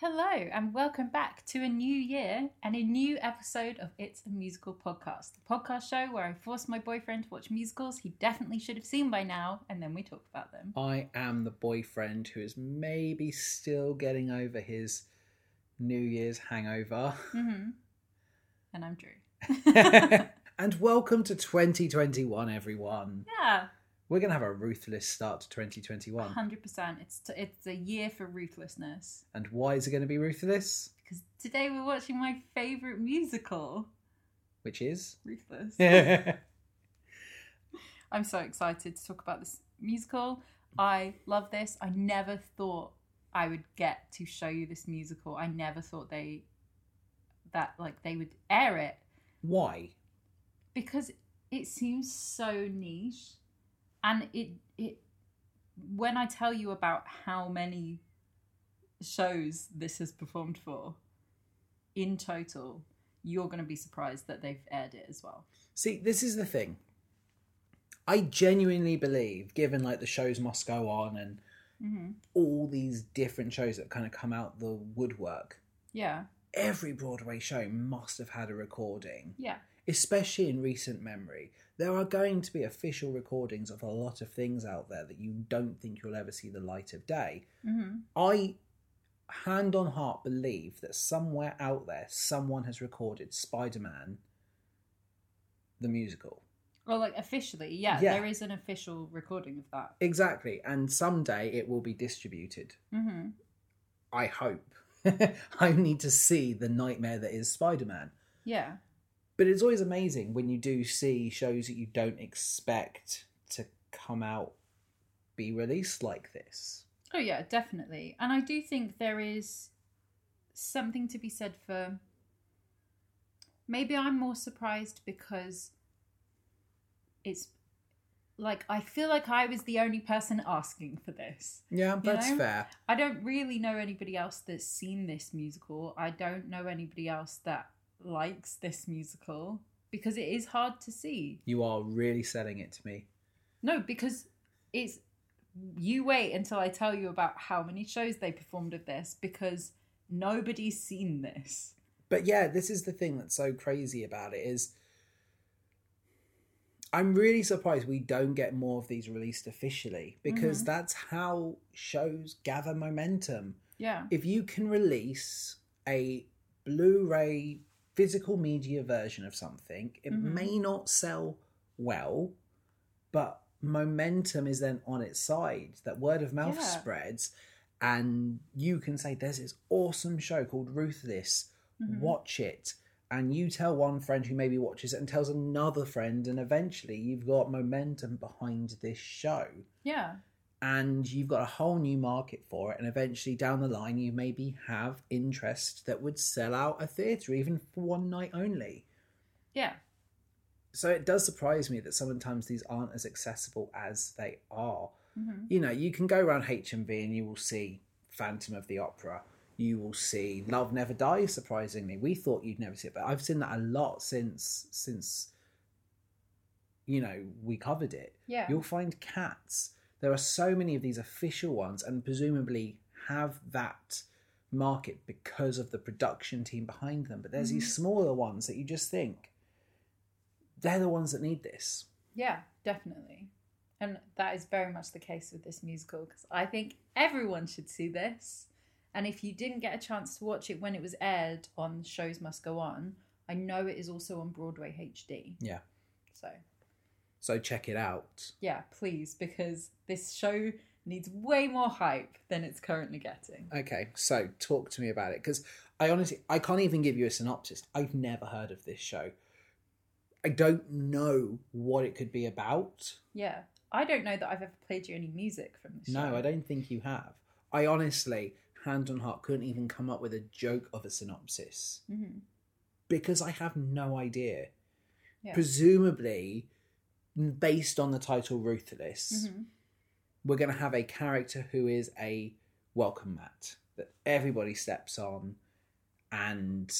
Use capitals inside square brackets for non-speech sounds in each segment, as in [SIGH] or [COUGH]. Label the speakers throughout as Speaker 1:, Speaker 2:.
Speaker 1: Hello, and welcome back to a new year and a new episode of It's a Musical Podcast, the podcast show where I forced my boyfriend to watch musicals he definitely should have seen by now, and then we talk about them.
Speaker 2: I am the boyfriend who is maybe still getting over his New Year's hangover.
Speaker 1: hmm And I'm Drew.
Speaker 2: [LAUGHS]
Speaker 1: [LAUGHS]
Speaker 2: and welcome to 2021, everyone.
Speaker 1: Yeah,
Speaker 2: We're going to have a ruthless start to
Speaker 1: Uh-huh.
Speaker 2: 2021.
Speaker 1: 100%. It's, t- it's a year for ruthlessness
Speaker 2: And why is it going to be ruthless?
Speaker 1: because today we're watching my favourite musical,
Speaker 2: Which is.
Speaker 1: Ruthless.
Speaker 2: I've
Speaker 1: I'm so excited to talk about this musical. I love this. I never thought I would get to show you this musical. I never thought they that like they would air it
Speaker 2: Why?
Speaker 1: because it seems so niche and it it when I tell you about how many shows this has performed for in total, you're going to be surprised that they've aired it as well.
Speaker 2: See, this is the thing. I genuinely believe, given like the shows must go on and
Speaker 1: Mhm.
Speaker 2: all these different shows that kind of come out the woodwork,
Speaker 1: Yeah.
Speaker 2: every Broadway show must have had a recording,
Speaker 1: Yeah.
Speaker 2: especially in recent memory. There are going to be official recordings of a lot of things out there that you don't think you'll ever see the light of day.
Speaker 1: Mhm.
Speaker 2: I, hand on heart, believe that somewhere out there, someone has recorded Spider Man, the musical.
Speaker 1: Well, like officially, yeah,
Speaker 2: Yeah.
Speaker 1: there is an official recording of that.
Speaker 2: Exactly, and someday it will be distributed.
Speaker 1: hmm
Speaker 2: I hope. [LAUGHS] I need to see the nightmare that is Spider Man.
Speaker 1: Yeah,
Speaker 2: But it's always amazing when you do see shows that you don't expect to come out, be released like this.
Speaker 1: Oh yeah, definitely. And I do think there is something to be said for maybe I'm more surprised because it's like I feel like I was the only person asking for this.
Speaker 2: Yeah, that's
Speaker 1: know?
Speaker 2: fair.
Speaker 1: I don't really know anybody else that's seen this musical. I don't know anybody else that likes this musical because it is hard to see.
Speaker 2: You are really selling it to me.
Speaker 1: No, because it's you wait until I tell you about how many shows they performed of this because nobody's seen this.
Speaker 2: But yeah, this is the thing that's so crazy about it is I'm really surprised we don't get more of these released officially because
Speaker 1: Mhm.
Speaker 2: that's how shows gather momentum.
Speaker 1: Yeah.
Speaker 2: if you can release a Blu-ray physical media version of something, it
Speaker 1: Mhm.
Speaker 2: may not sell well, but momentum is then on its side. That word of mouth
Speaker 1: Yeah.
Speaker 2: spreads, and you can say, "There's this awesome show called Ruthless.
Speaker 1: Mhm.
Speaker 2: Watch it." And you tell one friend who maybe watches it and tells another friend, and eventually you've got momentum behind this show
Speaker 1: Yeah.
Speaker 2: and you've got a whole new market for it and eventually down the line you maybe have interest that would sell out a theatre even for one night only
Speaker 1: Yeah.
Speaker 2: so it does surprise me that sometimes these aren't as accessible as they are
Speaker 1: hmm
Speaker 2: you know you can go around hmv and you will see phantom of the opera you will see love never dies surprisingly we thought you'd never see it but i've seen that a lot since since you know we covered it
Speaker 1: Yeah.
Speaker 2: You'll find cats. There are so many of these official ones, and presumably have that market because of the production team behind them. But there's these smaller ones that you just think they're the ones that need this.
Speaker 1: Yeah, definitely. And that is very much the case with this musical because I think everyone should see this. And if you didn't get a chance to watch it when it was aired on Shows Must Go On, I know it is also on Broadway HD.
Speaker 2: Yeah.
Speaker 1: So
Speaker 2: So check it out.
Speaker 1: Yeah, please, because this show needs way more hype than it's currently getting.
Speaker 2: Okay, so talk to me about it because I honestly I can't even give you a synopsis. I've never heard of this show. I don't know what it could be about.
Speaker 1: Yeah. I don't know that I've ever played you any music from this show.
Speaker 2: No, I don't think you have. I honestly, hand on heart, couldn't even come up with a joke of a synopsis
Speaker 1: hmm
Speaker 2: because I have no idea.
Speaker 1: Yeah.
Speaker 2: Presumably, based on the title Ruthless,
Speaker 1: Mhm.
Speaker 2: we're going to have a character who is a welcome mat that everybody steps on and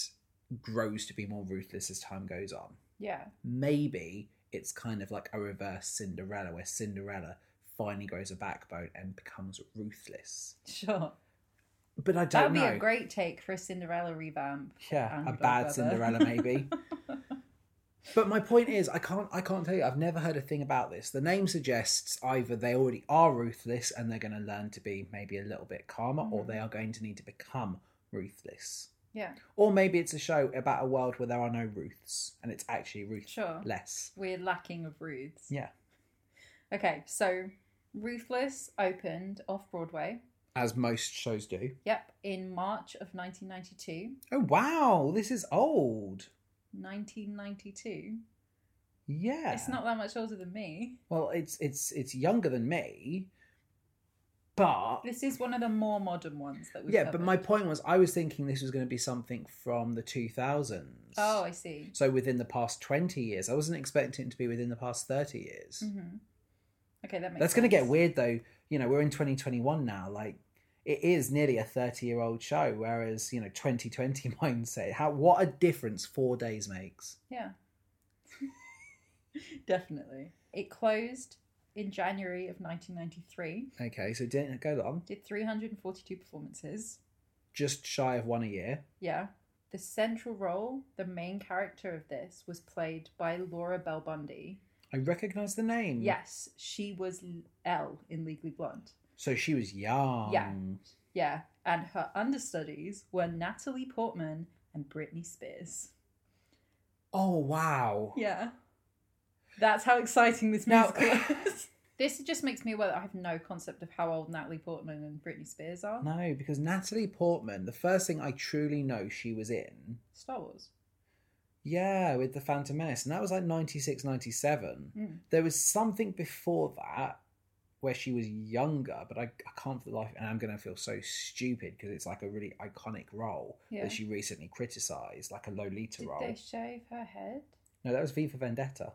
Speaker 2: grows to be more ruthless as time goes on.
Speaker 1: Yeah.
Speaker 2: Maybe it's kind of like a reverse Cinderella, where Cinderella finally grows a backbone and becomes ruthless
Speaker 1: Sure.
Speaker 2: But I
Speaker 1: That would
Speaker 2: don't
Speaker 1: be
Speaker 2: know.
Speaker 1: a great take for a Cinderella revamp.
Speaker 2: yeah, a
Speaker 1: Andrew
Speaker 2: bad
Speaker 1: Weather.
Speaker 2: Cinderella
Speaker 1: [LAUGHS]
Speaker 2: maybe. but my point is, I can't. I can't tell you. I've never heard a thing about this. The name suggests either they already are ruthless and they're going to learn to be maybe a little bit calmer, or
Speaker 1: Mhm.
Speaker 2: they are going to need to become ruthless.
Speaker 1: Yeah,
Speaker 2: Or maybe it's a show about a world where there are no Ruths and it's actually
Speaker 1: sure.
Speaker 2: ruthless.
Speaker 1: We're lacking of Ruths.
Speaker 2: Yeah.
Speaker 1: Okay, so Ruthless opened off Broadway.
Speaker 2: As most shows do.
Speaker 1: Yep, in March of 1992.
Speaker 2: Oh, wow. This is old.
Speaker 1: 1992.
Speaker 2: Yeah.
Speaker 1: It's not that much older than me.
Speaker 2: Well, it's it's it's younger than me, but
Speaker 1: This is one of the more modern ones that we've
Speaker 2: yeah. But
Speaker 1: covered.
Speaker 2: my point was, I was thinking this was going to be something from the two thousands.
Speaker 1: Oh, I see.
Speaker 2: so within the past twenty years, I wasn't expecting it to be within the past thirty years.
Speaker 1: hmm Okay, that makes
Speaker 2: That's going to get
Speaker 1: sense.
Speaker 2: weird, though. You know, we're in twenty twenty one now. Like, it is nearly a thirty year old show, whereas you know twenty twenty [LAUGHS] mindset. How what a difference four days makes. [LAUGHS]
Speaker 1: Yeah. Definitely. It closed in January of 1993.
Speaker 2: Okay, so it didn't go long.
Speaker 1: Did 342 performances.
Speaker 2: Just shy of one a year.
Speaker 1: Yeah. The central role, the main character of this, was played by Laura Bell Bundy.
Speaker 2: I recognise the name.
Speaker 1: Yes, she was L in Legally Blonde.
Speaker 2: So she was young.
Speaker 1: Yeah, and her understudies were Natalie Portman and Britney Spears.
Speaker 2: Oh wow.
Speaker 1: Yeah. That's how exciting this
Speaker 2: Now-
Speaker 1: musical [LAUGHS] is. This just makes me aware that I have no concept of how old Natalie Portman and Britney Spears are.
Speaker 2: No, because Natalie Portman, the first thing I truly know she was in,
Speaker 1: Star Wars.
Speaker 2: yeah, with the Phantom Menace, and that was like 96, 97.
Speaker 1: Mm.
Speaker 2: There was something before that where she was younger, but I, I can't for the life, and I'm going to feel so stupid because it's like a really iconic role
Speaker 1: Yeah.
Speaker 2: that she recently criticised, like a Lolita
Speaker 1: Did
Speaker 2: role.
Speaker 1: they shave her head?
Speaker 2: No, that was V for Vendetta.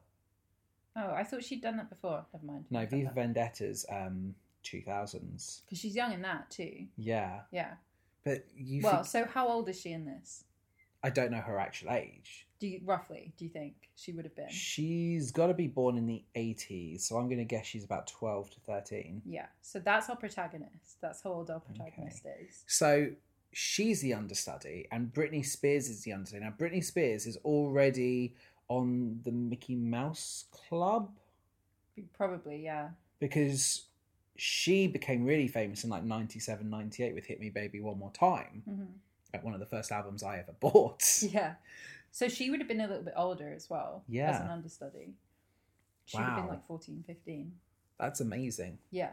Speaker 1: Oh, I thought she'd done that before. Never mind.
Speaker 2: No, V for Vendetta's um, 2000s.
Speaker 1: Because she's young in that too.
Speaker 2: Yeah,
Speaker 1: Yeah.
Speaker 2: but you
Speaker 1: well,
Speaker 2: think-
Speaker 1: so how old is she in this?
Speaker 2: I don't know her actual age.
Speaker 1: Do you roughly? Do you think she would have been?
Speaker 2: She's got to be born in the 80s, so I'm going to guess she's about 12 to 13.
Speaker 1: Yeah. So that's our protagonist. That's how old our protagonist is.
Speaker 2: So she's the understudy, and Britney Spears is the understudy. Now, Britney Spears is already on the Mickey Mouse Club
Speaker 1: Probably, yeah.
Speaker 2: because she became really famous in like 97, 98 with Hit Me Baby One More Time,
Speaker 1: hmm
Speaker 2: like one of the first albums I ever [LAUGHS] bought.
Speaker 1: [LAUGHS] Yeah. So she would have been a little bit older as well. As an
Speaker 2: Yeah.
Speaker 1: understudy. She would have been
Speaker 2: Wow.
Speaker 1: like 14, 15.
Speaker 2: That's amazing.
Speaker 1: Yeah.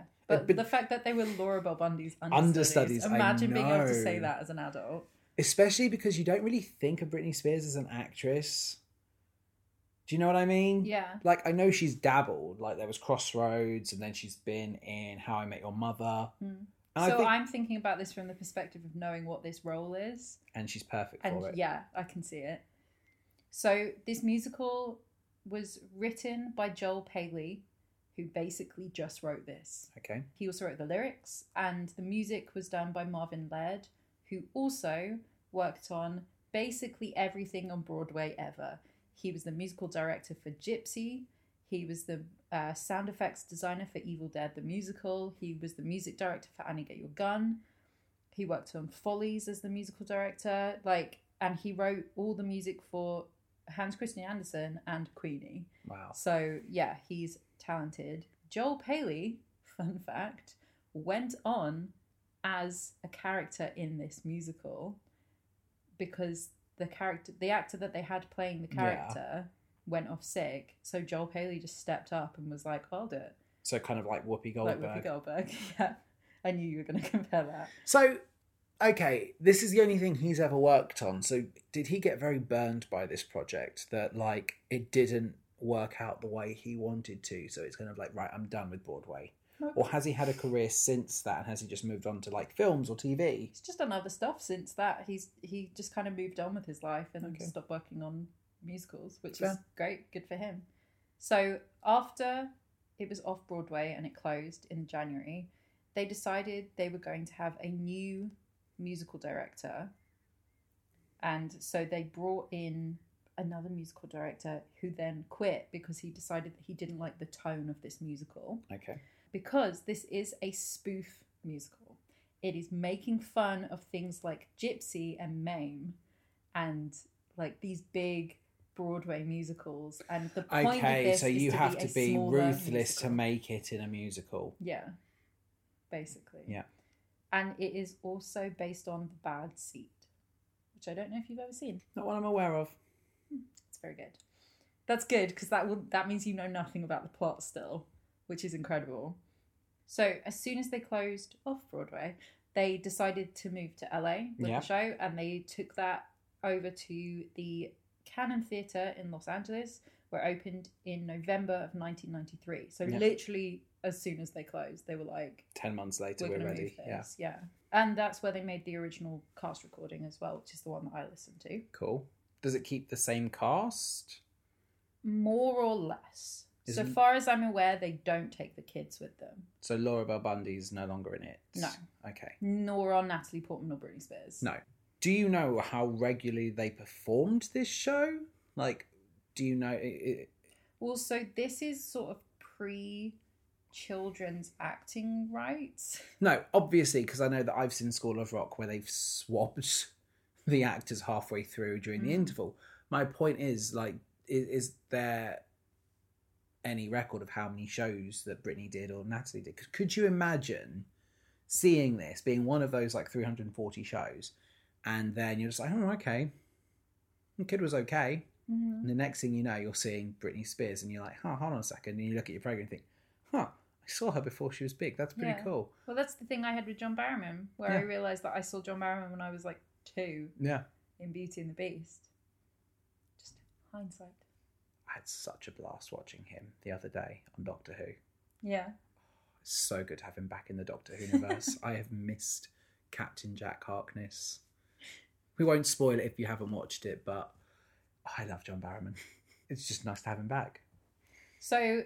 Speaker 1: But,
Speaker 2: But- but-
Speaker 1: the fact that they were Laura Bell Bundy's understudies.
Speaker 2: Understudies, I
Speaker 1: imagine being able to
Speaker 2: know.
Speaker 1: say that as an adult.
Speaker 2: Especially because you don't really think of Britney Spears as an actress. Do you know what I mean?
Speaker 1: Yeah.
Speaker 2: like I know she's dabbled. Like there was Crossroads, and then she's been in How I Met Your Mother,
Speaker 1: Mm.
Speaker 2: and
Speaker 1: so
Speaker 2: I think
Speaker 1: I'm thinking about this from the perspective of knowing what this role is.
Speaker 2: and she's perfect
Speaker 1: and
Speaker 2: for it.
Speaker 1: yeah, I can see it. So this musical was written by Joel Paley, who basically just wrote this.
Speaker 2: Okay,
Speaker 1: He also wrote the lyrics, and the music was done by Marvin Laird, who also worked on basically everything on Broadway ever. He was the musical director for Gypsy. He was the uh, sound effects designer for Evil Dead the musical. He was the music director for Annie Get Your Gun. He worked on Follies as the musical director, like, and he wrote all the music for Hans Christian Andersen and Queenie.
Speaker 2: wow.
Speaker 1: So yeah, he's talented. Joel Paley, [LAUGHS] fun fact, went on as a character in this musical because the character the actor that they had playing the
Speaker 2: Yeah.
Speaker 1: character went off sick. So Joel Paley just stepped up and was like, I'll do it.
Speaker 2: So kind of like Whoopi Goldberg.
Speaker 1: Like Whoopi Goldberg. [LAUGHS] yeah. I knew you were gonna [LAUGHS] compare that.
Speaker 2: So okay, this is the only thing he's ever worked on. So did he get very burned by this project that like it didn't work out the way he wanted to? So it's kind of like right, I'm done with Broadway.
Speaker 1: Nope.
Speaker 2: Or has he had a career since that, and has he just moved on to like films or TV?
Speaker 1: He's just done other stuff since that. He's he just kind of moved on with his life and
Speaker 2: Okay.
Speaker 1: stopped working on musicals, which is
Speaker 2: Fair.
Speaker 1: great, good for him. So after it was off Broadway and it closed in January, they decided they were going to have a new musical director, and so they brought in another musical director who then quit because he decided that he didn't like the tone of this musical
Speaker 2: Okay.
Speaker 1: because this is a spoof musical. It is making fun of things like Gypsy and Mame and like these big Broadway musicals. And the point of
Speaker 2: Okay,
Speaker 1: this
Speaker 2: so
Speaker 1: is
Speaker 2: you
Speaker 1: to
Speaker 2: have
Speaker 1: be
Speaker 2: to
Speaker 1: a
Speaker 2: be
Speaker 1: smaller
Speaker 2: ruthless
Speaker 1: musical.
Speaker 2: to make it in a musical.
Speaker 1: Yeah, basically.
Speaker 2: Yeah.
Speaker 1: And it is also based on The Bad Seed, which I don't know if you've ever seen.
Speaker 2: Not one I'm aware of.
Speaker 1: It's very good. That's good because that will that means you know nothing about the plot still, which is incredible. So as soon as they closed off Broadway, they decided to move to LA with
Speaker 2: Yeah.
Speaker 1: the show, and they took that over to the Cannon Theatre in Los Angeles, where it opened in November of 1993. So
Speaker 2: Yeah.
Speaker 1: literally as soon as they closed, they were like,
Speaker 2: Ten months later,
Speaker 1: we're
Speaker 2: we're,
Speaker 1: going to move
Speaker 2: ready. Yeah,
Speaker 1: this. Yeah. And that's where they made the original cast recording as well, which is the one that I listened to.
Speaker 2: cool. Does it keep the same cast?
Speaker 1: More or less. so
Speaker 2: Isn't-
Speaker 1: far as I'm aware, they don't take the kids with them,
Speaker 2: So Laura Bell Bundy's no longer in it.
Speaker 1: No.
Speaker 2: Okay.
Speaker 1: nor are Natalie Portman or Britney Spears.
Speaker 2: No. Do you know how regularly they performed this show? Like, do you know? It, it,
Speaker 1: Also, this is sort of pre children's acting rights.
Speaker 2: no, obviously, because I know that I've seen School of Rock where they've swapped [LAUGHS] the actors halfway through during the
Speaker 1: Mm.
Speaker 2: interval. My point is, like, is, is there any record of how many shows that Britney did or Natalie did? 'Cause could you imagine seeing this being one of those like 340 shows, and then you're just like, oh, okay, the kid was okay. And the next thing you know, you're seeing Britney Spears, and you're like, "Huh, hold on a second. And you look at your program and think, "Huh, I saw her before she was big. That's pretty
Speaker 1: Yeah.
Speaker 2: cool."
Speaker 1: [LAUGHS] Well, that's the thing I had with John Barrowman, where I
Speaker 2: Yeah.
Speaker 1: realised that I saw John Barrowman when I was like two
Speaker 2: Yeah,
Speaker 1: in Beauty and the Beast. Just hindsight.
Speaker 2: I had such a blast watching him the other day on Doctor Who.
Speaker 1: Yeah.
Speaker 2: It's so good to have him back in the Doctor Who
Speaker 1: [LAUGHS]
Speaker 2: universe. I have missed Captain Jack Harkness. We won't spoil it if you haven't watched it, but I love John Barrowman. It's just nice to have him back.
Speaker 1: So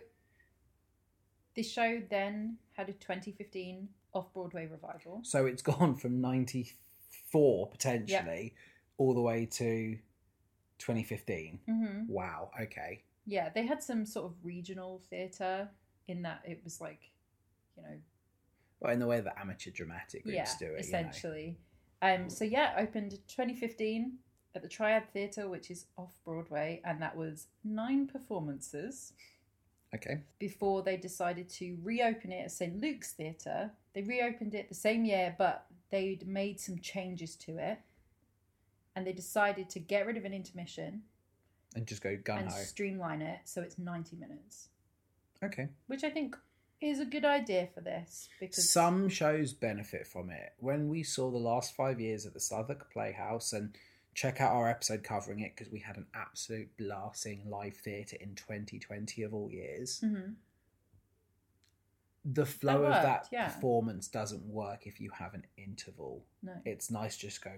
Speaker 1: the show then had a 2015 off Broadway revival.
Speaker 2: So it's gone from 94 potentially all the way to 2015.
Speaker 1: Mm-hmm.
Speaker 2: Wow, okay.
Speaker 1: Yeah, they had some sort of regional theatre in that it was like, you know,
Speaker 2: Well, in the way that amateur dramatic groups
Speaker 1: yeah,
Speaker 2: do it, essentially.
Speaker 1: essentially. Um, so yeah, opened 2015 at the Triad Theatre, which is off Broadway, and that was nine performances.
Speaker 2: Okay.
Speaker 1: before they decided to reopen it at St Luke's Theatre. They reopened it the same year, but they'd made some changes to it. And they decided to get rid of an intermission
Speaker 2: And just go gun
Speaker 1: and
Speaker 2: ho.
Speaker 1: streamline it so it's 90 minutes,
Speaker 2: Okay.
Speaker 1: which I think is a good idea for this because
Speaker 2: Some shows benefit from it. When we saw the last five years at the Southwark Playhouse, and check out our episode covering it because we had an absolute blasting live theatre in 2020 of all years.
Speaker 1: Mhm.
Speaker 2: The flow
Speaker 1: worked,
Speaker 2: of that
Speaker 1: yeah.
Speaker 2: performance doesn't work if you have an interval.
Speaker 1: no,
Speaker 2: It's nice just go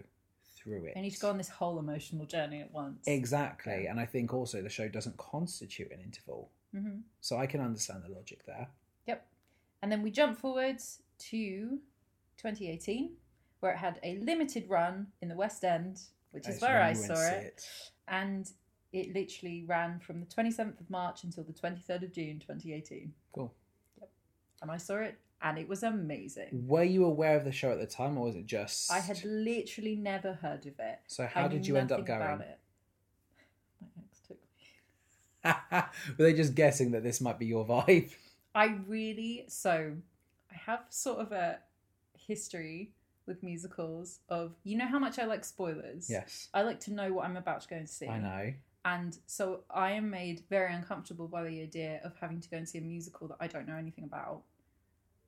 Speaker 2: through it.
Speaker 1: they need to go on this whole emotional journey at once.
Speaker 2: Exactly. And I think also the show doesn't constitute an interval.
Speaker 1: hmm
Speaker 2: So I can understand the logic there.
Speaker 1: Yep. And then we jump forwards to 2018, where it had a limited run in the West End, which is
Speaker 2: It's
Speaker 1: where I
Speaker 2: when you went
Speaker 1: saw
Speaker 2: to
Speaker 1: it. and it literally ran from the 27th of March until the 23rd of June 2018.
Speaker 2: Cool.
Speaker 1: And I saw it and it was amazing.
Speaker 2: Were you aware of the show at the time, or was it just?
Speaker 1: I had literally never heard of it.
Speaker 2: So how
Speaker 1: I
Speaker 2: did
Speaker 1: knew
Speaker 2: you end up
Speaker 1: nothing about
Speaker 2: going?
Speaker 1: it. My ex took me.
Speaker 2: [LAUGHS] Were they just guessing that this might be your vibe? [LAUGHS]
Speaker 1: I really so I have sort of a history with musicals of you know how much I like spoilers.
Speaker 2: Yes,
Speaker 1: I like to know what I'm about to go and see.
Speaker 2: I know.
Speaker 1: And so I am made very uncomfortable by the idea of having to go and see a musical that I don't know anything about.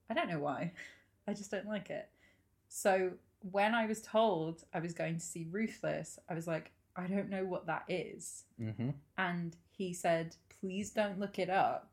Speaker 1: I don't know why. [LAUGHS] I just don't like it. So when I was told I was going to see Ruthless, I was like, I don't know what that is.
Speaker 2: hmm
Speaker 1: And he said, please don't look it up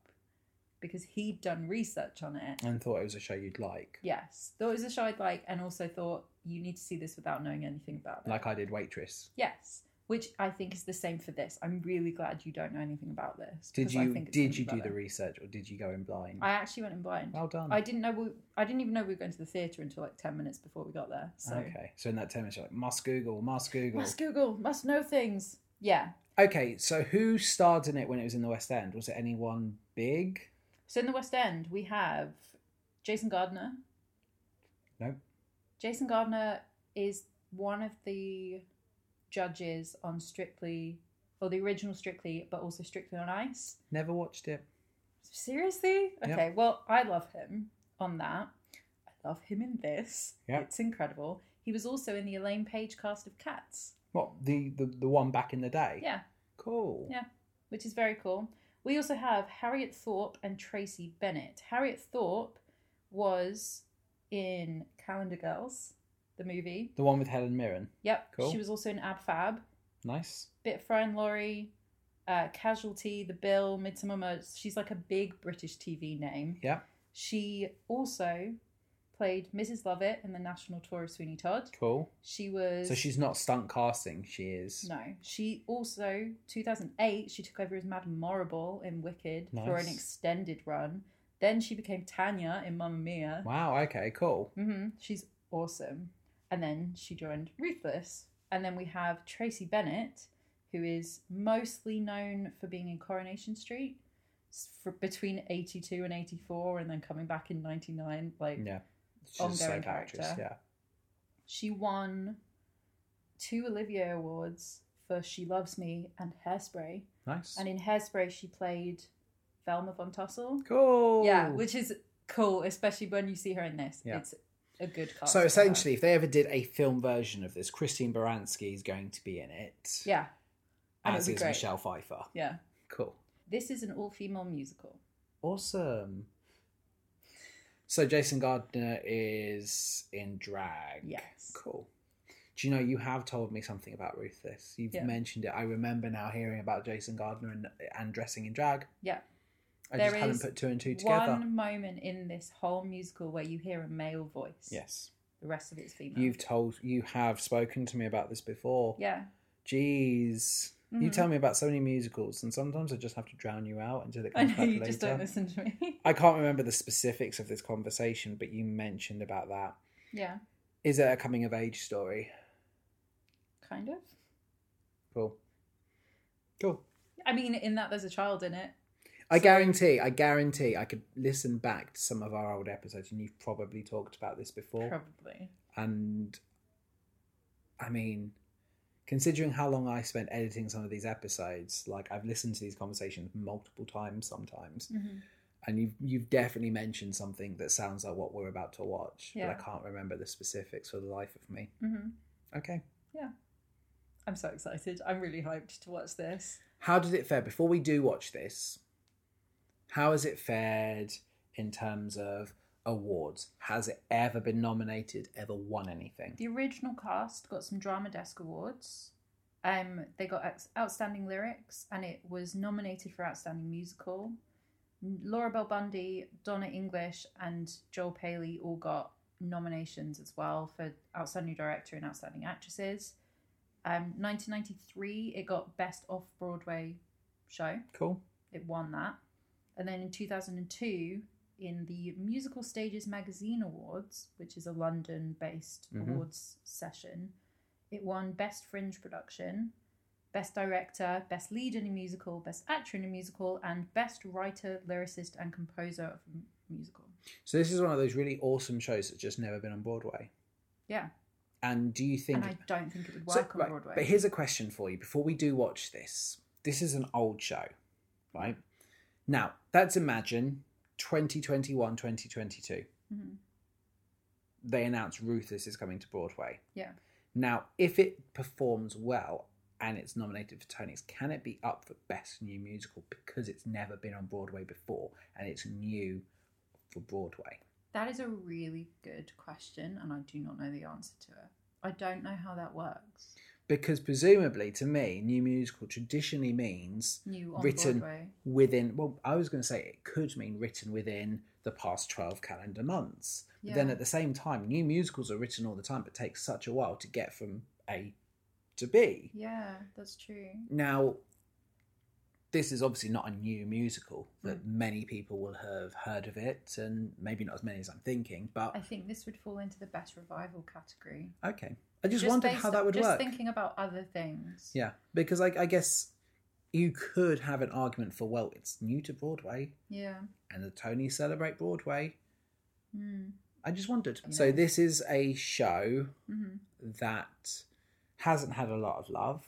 Speaker 1: because he'd done research on it.
Speaker 2: And thought it was a show you'd like,
Speaker 1: Yes, thought it was a show I'd like, and also thought you need to see this without knowing anything about it.
Speaker 2: like I did Waitress.
Speaker 1: Yes, which I think is the same for this. I'm really glad you don't know anything about this.
Speaker 2: Did
Speaker 1: because I
Speaker 2: you
Speaker 1: think it's gonna
Speaker 2: did
Speaker 1: be
Speaker 2: you do the
Speaker 1: better.
Speaker 2: research, or did you go in blind?
Speaker 1: I actually went in blind.
Speaker 2: well done.
Speaker 1: I didn't know we, I didn't even know we were going to the theatre until like ten minutes before we got there. So
Speaker 2: Okay, so in that ten minutes, you're like must Google, must Google.
Speaker 1: must Google, must know things. Yeah.
Speaker 2: Okay, so who starred in it when it was in the West End? Was it anyone big?
Speaker 1: So in the West End we have Jason Gardner.
Speaker 2: Nope.
Speaker 1: Jason Gardner is one of the judges on Strictly, or the original Strictly, but also Strictly on Ice.
Speaker 2: Never watched it.
Speaker 1: Seriously?
Speaker 2: Yeah.
Speaker 1: Okay, well, I love him on that. I love him in this.
Speaker 2: Yeah.
Speaker 1: It's incredible. He was also in the Elaine Page cast of Cats.
Speaker 2: What the the, the one back in the day?
Speaker 1: Yeah,
Speaker 2: Cool.
Speaker 1: Yeah. which is very cool. We also have Harriet Thorpe and Tracy Bennett. Harriet Thorpe was in Calendar Girls, the movie.
Speaker 2: The one with Helen Mirren.
Speaker 1: Yep.
Speaker 2: Cool.
Speaker 1: She was also in Ab Fab,
Speaker 2: Nice.
Speaker 1: Bit Fry and Laurie, uh, Casualty, The Bill, Midsummer Murders. She's like a big British TV name.
Speaker 2: Yeah.
Speaker 1: She also played Mrs. Lovett in the national tour of Sweeney Todd.
Speaker 2: Cool.
Speaker 1: She was.
Speaker 2: So she's not stunt casting. She is.
Speaker 1: No. She also, 2008, she took over as Madame Morrible in Wicked for an
Speaker 2: Nice.
Speaker 1: extended run. Then she became Tanya in Mamma Mia.
Speaker 2: Wow. Okay. Cool.
Speaker 1: hmm She's awesome. And then she joined Ruthless. And then we have Tracy Bennett, who is mostly known for being in Coronation Street s- for between 82 and 84, and then coming back in 99. Like,
Speaker 2: Yeah. She's
Speaker 1: Ongoing
Speaker 2: a soap
Speaker 1: character.
Speaker 2: actress. Yeah.
Speaker 1: She won two Olivier Awards for She Loves Me and Hairspray.
Speaker 2: Nice.
Speaker 1: And in Hairspray, she played Velma von Tussle.
Speaker 2: Cool.
Speaker 1: Yeah, which is cool, especially when you see her in this.
Speaker 2: Yeah.
Speaker 1: It's a good cast.
Speaker 2: so
Speaker 1: for her.
Speaker 2: essentially, if they ever did a film version of this, Christine Baranski is going to be in it.
Speaker 1: Yeah, and
Speaker 2: As
Speaker 1: it'd be
Speaker 2: is
Speaker 1: great.
Speaker 2: Michelle Pfeiffer.
Speaker 1: yeah.
Speaker 2: Cool.
Speaker 1: This is an all female musical.
Speaker 2: Awesome. So Jason Gardner is in drag.
Speaker 1: Yes.
Speaker 2: Cool. Do you know you have told me something about Ruthless? You've
Speaker 1: Yeah.
Speaker 2: mentioned it. I remember now hearing about Jason Gardner and, and dressing in drag.
Speaker 1: Yeah.
Speaker 2: I
Speaker 1: There
Speaker 2: just hadn't
Speaker 1: is
Speaker 2: put two and two together.
Speaker 1: One moment in this whole musical where you hear a male voice.
Speaker 2: Yes.
Speaker 1: The rest of it's female.
Speaker 2: You've told you have spoken to me about this before.
Speaker 1: yeah.
Speaker 2: Jeez. You
Speaker 1: Mhm.
Speaker 2: tell me about so many musicals and sometimes I just have to drown you out until it
Speaker 1: I
Speaker 2: comes
Speaker 1: know
Speaker 2: back
Speaker 1: you
Speaker 2: later.
Speaker 1: just don't listen to me. [LAUGHS]
Speaker 2: I can't remember the specifics of this conversation, but you mentioned about that.
Speaker 1: yeah,
Speaker 2: Is it a coming of age story?
Speaker 1: kind of.
Speaker 2: Cool. Cool.
Speaker 1: I mean, in that there's a child in it.
Speaker 2: I
Speaker 1: So-
Speaker 2: guarantee, I guarantee I could listen back to some of our old episodes and you've probably talked about this before.
Speaker 1: Probably.
Speaker 2: And I mean, considering how long I spent editing some of these episodes, like I've listened to these conversations multiple times sometimes.
Speaker 1: hmm
Speaker 2: And you've you've definitely mentioned something that sounds like what we're about to watch,
Speaker 1: Yeah.
Speaker 2: but I can't remember the specifics for the life of me.
Speaker 1: hmm
Speaker 2: Okay.
Speaker 1: I'm so excited. I'm really hyped to watch this.
Speaker 2: How did it fare before we do watch this? How has it fared in terms of awards? Has it ever been nominated? Ever won anything?
Speaker 1: The original cast got some Drama Desk awards. Um, they got ex- Outstanding Lyrics, and it was nominated for Outstanding Musical. Laura Bell Bundy, Donna English, and Joel Paley all got nominations as well for Outstanding Director and Outstanding Actresses. Um, 1993, it got Best Off Broadway Show.
Speaker 2: Cool.
Speaker 1: It won that. And then in 2002, in the Musical Stages Magazine Awards, which is a London based
Speaker 2: Mhm.
Speaker 1: awards session, it won Best Fringe Production, Best Director, Best Lead in a Musical, Best Actor in a Musical, and Best Writer, Lyricist, and Composer of a M- Musical.
Speaker 2: So this is one of those really awesome shows that's just never been on Broadway.
Speaker 1: Yeah.
Speaker 2: And do you think
Speaker 1: And I don't think it would
Speaker 2: So,
Speaker 1: work on
Speaker 2: right,
Speaker 1: Broadway.
Speaker 2: But here's a question for you before we do watch this. This is an old show, right? Now, let's imagine 2021, 2022.
Speaker 1: Mhm.
Speaker 2: They announce Ruthless is coming to Broadway.
Speaker 1: Yeah.
Speaker 2: Now, if it performs well and it's nominated for Tony's, can it be up for Best New Musical because it's never been on Broadway before and it's new for Broadway?
Speaker 1: That is a really good question, and I do not know the answer to it. I don't know how that works.
Speaker 2: Because presumably, to me, new musical traditionally means
Speaker 1: New on
Speaker 2: Written
Speaker 1: Broadway.
Speaker 2: within well i was going to say it could mean written within the past 12 calendar months but then
Speaker 1: Yeah.
Speaker 2: at the same time new musicals are written all the time but takes such a while to get from a to b
Speaker 1: Yeah, that's true.
Speaker 2: now this is obviously not a new musical
Speaker 1: Mm.
Speaker 2: that many people will have heard of it and maybe not as many as i'm thinking but
Speaker 1: I think this would fall into the best revival category.
Speaker 2: okay i just, wondered
Speaker 1: based
Speaker 2: how that
Speaker 1: on-
Speaker 2: would
Speaker 1: just
Speaker 2: work
Speaker 1: thinking about other things.
Speaker 2: yeah because I, I guess you could have an argument for well it's new to broadway
Speaker 1: Yeah.
Speaker 2: and the tonys celebrate broadway
Speaker 1: Mm.
Speaker 2: I just wondered. So
Speaker 1: Yeah.
Speaker 2: this is a show
Speaker 1: Mhm.
Speaker 2: that hasn't had a lot of love,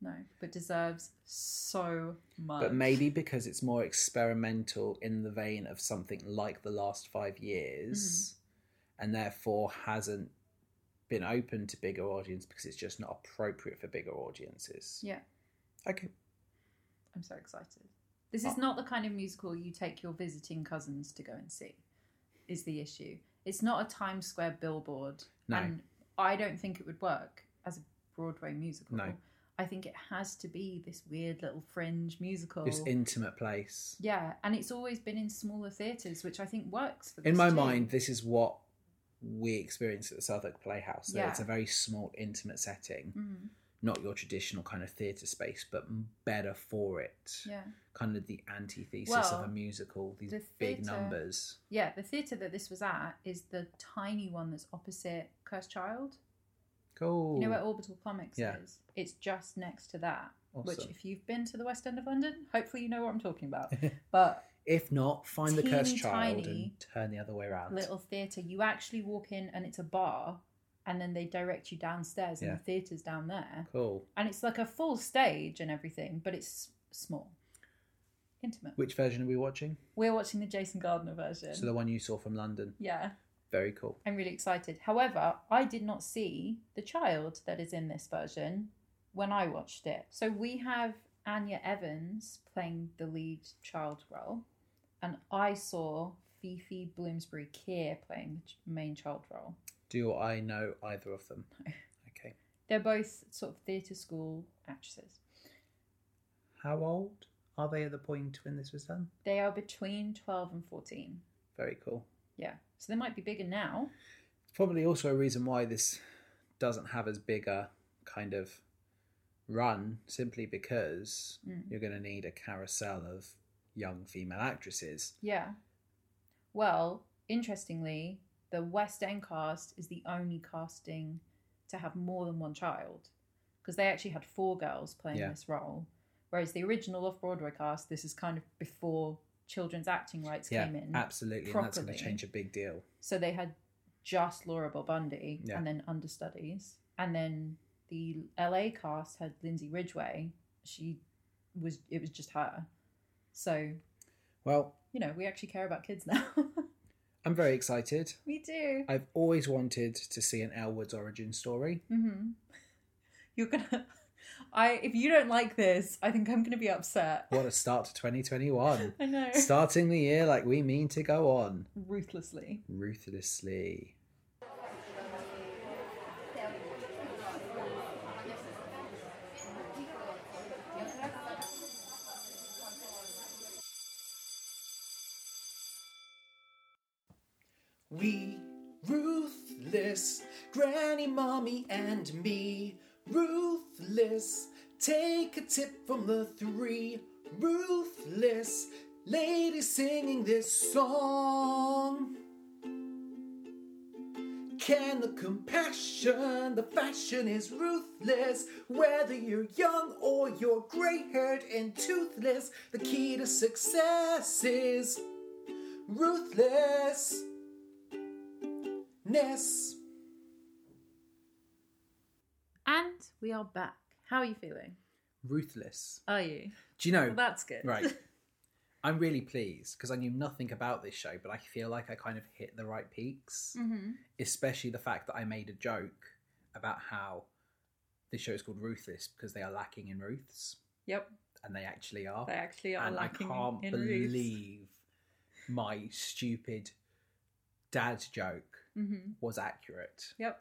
Speaker 1: No, but deserves so much.
Speaker 2: but maybe because it's more experimental in the vein of something like the last five years,
Speaker 1: Mm-hmm.
Speaker 2: and therefore hasn't been open to bigger audience because it's just not appropriate for bigger audiences.
Speaker 1: Yeah,
Speaker 2: Okay.
Speaker 1: I'm so excited. This
Speaker 2: Oh.
Speaker 1: is not the kind of musical you take your visiting cousins to go and see, is the issue. It's not a Times Square billboard.
Speaker 2: No.
Speaker 1: And I don't think it would work as a Broadway musical.
Speaker 2: No.
Speaker 1: I think it has to be this weird little fringe musical.
Speaker 2: This intimate place.
Speaker 1: Yeah, and it's always been in smaller theatres, which I think works for this
Speaker 2: In my
Speaker 1: too.
Speaker 2: mind, this is what we experienced at the Southwark Playhouse. that It's a
Speaker 1: Yeah.
Speaker 2: very small, intimate setting,
Speaker 1: Mhm,
Speaker 2: not your traditional kind of theatre space, but m- better for it.
Speaker 1: yeah,
Speaker 2: Kind of the antithesis
Speaker 1: Well,
Speaker 2: of a musical, these
Speaker 1: the
Speaker 2: big
Speaker 1: theatre-
Speaker 2: numbers.
Speaker 1: yeah. The theatre that this was at is the tiny one that's opposite Cursed Child.
Speaker 2: Cool.
Speaker 1: You know where Orbital Comics
Speaker 2: Yeah.
Speaker 1: is? It's just next to that. Which,
Speaker 2: Awesome.
Speaker 1: if you've been to the West End of London, hopefully you know what I'm talking
Speaker 2: [LAUGHS]
Speaker 1: about. But
Speaker 2: If not, find the cursed
Speaker 1: Teeny
Speaker 2: child and
Speaker 1: tiny
Speaker 2: turn the other way around.
Speaker 1: little theatre, you actually walk in and it's a bar, and then they direct you downstairs, and
Speaker 2: Yeah.
Speaker 1: the theatre's down there,
Speaker 2: Cool.
Speaker 1: and it's like a full stage and everything, but it's small, intimate.
Speaker 2: Which version are we watching?
Speaker 1: We're watching the Jason Gardner version.
Speaker 2: So the one you saw from London.
Speaker 1: yeah,
Speaker 2: Very cool.
Speaker 1: I'm really excited. However, I did not see the child that is in this version when I watched it. So we have Anya Evans playing the lead child role, and I saw Fifi Bloomsbury Keir playing the ch- main child role.
Speaker 2: Do I know either of
Speaker 1: [LAUGHS]
Speaker 2: them? Okay.
Speaker 1: They're both sort of theatre school actresses.
Speaker 2: How old are they at the point when this was done?
Speaker 1: They are between 12 and 14.
Speaker 2: Very cool.
Speaker 1: Yeah. So they might be bigger now.
Speaker 2: It's probably also a reason why this doesn't have as big a kind of run, simply because
Speaker 1: Mm.
Speaker 2: you're going to need a carousel of young female actresses.
Speaker 1: Yeah. Well, interestingly, the West End cast is the only casting to have more than one child because they actually had four girls playing
Speaker 2: Yeah.
Speaker 1: this role. Whereas the original off Broadway cast, this is kind of before children's acting rights
Speaker 2: yeah,
Speaker 1: came in.
Speaker 2: absolutely, and that's going to
Speaker 1: properly.
Speaker 2: change a big deal.
Speaker 1: So they had just Laura Bob Bundy
Speaker 2: Yeah.
Speaker 1: and then understudies. And then the LA cast had Lindsay Ridgway. She was, it was just her. So,
Speaker 2: Well,
Speaker 1: you know, we actually care about kids now. [LAUGHS]
Speaker 2: I'm very excited.
Speaker 1: we do.
Speaker 2: I've always wanted to see an Elwood's origin story.
Speaker 1: hmm You're gonna. [LAUGHS] I if you don't like this, I think I'm gonna be upset.
Speaker 2: What a start
Speaker 1: [LAUGHS]
Speaker 2: to 2021.
Speaker 1: I know.
Speaker 2: Starting the year like we mean to go on,
Speaker 1: Ruthlessly.
Speaker 2: ruthlessly. We, ruthless, Granny, Mommy, and me, ruthless, take a tip from the three, ruthless, lady singing this song. Can the compassion, the fashion is ruthless, whether you're young or you're grey haired and toothless, the key to success is ruthless ness.
Speaker 1: And we are back. How are you feeling?
Speaker 2: Ruthless.
Speaker 1: Are you?
Speaker 2: Do you know?
Speaker 1: Well, that's good. [LAUGHS]
Speaker 2: right. I'm really pleased because I knew nothing about this show, but I feel like I kind of hit the right peaks,
Speaker 1: mm-hmm.
Speaker 2: especially the fact that I made a joke about how this show is called Ruthless because they are lacking in Ruths,
Speaker 1: Yep.
Speaker 2: and they actually are.
Speaker 1: They actually are
Speaker 2: and I
Speaker 1: lacking
Speaker 2: can't
Speaker 1: in Ruths.
Speaker 2: believe my stupid dad joke
Speaker 1: Mm-hmm.
Speaker 2: was accurate.
Speaker 1: Yep.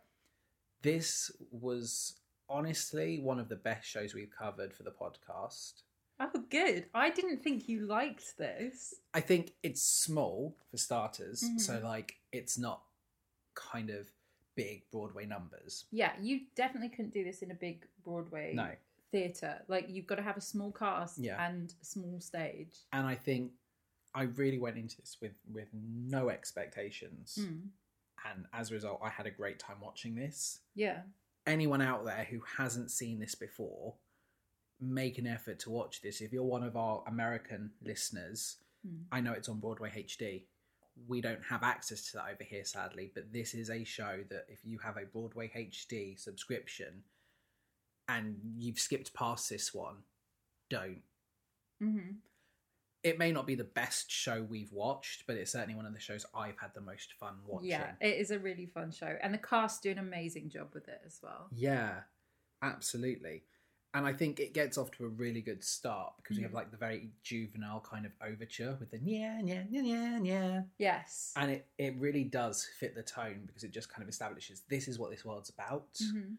Speaker 2: This was honestly one of the best shows we've covered for the podcast.
Speaker 1: Oh, good. I didn't think you liked this.
Speaker 2: I think it's small for starters, so
Speaker 1: Mhm.
Speaker 2: like it's not kind of big Broadway numbers.
Speaker 1: Yeah, you definitely couldn't do this in a big Broadway
Speaker 2: No.
Speaker 1: theater. Like you've got to have a small cast
Speaker 2: Yeah.
Speaker 1: and a small stage.
Speaker 2: And I think I really went into this with with no expectations,
Speaker 1: Mm.
Speaker 2: and as a result, I had a great time watching this.
Speaker 1: Yeah.
Speaker 2: Anyone out there who hasn't seen this before, make an effort to watch this. If you're one of our American listeners,
Speaker 1: Mm.
Speaker 2: I know it's on Broadway HD. we don't have access to that over here, sadly. But this is a show that if you have a Broadway HD subscription and you've skipped past this one, don't.
Speaker 1: Mm-hmm.
Speaker 2: It may not be the best show we've watched, but it's certainly one of the shows I've had the most fun watching.
Speaker 1: Yeah, it is a really fun show, and the cast do an amazing job with it as well.
Speaker 2: Yeah, absolutely. And I think it gets off to a really good start because we have
Speaker 1: Mhm.
Speaker 2: like the very juvenile kind of overture with the yeah, yeah, yeah, yeah, yeah.
Speaker 1: Yes.
Speaker 2: And it, it really does fit the tone because it just kind of establishes this is what this world's about.
Speaker 1: Mhm.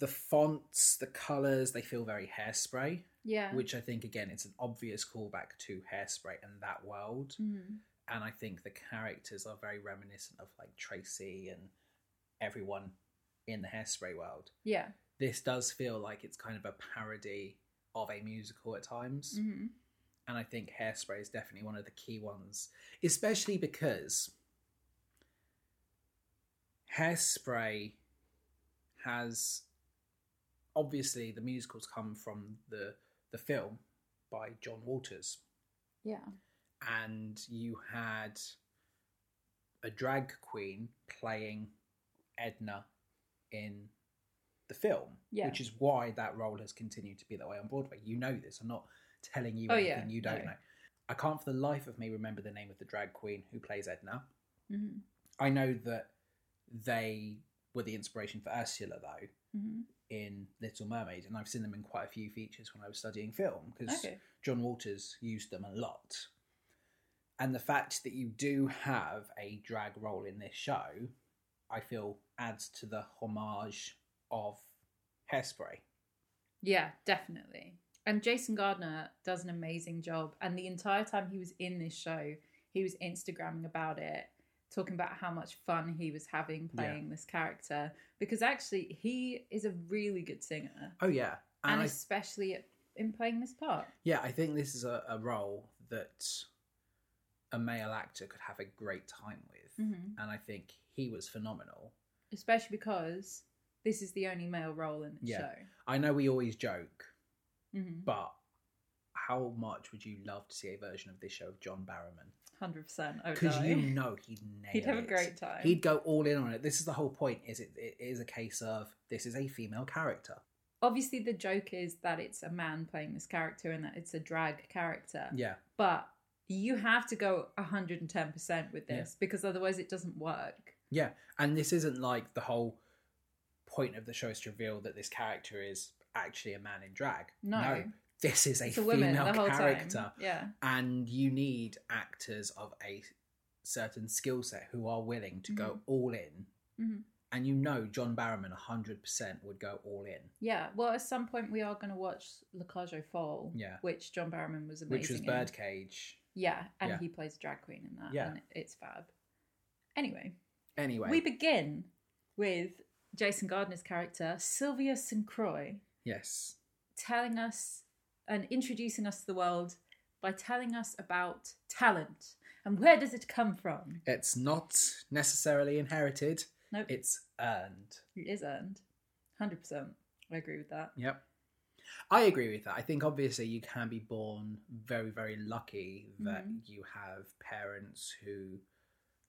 Speaker 2: The fonts, the colours, they feel very hairspray,
Speaker 1: Yeah.
Speaker 2: which I think, again, it's an obvious callback to hairspray and that world.
Speaker 1: Mhm.
Speaker 2: And I think the characters are very reminiscent of like Tracy and everyone in the hairspray world.
Speaker 1: Yeah.
Speaker 2: This does feel like it's kind of a parody of a musical at times
Speaker 1: Mhm.
Speaker 2: and I think Hairspray is definitely one of the key ones, especially because Hairspray has obviously the musicals come from the the film by John Waters,
Speaker 1: Yeah.
Speaker 2: and you had a drag queen playing Edna in the film,
Speaker 1: Yeah.
Speaker 2: which is why that role has continued to be that way on Broadway. You know this. I'm not telling you
Speaker 1: Oh,
Speaker 2: anything
Speaker 1: yeah.
Speaker 2: you don't
Speaker 1: No.
Speaker 2: know. I can't for the life of me remember the name of the drag queen who plays Edna.
Speaker 1: Mhm.
Speaker 2: I know that they were the inspiration for Ursula, though,
Speaker 1: Mhm.
Speaker 2: in Little Mermaid, and I've seen them in quite a few features when I was studying film because
Speaker 1: Okay.
Speaker 2: John Walters used them a lot. And the fact that you do have a drag role in this show, I feel adds to the homage of Hairspray.
Speaker 1: Yeah, definitely. And Jason Gardner does an amazing job. And the entire time he was in this show, he was Instagramming about it, talking about how much fun he was having
Speaker 2: Yeah.
Speaker 1: playing this character. Because actually, he is a really good singer,
Speaker 2: Oh yeah,
Speaker 1: and,
Speaker 2: and I,
Speaker 1: especially at, in playing this part.
Speaker 2: yeah, I think this is a, a role that a male actor could have a great time with,
Speaker 1: Mm-hmm.
Speaker 2: and I think he was phenomenal.
Speaker 1: Especially because this is the only male role in the
Speaker 2: Yeah.
Speaker 1: show.
Speaker 2: I know we always joke,
Speaker 1: Mm-hmm.
Speaker 2: but how much would you love to see a version of this show of John Barrowman?
Speaker 1: 100%. I would
Speaker 2: Because
Speaker 1: [LAUGHS] die.
Speaker 2: you know he'd nail
Speaker 1: He'd have a
Speaker 2: it.
Speaker 1: great time.
Speaker 2: He'd go all in on it. This is the whole point. Is it, it is a case of this is a female character.
Speaker 1: Obviously, the joke is that it's a man playing this character and that it's a drag character.
Speaker 2: Yeah,
Speaker 1: but you have to go 110% with
Speaker 2: Yeah.
Speaker 1: this because otherwise it doesn't work.
Speaker 2: yeah. And this isn't like the whole point of the show is to reveal that this character is actually a man in drag.
Speaker 1: No.
Speaker 2: this is a
Speaker 1: It's a
Speaker 2: female
Speaker 1: woman the whole
Speaker 2: character,
Speaker 1: time. Yeah.
Speaker 2: and you need actors of a certain skill set who are willing to go
Speaker 1: Mm-hmm.
Speaker 2: all in.
Speaker 1: Mhm.
Speaker 2: And you know, John Barrowman, hundred percent, would go all in.
Speaker 1: Yeah. Well, at some point we are going to watch Le Cage Fall,
Speaker 2: Yeah.
Speaker 1: which John Barrowman was amazing
Speaker 2: Which was
Speaker 1: in.
Speaker 2: Birdcage.
Speaker 1: Yeah. And
Speaker 2: Yeah.
Speaker 1: he plays a drag queen in that.
Speaker 2: Yeah.
Speaker 1: And it's fab. Anyway,
Speaker 2: Anyway,
Speaker 1: we begin with Jason Gardner's character, Sylvia St. Croix,
Speaker 2: yes.
Speaker 1: telling us and introducing us to the world by telling us about talent and where does it come from?
Speaker 2: It's not necessarily inherited,
Speaker 1: Nope.
Speaker 2: it's earned.
Speaker 1: It is earned. 100%. I agree with that.
Speaker 2: Yep. I agree with that. I think obviously you can be born very, very lucky that
Speaker 1: Mhm.
Speaker 2: you have parents who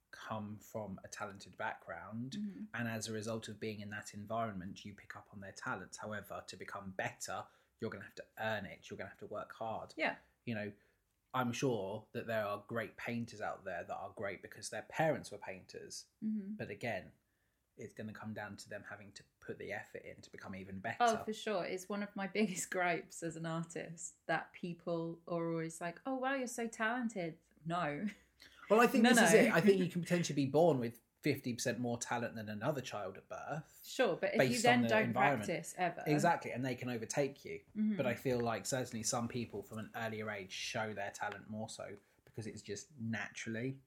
Speaker 2: come from a talented background. And as a result of being in that environment, you pick up on their talents. However, to become better, you're going to have to earn it. You're going to have to work hard.
Speaker 1: Yeah.
Speaker 2: You know, I'm sure that there are great painters out there that are great because their parents were painters.
Speaker 1: Mm-hmm.
Speaker 2: But again, it's going to come down to them having to put the effort in to become even better.
Speaker 1: Oh, for sure. It's one of my [LAUGHS] biggest gripes as an artist that people are always like, oh, wow, you're so talented. No. [LAUGHS]
Speaker 2: well, I think
Speaker 1: No,
Speaker 2: this is
Speaker 1: no.
Speaker 2: it. I think you can potentially be born with 50% more talent than another child at birth.
Speaker 1: Sure. But if you
Speaker 2: Based on
Speaker 1: then
Speaker 2: the
Speaker 1: don't
Speaker 2: environment.
Speaker 1: practice ever.
Speaker 2: Exactly, and they can overtake you.
Speaker 1: Mhm.
Speaker 2: But I feel like certainly some people from an earlier age show their talent more so because it's just naturally.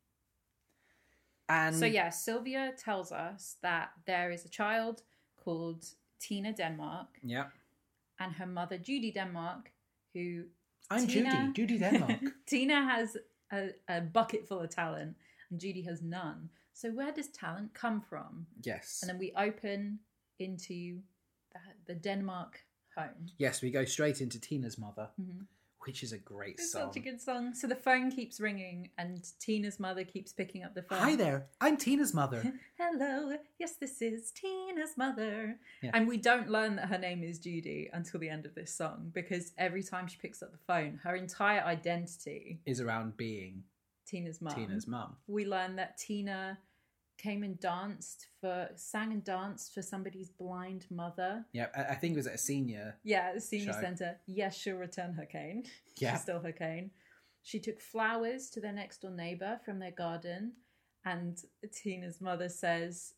Speaker 2: And
Speaker 1: So, yeah, Sylvia tells us that there is a child called Tina Denmark
Speaker 2: yeah.
Speaker 1: and her mother, Judy Denmark, who
Speaker 2: I'm
Speaker 1: Tina-
Speaker 2: Judy,
Speaker 1: [LAUGHS]
Speaker 2: Judy [LAUGHS] Denmark. [LAUGHS]
Speaker 1: Tina has a, a bucket full of talent and Judy has none. So, where does talent come from?
Speaker 2: yes.
Speaker 1: And then we open into the, the Denmark home. Mm-hmm.
Speaker 2: Yes, we go straight into Tina's mother, which is a great
Speaker 1: It's
Speaker 2: song.
Speaker 1: such a good song. So the phone keeps ringing, and Tina's mother keeps picking up the phone.
Speaker 2: Hi there, I'm
Speaker 1: [LAUGHS]
Speaker 2: Tina's mother.
Speaker 1: Hello. Yes, this is Tina's mother.
Speaker 2: Yeah.
Speaker 1: And we don't learn that her name is Judy until the end of this song because every time she picks up the phone, her entire identity,
Speaker 2: is around being
Speaker 1: Tina's mum,
Speaker 2: Tina's mum.
Speaker 1: we learn that Tina came and danced for, sang and danced for somebody's blind mother.
Speaker 2: Yeah, I, I think it was at a senior.
Speaker 1: Yeah, the senior
Speaker 2: Show.
Speaker 1: centre. Yes, she'll return her cane.
Speaker 2: Yeah.
Speaker 1: She stole her cane. She took flowers to their next door neighbour from their garden. And Tina's mother says,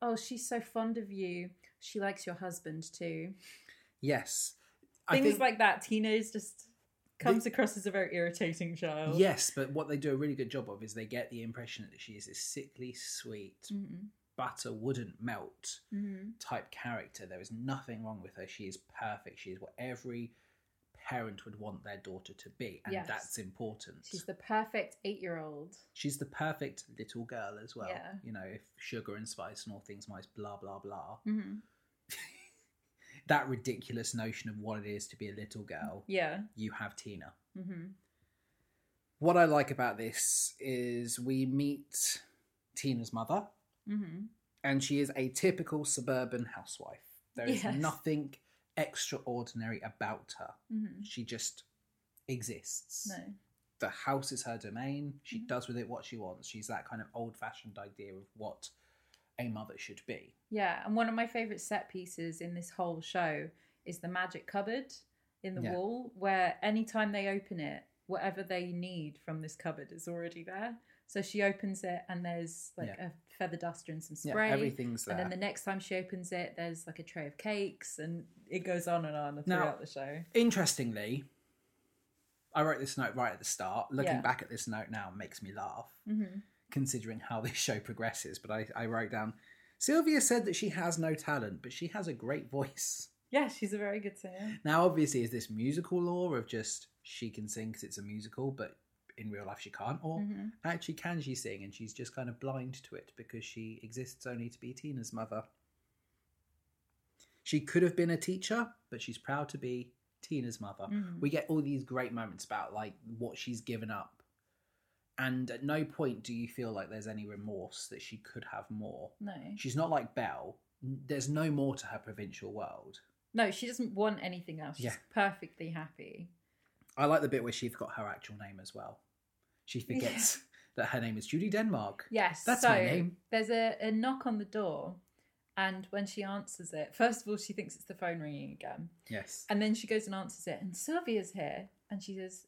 Speaker 1: Oh, she's so fond of you. She likes your husband too.
Speaker 2: Yes,
Speaker 1: Things like that. Tina is just comes across as a very irritating child.
Speaker 2: Yes, but what they do a really good job of is they get the impression that she is this sickly, sweet,
Speaker 1: Mm-mm.
Speaker 2: butter wouldn't melt
Speaker 1: Mm-hmm.
Speaker 2: type character. There is nothing wrong with her. She is perfect. She is what every parent would want their daughter to be, and
Speaker 1: Yes.
Speaker 2: that's important.
Speaker 1: She's the perfect eight year old.
Speaker 2: She's the perfect little girl as well.
Speaker 1: Yeah.
Speaker 2: You know, if sugar and spice and all things mice, blah blah blah.
Speaker 1: Mm-hmm.
Speaker 2: That ridiculous notion of what it is to be a little girl.
Speaker 1: Yeah.
Speaker 2: You have Tina.
Speaker 1: Mm-hmm.
Speaker 2: What I like about this is we meet Tina's mother,
Speaker 1: Mm-hmm.
Speaker 2: and she is a typical suburban housewife. There is
Speaker 1: Yes.
Speaker 2: nothing extraordinary about her.
Speaker 1: Mm-hmm.
Speaker 2: She just exists.
Speaker 1: No.
Speaker 2: The house is her domain. She
Speaker 1: Mhm.
Speaker 2: does with it what she wants. She's that kind of old fashioned idea of what a mother should be.
Speaker 1: Yeah, and one of my favorite set pieces in this whole show is the magic cupboard in the
Speaker 2: Yeah.
Speaker 1: wall, where anytime they open it, whatever they need from this cupboard is already there. So she opens it, and there's like a feather duster and some
Speaker 2: Yeah,
Speaker 1: spray.
Speaker 2: everything's there.
Speaker 1: and then the next time she opens it, there's like a tray of cakes, and it goes on and on throughout the show.
Speaker 2: Interestingly, I wrote this note right at the start. Looking
Speaker 1: Yeah.
Speaker 2: back at this note now makes me laugh,
Speaker 1: hmm
Speaker 2: considering how this show progresses. But I, I wrote down Sylvia said that she has no talent, but she has a great voice.
Speaker 1: Yeah, she's a very good singer.
Speaker 2: Now, obviously, is this musical law of just she can sing because it's a musical, but in real life she can't? Or
Speaker 1: Mhm.
Speaker 2: actually, can she sing and she's just kind of blind to it because she exists only to be Tina's mother? She could have been a teacher, but she's proud to be Tina's mother.
Speaker 1: Mhm.
Speaker 2: We get all these great moments about like what she's given up. And at no point do you feel like there's any remorse that she could have more.
Speaker 1: No,
Speaker 2: She's not like Belle. There's no more to her provincial world.
Speaker 1: no, she doesn't want anything else. She's
Speaker 2: Yeah.
Speaker 1: perfectly happy.
Speaker 2: I like the bit where she forgot her actual name as well. She forgets [LAUGHS] that her name is Judy Denmark.
Speaker 1: Yes.
Speaker 2: That's
Speaker 1: so
Speaker 2: my name.
Speaker 1: There's a, a knock on the door, and when she answers it, first of all, she thinks it's the phone ringing again.
Speaker 2: Yes.
Speaker 1: And then she goes and answers it, and Sylvia's here, and she says,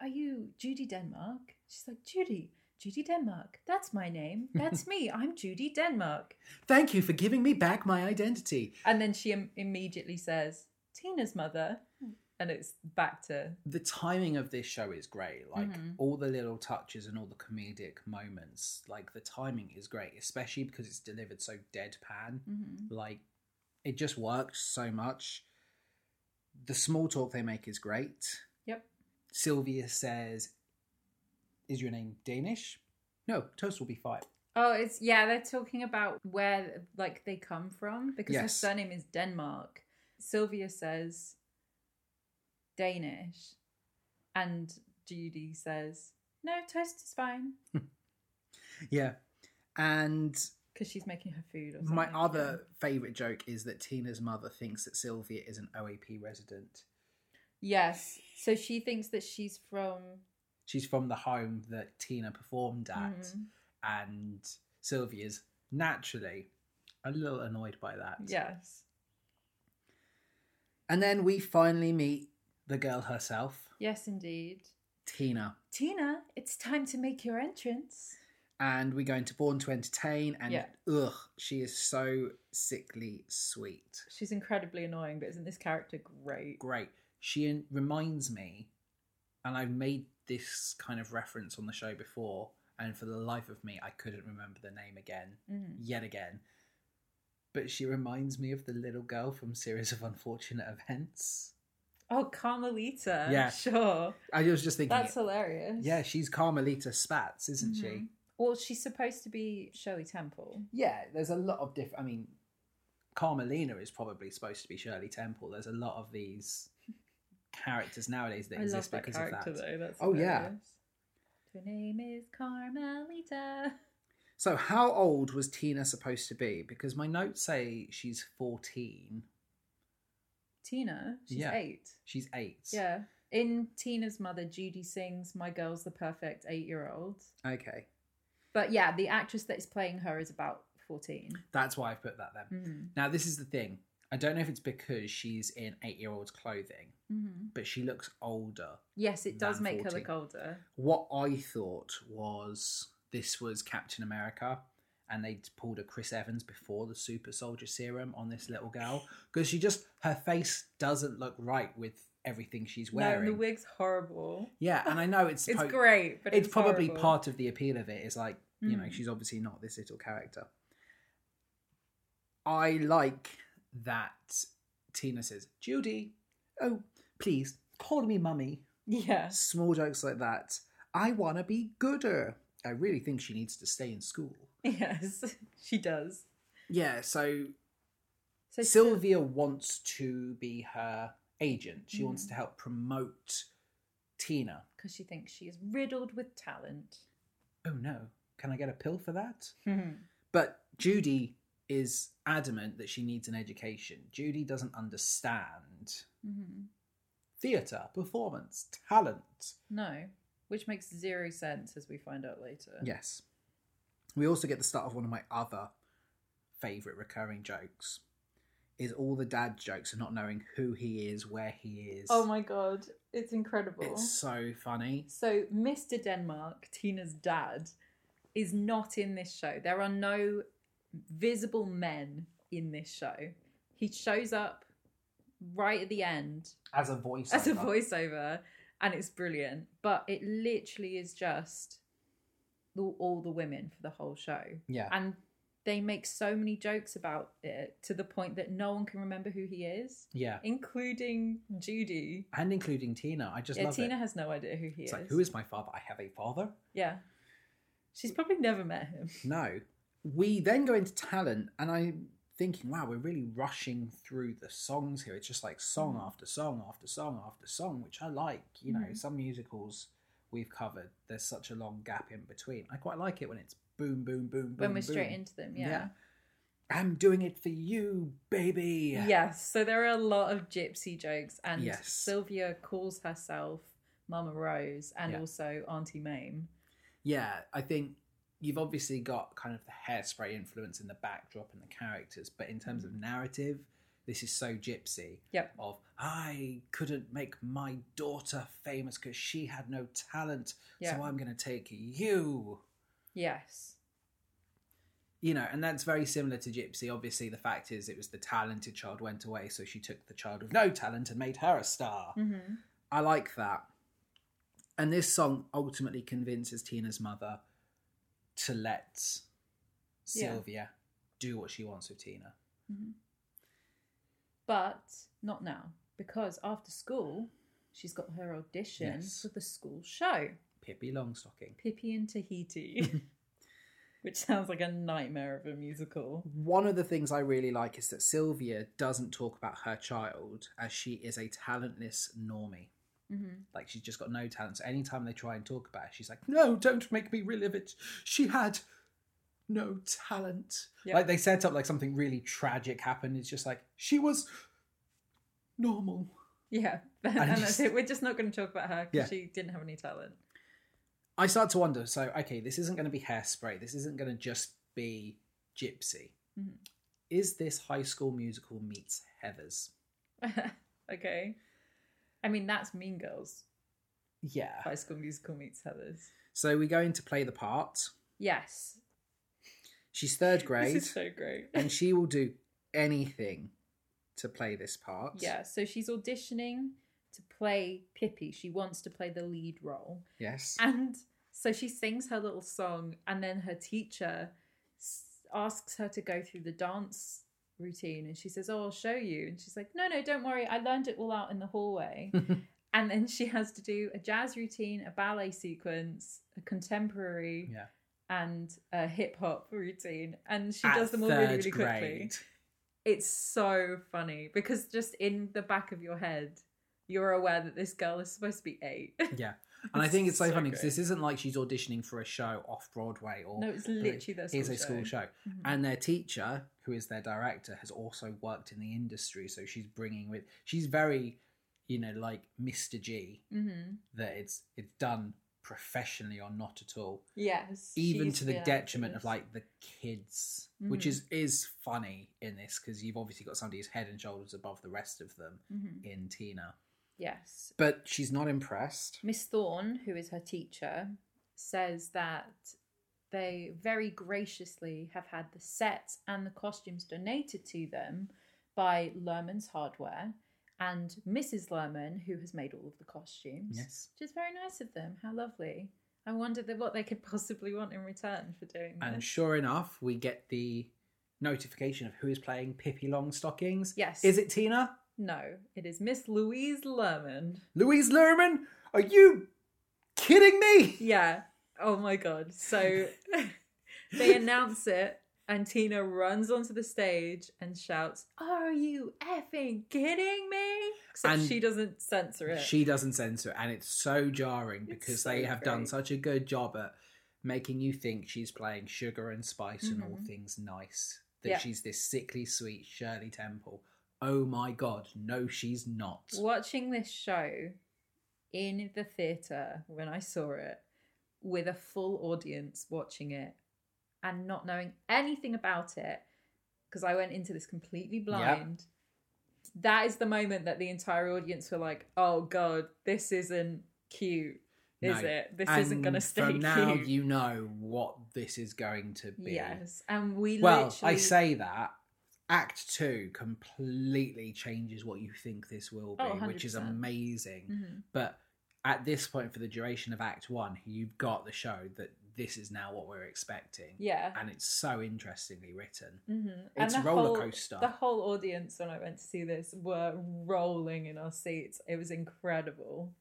Speaker 1: Are you Judy Denmark? She's like, Judy, Judy Denmark. That's my name.
Speaker 2: [LAUGHS]
Speaker 1: That's me. I'm Judy Denmark.
Speaker 2: Thank you for giving me back my identity.
Speaker 1: And then she im- immediately says, Tina's mother.
Speaker 2: Hmm.
Speaker 1: And it's back to,
Speaker 2: The timing of this show is great. Like
Speaker 1: Mhm.
Speaker 2: all the little touches and all the comedic moments. Like the timing is great, especially because it's delivered so deadpan. Like it just works so much. The small talk they make is great.
Speaker 1: Yep.
Speaker 2: Sylvia says, Is your name Danish? No, toast will be fine.
Speaker 1: Oh, it's yeah. They're talking about where like they come from because her
Speaker 2: Yes.
Speaker 1: surname is Denmark. Sylvia says Danish, and Judy says no. Toast is fine
Speaker 2: Yeah. And
Speaker 1: because she's making her food. Or something.
Speaker 2: my other favourite joke is that Tina's mother thinks that Sylvia is an OAP resident.
Speaker 1: yes. So she thinks that she's from.
Speaker 2: She's from the home that Tina performed at,
Speaker 1: Mhm.
Speaker 2: and Sylvia's naturally a little annoyed by that.
Speaker 1: Yes.
Speaker 2: And then we finally meet the girl herself,
Speaker 1: Yes, indeed.
Speaker 2: Tina.
Speaker 1: Tina, it's time to make your entrance.
Speaker 2: And we go into Born to Entertain, and
Speaker 1: Yeah.
Speaker 2: ugh, she is so sickly sweet.
Speaker 1: She's incredibly annoying, but isn't this character great?
Speaker 2: great. She in- reminds me, and I've made this kind of reference on the show before, and for the life of me, I couldn't remember the name again,
Speaker 1: Mhm.
Speaker 2: yet again. But she reminds me of the little girl from Series of Unfortunate Events.
Speaker 1: Oh, Carmelita.
Speaker 2: Yeah.
Speaker 1: Sure.
Speaker 2: I was just thinking,
Speaker 1: That's hilarious.
Speaker 2: yeah, she's Carmelita Spatz, isn't she?
Speaker 1: Mhm. Well, she's supposed to be Shirley Temple.
Speaker 2: Yeah, there's a lot of different. I mean,
Speaker 1: [LAUGHS]
Speaker 2: Carmelina is probably supposed to be Shirley Temple. There's a lot of these characters nowadays that
Speaker 1: I
Speaker 2: exist
Speaker 1: love that
Speaker 2: because
Speaker 1: character
Speaker 2: of that.
Speaker 1: though. That's
Speaker 2: Oh, yeah.
Speaker 1: hilarious. Her name is Carmelita.
Speaker 2: So, how old was Tina supposed to be? Because my notes say she's 14.
Speaker 1: Tina, she's
Speaker 2: Yeah.
Speaker 1: eight.
Speaker 2: She's eight.
Speaker 1: Yeah. In Tina's mother, Judy sings My Girl's the Perfect Eight Year Old.
Speaker 2: Okay.
Speaker 1: But yeah, the actress that is playing her is about 14.
Speaker 2: That's why I put that then.
Speaker 1: Mm.
Speaker 2: Now, this is the thing. I don't know if it's because she's in eight year old's clothing,
Speaker 1: hmm
Speaker 2: but she looks older.
Speaker 1: Yes, it does
Speaker 2: Than
Speaker 1: make her
Speaker 2: 14.
Speaker 1: look older.
Speaker 2: What I thought was this was Captain America, and they'd pulled a Chris Evans before the super soldier serum on this little girl because she just, her face doesn't look right with everything she's
Speaker 1: No,
Speaker 2: wearing.
Speaker 1: the wig's horrible.
Speaker 2: yeah, and I know it's
Speaker 1: [LAUGHS] It's
Speaker 2: po-
Speaker 1: great, but
Speaker 2: it's,
Speaker 1: it's,
Speaker 2: probably
Speaker 1: horrible. [LAUGHS]
Speaker 2: part of the appeal of it is like you know
Speaker 1: Mm.
Speaker 2: she's obviously not this little character i like that tina says judy oh please call me mummy
Speaker 1: Yeah.
Speaker 2: small jokes like that i want to be gooder i really think she needs to stay in school
Speaker 1: [LAUGHS] Yes, she does.
Speaker 2: yeah so
Speaker 1: So
Speaker 2: sylvia wants to be her agent she wants
Speaker 1: Mm.
Speaker 2: to help promote tina
Speaker 1: Because she thinks she is riddled with talent.
Speaker 2: oh no can i get a pill for that But Judy is adamant that she needs an education. Judy doesn't understand
Speaker 1: Mhm.
Speaker 2: theatre, performance, talent.
Speaker 1: No, which makes zero sense as we find out later.
Speaker 2: Yes. We also get the start of one of my other favourite recurring jokes. Is all the dad jokes and not knowing who he is, where he is.
Speaker 1: Oh my god, it's incredible.
Speaker 2: It's so funny.
Speaker 1: So, Mr. Denmark, Tina's dad, is not in this show. There are no visible men in this show. He shows up right at the end
Speaker 2: As a voice.
Speaker 1: as a voiceover, and it's brilliant. But it literally is just the, all the women for the whole show.
Speaker 2: Yeah.
Speaker 1: And they make so many jokes about it to the point that no one can remember who he is,
Speaker 2: yeah.
Speaker 1: including Judy.
Speaker 2: And including Tina. I just
Speaker 1: yeah,
Speaker 2: love
Speaker 1: Tina
Speaker 2: it.
Speaker 1: has no idea who he
Speaker 2: It's
Speaker 1: is.
Speaker 2: like, who is my father? I have a father?
Speaker 1: Yeah. She's probably never met him.
Speaker 2: No. We then go into talent, and I'm thinking, wow, we're really rushing through the songs here. It's just like song
Speaker 1: Mm.
Speaker 2: after song after song after song, which I like. You know,
Speaker 1: Mm.
Speaker 2: some musicals we've covered, there's such a long gap in between. I quite like it when it's boom, boom, boom, boom.
Speaker 1: when we're straight
Speaker 2: boom.
Speaker 1: into them, yeah.
Speaker 2: I'm doing it for you, baby.
Speaker 1: Yes. So there are a lot of gypsy jokes and
Speaker 2: Yes.
Speaker 1: Sylvia calls herself Mama Rose and
Speaker 2: Yeah.
Speaker 1: also Auntie Mame.
Speaker 2: Yeah, I think you've obviously got kind of the hairspray influence in the backdrop and the characters, but in terms of narrative, this is so gypsy.
Speaker 1: Yep.
Speaker 2: Of I couldn't make my daughter famous because she had no talent,
Speaker 1: Yeah.
Speaker 2: so I'm going to take you.
Speaker 1: Yes.
Speaker 2: You know, and that's very similar to Gypsy. Obviously, the fact is, it was the talented child went away, so she took the child with no talent and made her a star.
Speaker 1: Mm-hmm.
Speaker 2: I like that. And this song ultimately convinces Tina's mother to let
Speaker 1: Yeah.
Speaker 2: Sylvia do what she wants with Tina.
Speaker 1: Mm-hmm. But not now, because after school, she's got her audition
Speaker 2: Yes.
Speaker 1: for the school show
Speaker 2: Pippi Longstocking.
Speaker 1: Pippi in
Speaker 2: [LAUGHS]
Speaker 1: Tahiti, [LAUGHS] which sounds like a nightmare of a musical.
Speaker 2: One of the things I really like is that Sylvia doesn't talk about her child as she is a talentless normie.
Speaker 1: Mm-hmm.
Speaker 2: Like she's just got no talent. So anytime they try and talk about it, she's like, "No, don't make me relive it. She had no talent."
Speaker 1: Yeah.
Speaker 2: Like they set up like something really tragic happened. It's just like she was normal.
Speaker 1: Yeah, [LAUGHS] and,
Speaker 2: And
Speaker 1: that's
Speaker 2: just-
Speaker 1: it. We're just not going to talk about her
Speaker 2: Yeah.
Speaker 1: because she didn't have any talent. [LAUGHS]
Speaker 2: I start to wonder. So, okay, this isn't going to be hairspray. This isn't going to just be Gypsy.
Speaker 1: Mhm.
Speaker 2: Is this High School Musical meets Heather's?
Speaker 1: okay, I mean that's Mean Girls.
Speaker 2: Yeah.
Speaker 1: High School Musical meets Heather's.
Speaker 2: So we go in to play the part.
Speaker 1: Yes,
Speaker 2: She's third grade,
Speaker 1: this is so great.
Speaker 2: and she will do anything to play this part.
Speaker 1: yeah, so she's auditioning to play Pippi. She wants to play the lead role.
Speaker 2: Yes.
Speaker 1: And so she sings her little song, and then her teacher s- asks her to go through the dance routine. And she says, Oh, I'll show you. And she's like, No, no, don't worry. I learned it all out in the
Speaker 2: [LAUGHS]
Speaker 1: hallway. and then she has to do a jazz routine, a ballet sequence, a contemporary,
Speaker 2: Yeah.
Speaker 1: and a hip hop routine. And she
Speaker 2: At
Speaker 1: does them all really,
Speaker 2: third
Speaker 1: really quickly.
Speaker 2: grade.
Speaker 1: It's so funny because just in the back of your head, you're aware that this girl is supposed to be eight. [LAUGHS]
Speaker 2: Yeah. And I think it's so,
Speaker 1: So
Speaker 2: funny because
Speaker 1: great.
Speaker 2: this isn't like she's auditioning for a show off Broadway or
Speaker 1: no, it's literally their school
Speaker 2: here's a school show.
Speaker 1: Mhm.
Speaker 2: And their teacher, who is their director, has also worked in the industry. So she's bringing with, she's very, you know, like Mr. G,
Speaker 1: hmm
Speaker 2: that it's it's done professionally or not at all.
Speaker 1: Yes,
Speaker 2: Even
Speaker 1: she's
Speaker 2: to the
Speaker 1: been
Speaker 2: detriment
Speaker 1: actress.
Speaker 2: of like the kids, which
Speaker 1: Mhm.
Speaker 2: is is funny in this because you've obviously got somebody who's head and shoulders above the rest of them
Speaker 1: Mhm.
Speaker 2: in Tina.
Speaker 1: yes,
Speaker 2: But she's not impressed.
Speaker 1: Miss Thorne, who is her teacher, says that they very graciously have had the sets and the costumes donated to them by Lerman's Hardware and Mrs. Lerman, who has made all of the costumes.
Speaker 2: Yes.
Speaker 1: Which is very nice of them. How lovely. I wonder that what they could possibly want in return for doing
Speaker 2: And
Speaker 1: this.
Speaker 2: sure enough, we get the notification of who is playing Pippi Longstockings.
Speaker 1: yes.
Speaker 2: Is it Tina?
Speaker 1: No, it is Miss Louise Lerman.
Speaker 2: Louise Lerman? Are you kidding me?
Speaker 1: Yeah. Oh my god.
Speaker 2: [LAUGHS]
Speaker 1: So they announce it, and Tina runs onto the stage and shouts, "Are you effing kidding me?" Except
Speaker 2: And
Speaker 1: she doesn't censor it.
Speaker 2: She doesn't censor it, and it's so jarring
Speaker 1: It's
Speaker 2: because
Speaker 1: so
Speaker 2: they have done
Speaker 1: great.
Speaker 2: such a good job at making you think she's playing sugar and spice and all
Speaker 1: Mhm.
Speaker 2: things nice. That
Speaker 1: Yeah.
Speaker 2: she's this sickly sweet Shirley Temple. Oh my god, no, she's not.
Speaker 1: Watching this show in the theater when I saw it with a full audience watching it and not knowing anything about it because I went into this completely blind. That is the moment that the entire audience were like, "Oh god, this isn't cute."
Speaker 2: No.
Speaker 1: Is it? This isn't
Speaker 2: And
Speaker 1: going to stay [LAUGHS]
Speaker 2: From now,
Speaker 1: cute.
Speaker 2: you know what this is going to be.
Speaker 1: yes, and we
Speaker 2: Well,
Speaker 1: literally
Speaker 2: I say that Act Two completely changes what you think this will be,
Speaker 1: Oh,
Speaker 2: which is
Speaker 1: 100%.
Speaker 2: amazing.
Speaker 1: Mhm.
Speaker 2: But at this point, for the duration of Act One, you've got the show that this is now what we're expecting,
Speaker 1: Yeah.
Speaker 2: and it's so interestingly written.
Speaker 1: hmm
Speaker 2: It's
Speaker 1: and the
Speaker 2: roller
Speaker 1: whole,
Speaker 2: coaster.
Speaker 1: The whole audience when I went to see this were rolling in our seats. It was incredible.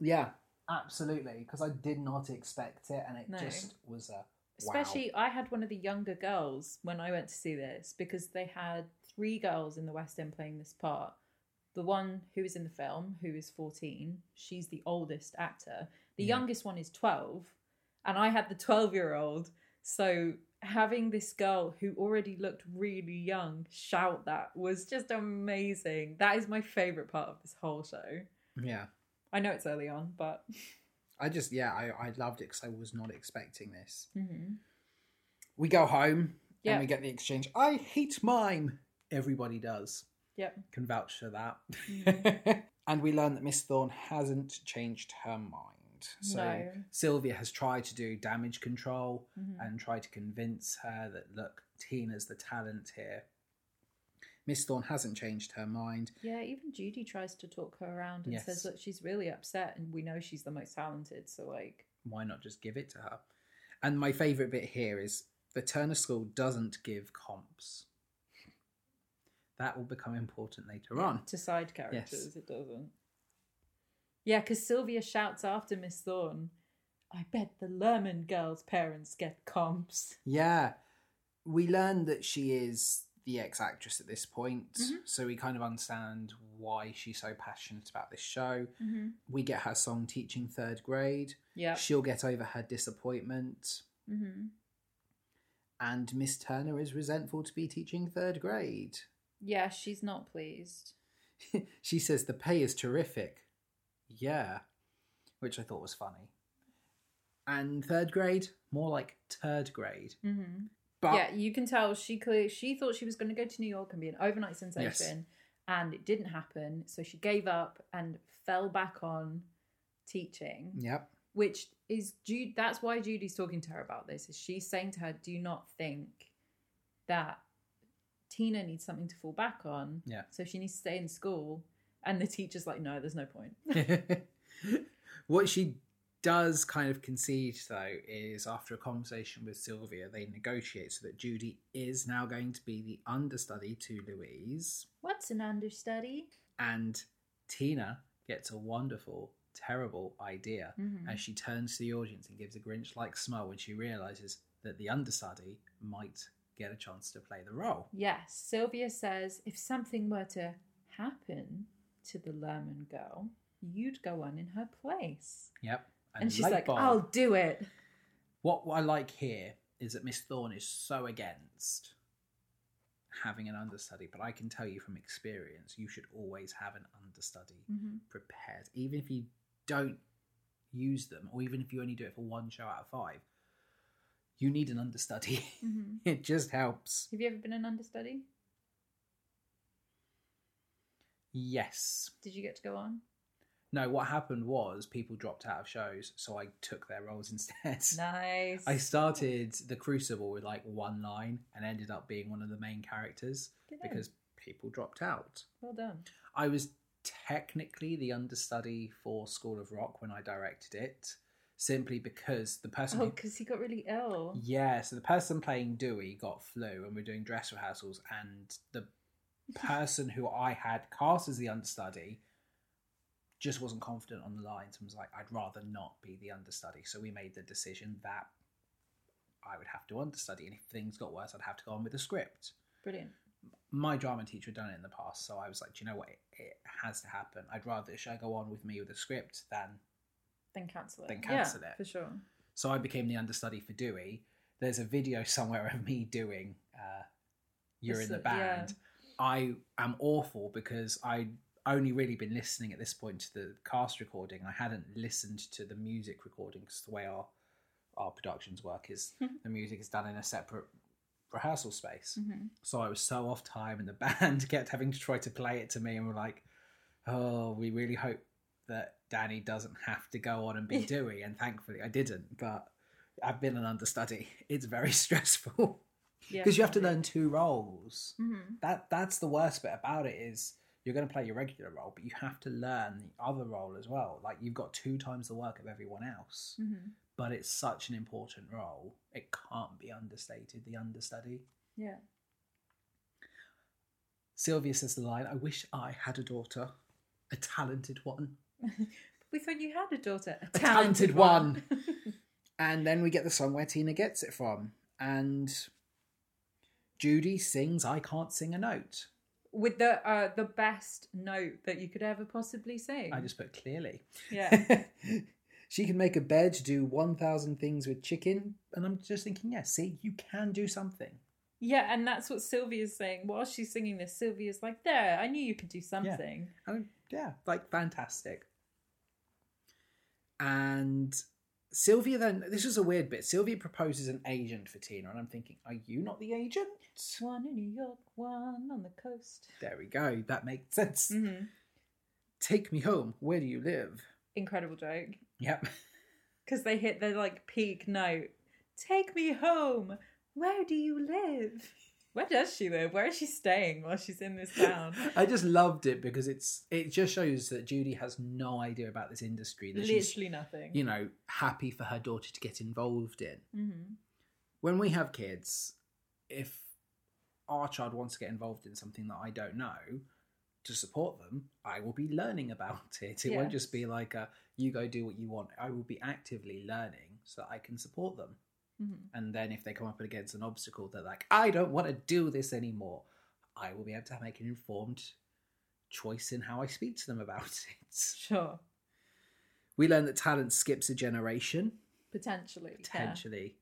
Speaker 2: Yeah, absolutely. Because I did not expect it, and it
Speaker 1: No.
Speaker 2: just was a
Speaker 1: Especially, I had one of the younger girls when I went to see this because they had three girls in the West End playing this part. The one who is in the film, who is 14, she's the oldest actor. The
Speaker 2: Yeah.
Speaker 1: youngest one is 12, and I had the 12 year old. So, having this girl who already looked really young shout that was just amazing. That is my favorite part of this whole show.
Speaker 2: wow. Yeah,
Speaker 1: I know it's early on, but.
Speaker 2: I just yeah, I I loved it because I was not expecting this.
Speaker 1: Mhm.
Speaker 2: We go home
Speaker 1: [LAUGHS] Yeah.
Speaker 2: and we get the exchange. I hate mime. Everybody does.
Speaker 1: Yep.
Speaker 2: Can vouch for
Speaker 1: Mhm.
Speaker 2: that. [LAUGHS] and we learn that Miss Thorne hasn't changed her mind. So
Speaker 1: no.
Speaker 2: Sylvia has tried to do damage control
Speaker 1: Mhm.
Speaker 2: and tried to convince her that look, Tina's the talent here. Miss Thorne hasn't changed her mind.
Speaker 1: Yeah, even Judy tries to talk her around and
Speaker 2: Yes.
Speaker 1: says, look, she's really upset and we know she's the most talented, so like
Speaker 2: Why not just give it to her? And my favourite bit here is the Turner School doesn't give comps. That will become important later on.
Speaker 1: to side characters, it doesn't. Yeah, because Sylvia shouts after Miss Thorne, I bet the Lerman girl's parents get comps.
Speaker 2: Yeah. We learn that she is the ex actress at this point,
Speaker 1: Mhm.
Speaker 2: so we kind of understand why she's so passionate about this show.
Speaker 1: Mm-hmm.
Speaker 2: We get her song teaching third grade.
Speaker 1: Yeah.
Speaker 2: She'll get over her disappointment.
Speaker 1: hmm
Speaker 2: And Miss Turner is resentful to be teaching third grade. [LAUGHS]
Speaker 1: Yeah, she's not pleased.
Speaker 2: she says the pay is terrific. Yeah. Which I thought was funny. And third grade, more like third grade.
Speaker 1: Mm-hmm.
Speaker 2: But
Speaker 1: yeah, you can tell she clear, she thought she was going to go to New York and be an overnight sensation, and it didn't happen. So she gave up and fell back on teaching,
Speaker 2: Yep.
Speaker 1: which is Jude. That's why Judy's talking to her about this. Is she's saying to her, "Do not think that Tina needs something to fall back on.
Speaker 2: Yeah.
Speaker 1: So she needs to stay in school." And the teacher's like, "No, there's no point."
Speaker 2: [LAUGHS] what she does kind of concede, though, is after a conversation with Sylvia, they negotiate so that Judy is now going to be the understudy to Louise,
Speaker 1: What's an understudy?
Speaker 2: and Tina gets a wonderful, terrible idea
Speaker 1: Mhm.
Speaker 2: as she turns to the audience and gives a Grinch like smile when she realizes that the understudy might get a chance to play the role.
Speaker 1: Yes, Sylvia says if something were to happen, to the Lerman girl, you'd go on in her place.
Speaker 2: Yep.
Speaker 1: And she's like,
Speaker 2: Bob,
Speaker 1: I'll do it.
Speaker 2: What I like here is that Miss Thorne is so against having an understudy, but I can tell you from experience, you should always have an understudy
Speaker 1: Mm-hmm,
Speaker 2: prepared, even if you don't use them, or even if you only do it for one show out of five. You need an understudy. [LAUGHS]
Speaker 1: mm-hmm.
Speaker 2: it just helps.
Speaker 1: Have you ever been an understudy?
Speaker 2: Yes.
Speaker 1: Did you get to go on?
Speaker 2: No, what happened was people dropped out of shows, so I took their roles [LAUGHS] instead.
Speaker 1: Nice.
Speaker 2: I started The Crucible with like one line and ended up being one of the main characters
Speaker 1: Good on.
Speaker 2: because people dropped out.
Speaker 1: well done.
Speaker 2: I was technically the understudy for School of Rock when I directed it, simply because the person
Speaker 1: Oh,
Speaker 2: who
Speaker 1: because he got really ill.
Speaker 2: yeah, so the person playing Dewey got flu, and we're doing dress rehearsals, and the person who I had cast as the understudy just wasn't confident on the lines and was like, I'd rather not be the understudy. So we made the decision that I would have to understudy, and if things got worse, I'd have to go on with the script.
Speaker 1: Brilliant.
Speaker 2: My drama teacher had done it in the past, so I was like, Do you know what? It, it has to happen. I'd rather it should go on with me with a script than
Speaker 1: Then cancel it.
Speaker 2: Then cancel
Speaker 1: yeah,
Speaker 2: it.
Speaker 1: For sure.
Speaker 2: so I became the understudy for Dewey. There's a video [LAUGHS] somewhere of me doing uh, "You're
Speaker 1: It's
Speaker 2: in the
Speaker 1: a- yeah.
Speaker 2: Band." I am awful because I only really been listening at this point to the cast recording. I hadn't listened to the music recording because the way our our productions work is the music is done in a separate rehearsal space.
Speaker 1: hmm
Speaker 2: So I was so off time, and the [LAUGHS] band kept having to try to play it to me, and were like, "Oh, we really hope that Danny doesn't have to go on and be Dewey." And thankfully, I didn't. But I've been an understudy. [LAUGHS] It's very stressful
Speaker 1: Yeah.
Speaker 2: because you have to learn two roles.
Speaker 1: hmm
Speaker 2: That that's the worst bit about it is you're going to play your regular role, but you have to learn the other role as well. Like you've got two times the work of everyone else.
Speaker 1: hmm
Speaker 2: But it's such an important role; it can't be understated. The understudy.
Speaker 1: Yeah.
Speaker 2: Sylvia says the line, I wish I had a daughter, a talented one.
Speaker 1: We thought you had a daughter. A,
Speaker 2: A talented And then we get the song where Tina gets it from. And Judy sings, I Can't Sing a Note.
Speaker 1: [LAUGHS] With the uh, the best note that you could ever possibly sing.
Speaker 2: I just put clearly. [LAUGHS]
Speaker 1: yeah.
Speaker 2: she can make a bed, do 1,000 things with chicken. And I'm just thinking, yeah, see, you can do something.
Speaker 1: Yeah, and that's what Sylvia's saying. While she's singing this, Sylvia's like, There, I knew you could do something.
Speaker 2: And yeah, like fantastic. And Sylvia then this is a weird bit. Sylvia proposes an agent for Tina, and I'm thinking, are you not the agent?
Speaker 1: One in New York, one on the coast.
Speaker 2: There we go. That makes sense.
Speaker 1: Mhm.
Speaker 2: Take me home. Where do you live?
Speaker 1: Incredible joke.
Speaker 2: Yep.
Speaker 1: Because they hit their like peak note. Take me home. Where do you live? [LAUGHS] Where does she live? Where is she staying while she's in this town?
Speaker 2: [LAUGHS] I just loved it because it's it just shows that Judy has no idea about this industry. That she's
Speaker 1: Literally nothing.
Speaker 2: you know happy for her daughter to get involved in.
Speaker 1: Mhm.
Speaker 2: when we have kids, if our child wants to get involved in something that I don't know to support them, I will be learning about [LAUGHS] it. It won't just be
Speaker 1: Yes.
Speaker 2: like a you go do what you want. I will be actively learning so that I can support them.
Speaker 1: Mhm.
Speaker 2: And then if they come up against an obstacle, they're like, I don't want to do this anymore. I will be able to make an informed choice in how I speak to them about [LAUGHS] it.
Speaker 1: Sure.
Speaker 2: We learn that talent skips a generation
Speaker 1: Potentially. yeah.
Speaker 2: potentially.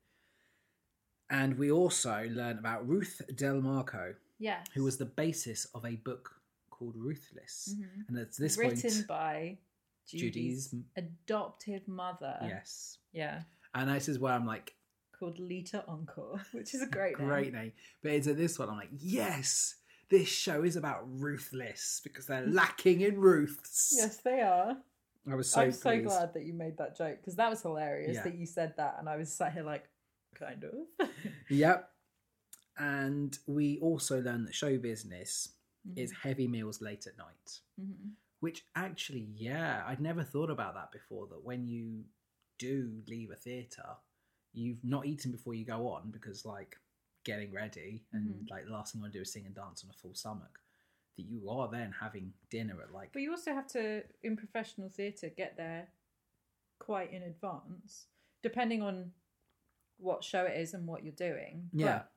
Speaker 2: And we also learn about Ruth Del Marco,
Speaker 1: Yes.
Speaker 2: who was the basis of a book called Ruthless.
Speaker 1: Mhm.
Speaker 2: And at this
Speaker 1: written
Speaker 2: point,
Speaker 1: by Judy's,
Speaker 2: Judy's m-
Speaker 1: adoptive mother.
Speaker 2: yes.
Speaker 1: Yeah.
Speaker 2: And this is where I'm like,
Speaker 1: Called Lita Encore, [LAUGHS] which is a great name.
Speaker 2: great name. But it's at this one, I'm like, yes, this show is about Ruthless
Speaker 1: [LAUGHS]
Speaker 2: because they're lacking in Ruths.
Speaker 1: Yes, they are.
Speaker 2: I was so
Speaker 1: I'm
Speaker 2: pleased.
Speaker 1: so glad that you made that joke because that was hilarious
Speaker 2: Yeah.
Speaker 1: that you said that, and I was sat here like, kind of. [LAUGHS]
Speaker 2: Yep. And we also learn that show business is heavy meals late at night.
Speaker 1: hmm
Speaker 2: Which actually, yeah, I'd never thought about that before. That when you do leave a theatre, you've not eaten before you go on because, like, getting ready and
Speaker 1: Mm-hmm.
Speaker 2: like the last thing you want to do is sing and dance on a full stomach. That you are then having dinner at like,
Speaker 1: But you also have to, in professional theatre, get there quite in advance, depending on what show it is and what you're doing.
Speaker 2: yeah,
Speaker 1: But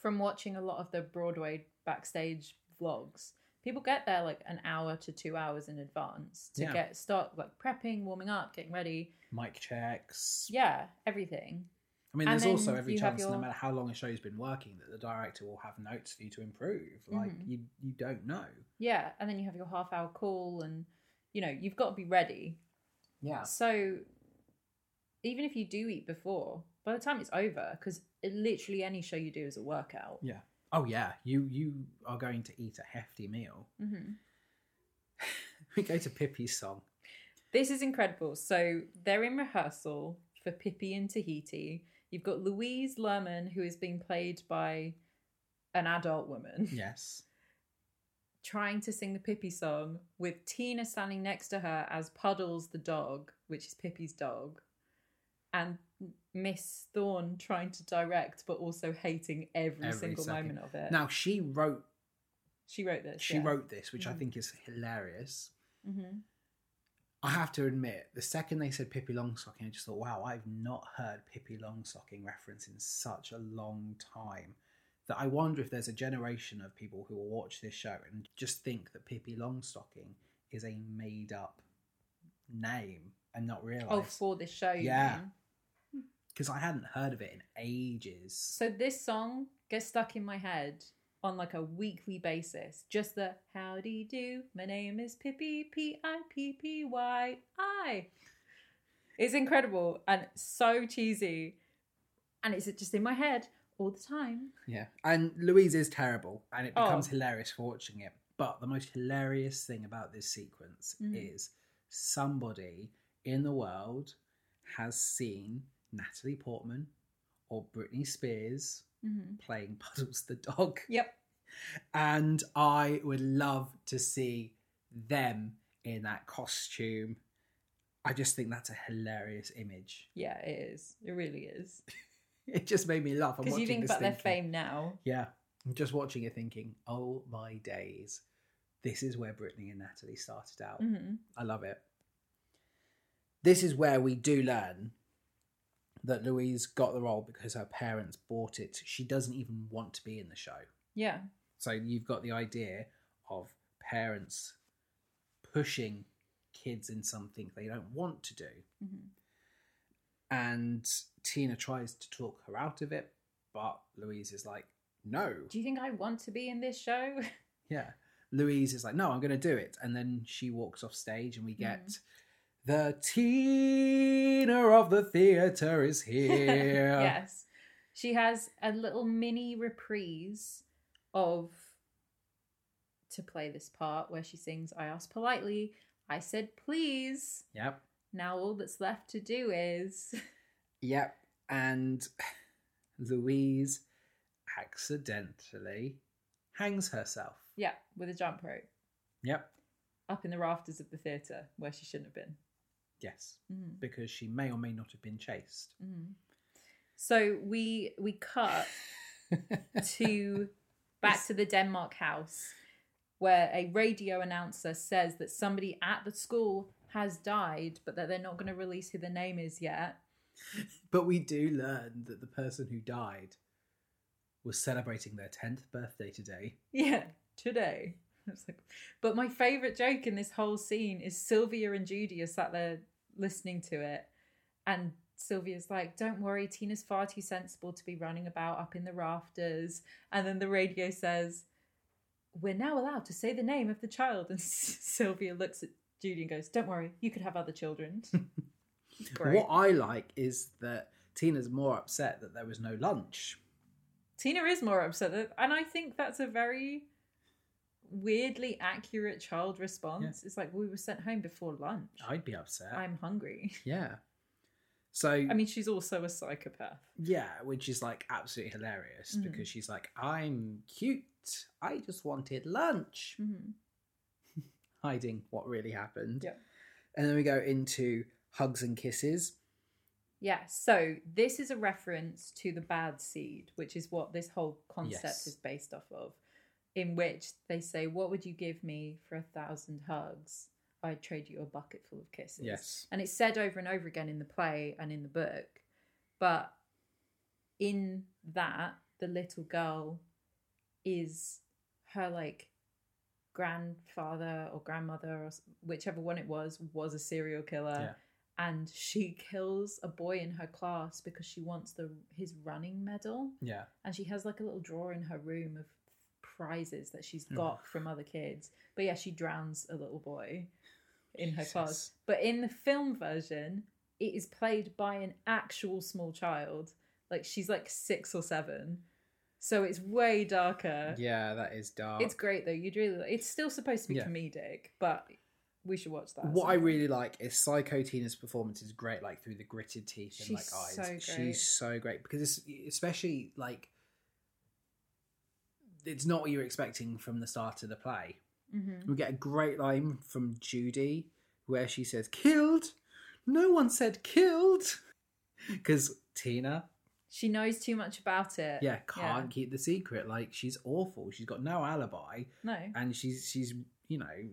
Speaker 1: from watching a lot of the Broadway backstage vlogs, people get there like an hour to two hours in advance to
Speaker 2: Yeah.
Speaker 1: get start like prepping, warming up, getting ready.
Speaker 2: mic checks.
Speaker 1: Yeah, everything.
Speaker 2: I mean,
Speaker 1: And
Speaker 2: there's also
Speaker 1: then
Speaker 2: every
Speaker 1: you have
Speaker 2: chance, no
Speaker 1: your-
Speaker 2: matter how long a show's been working, that the director will have notes for you to improve. Like
Speaker 1: Mhm.
Speaker 2: you, you don't know.
Speaker 1: Yeah, and then you have your half hour call, and you know you've got to be ready.
Speaker 2: Yeah,
Speaker 1: So even if you do eat before, by the time it's over, because literally any show you do is a workout.
Speaker 2: yeah. Oh yeah, you you are going to eat a hefty meal. [LAUGHS]
Speaker 1: hmm
Speaker 2: We go to Pippi's song.
Speaker 1: This is incredible. So they're in rehearsal for Pippi in Tahiti. You've got Louise Lerman, who is being played by an adult woman,
Speaker 2: Yes.
Speaker 1: [LAUGHS] trying to sing the Pippi song with Tina standing next to her as Puddles the dog, which is Pippi's dog, and Miss Thorne trying to direct but also hating every,
Speaker 2: Every
Speaker 1: single
Speaker 2: second.
Speaker 1: moment of it.
Speaker 2: Now she wrote
Speaker 1: she wrote this.
Speaker 2: she wrote this, which I
Speaker 1: Mhm.
Speaker 2: think is hilarious.
Speaker 1: hmm
Speaker 2: I have to admit, the second they said Pippi Longstocking, I just thought, wow, I've not heard Pippi Longstocking reference in such a long time that I wonder if there's a generation of people who will watch this show and just think that Pippi Longstocking is a made up name and not
Speaker 1: Oh,
Speaker 2: realize.
Speaker 1: for this show, you
Speaker 2: Yeah.
Speaker 1: mean?
Speaker 2: Because I hadn't heard of it in ages.
Speaker 1: So this song gets stuck in my head on like a weekly basis. Just the howdy do. My name is Pippi P I P P Y I. It's incredible and so cheesy, and it's just in my head all the time.
Speaker 2: Yeah. And Louise is terrible and it
Speaker 1: Oh.
Speaker 2: becomes hilarious for watching it. But the most hilarious thing about this sequence
Speaker 1: Mhm.
Speaker 2: is somebody in the world has seen Natalie Portman or Britney Spears
Speaker 1: Mm-hmm.
Speaker 2: playing [LAUGHS] Puddles the dog.
Speaker 1: Yep.
Speaker 2: And I would love to see them in that costume. I just think that's a hilarious image. [LAUGHS]
Speaker 1: Yeah, it is. It really is.
Speaker 2: It just made me laugh. I'm
Speaker 1: Because you
Speaker 2: watching
Speaker 1: think
Speaker 2: this
Speaker 1: about their
Speaker 2: thinking-
Speaker 1: fame now.
Speaker 2: Yeah. I'm just watching it thinking, oh my days, this is where Brittany and Natalie started out.
Speaker 1: hmm
Speaker 2: I love it. This is where we do learn that Louise got the role because her parents bought it. She doesn't even want to be in the show.
Speaker 1: Yeah.
Speaker 2: So you've got the idea of parents pushing kids in something they don't want to do.
Speaker 1: hmm
Speaker 2: And Tina tries to talk her out of it, but Louise is like, no.
Speaker 1: Do you think I want to be in this show?
Speaker 2: Yeah. Louise is like, no, I'm going to do it. And then she walks off stage and we get
Speaker 1: Mhm.
Speaker 2: the Tina of the theatre
Speaker 1: [LAUGHS]
Speaker 2: is here.
Speaker 1: yes. She has a little mini reprise of to play this part where she sings, I asked politely, I said please.
Speaker 2: Yep.
Speaker 1: Now all that's left to do is [LAUGHS]
Speaker 2: Yep. And [SIGHS] Louise accidentally hangs herself.
Speaker 1: Yeah, with a jump rope.
Speaker 2: Yep.
Speaker 1: Up in the rafters of the theatre where she shouldn't have been.
Speaker 2: Yes.
Speaker 1: Mhm,
Speaker 2: Because she may or may not have been chased. [LAUGHS]
Speaker 1: mhm. So we we cut to back to the Denmark house where a radio announcer says that somebody at the school has died but that they're not going to release who the name is yet.
Speaker 2: but we do learn that the person who died was celebrating their 10th birthday today.
Speaker 1: Yeah, today. [LAUGHS] I was like, but my favorite joke in this whole scene is Sylvia and Judy are sat there listening to it and Sylvia's like, "Don't worry, Tina's far too sensible to be running about up in the rafters." And then the radio says, "We're now allowed to say the name of the child." And [LAUGHS] Sylvia looks at Judy and goes, "Don't worry, you could have other children." Great.
Speaker 2: What I like is that Tina's more upset that there was no lunch.
Speaker 1: Tina is more upset, than- and I think that's a very weirdly accurate child response. It's like we were sent home before lunch.
Speaker 2: I'd be upset.
Speaker 1: I'm hungry.
Speaker 2: Yeah. So
Speaker 1: I mean, she's also a psychopath.
Speaker 2: yeah, which is like absolutely hilarious
Speaker 1: Mhm.
Speaker 2: because she's like, "I'm cute. I just wanted lunch."
Speaker 1: Mm-hmm.
Speaker 2: Hiding what really happened.
Speaker 1: Yeah.
Speaker 2: And then we go into hugs and kisses.
Speaker 1: Yeah. So this is a reference to the bad seed, which is what this whole concept
Speaker 2: Yes.
Speaker 1: is based off of. In which they say, "What would you give me for a thousand hugs? I'd trade you a bucket full of kisses."
Speaker 2: Yes.
Speaker 1: and it's said over and over again in the play and in the book but in that the little girl is her like grandfather or grandmother or s- whichever one it was was a serial killer and she kills a boy in her class because she wants the his running medal
Speaker 2: Yeah.
Speaker 1: and she has like a little drawer in her room of prizes that she's got from other kids but yeah she drowns a little boy in her class
Speaker 2: Jesus.
Speaker 1: but in the film version it is played by an actual small child like she's like six or seven so it's way darker
Speaker 2: Yeah, that is dark.
Speaker 1: uh, it's great though. You'd really. It's still supposed to be
Speaker 2: Yeah.
Speaker 1: comedic, but we should watch that.
Speaker 2: What I
Speaker 1: sometime.
Speaker 2: really like is Psycho Tina's performance is great, like through the gritted teeth and
Speaker 1: She's
Speaker 2: like eyes.
Speaker 1: so great.
Speaker 2: She's so great because it's especially like it's not what you're expecting from the start of the play.
Speaker 1: Mhm.
Speaker 2: We get a great line from Judy where she says, "Killed." No one said killed [LAUGHS] because Tina,
Speaker 1: She knows too much about it.
Speaker 2: yeah, can't keep the secret. Like she's awful. She's got no alibi,
Speaker 1: No.
Speaker 2: and she's she's you know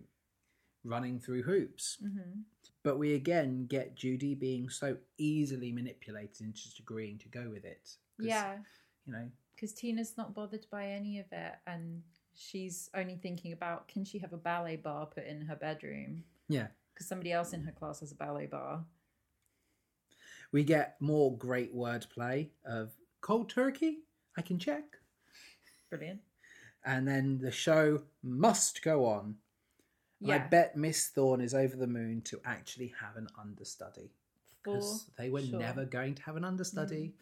Speaker 2: running through hoops.
Speaker 1: hmm
Speaker 2: But we again get Judy being so easily manipulated and just agreeing to go with it. 'Cause,
Speaker 1: Yeah,
Speaker 2: You know,
Speaker 1: because Tina's not bothered by any of it, and she's only thinking about can she have a ballet bar put in her bedroom?
Speaker 2: Yeah.
Speaker 1: Because somebody else in her class has a ballet bar.
Speaker 2: we get more great wordplay of cold turkey, I can check.
Speaker 1: Brilliant.
Speaker 2: And then the show must go on. And
Speaker 1: Yeah.
Speaker 2: I bet Miss Thorne is over the moon to actually have an understudy.
Speaker 1: for
Speaker 2: Because they were
Speaker 1: sure. Mm.
Speaker 2: never going to have an understudy.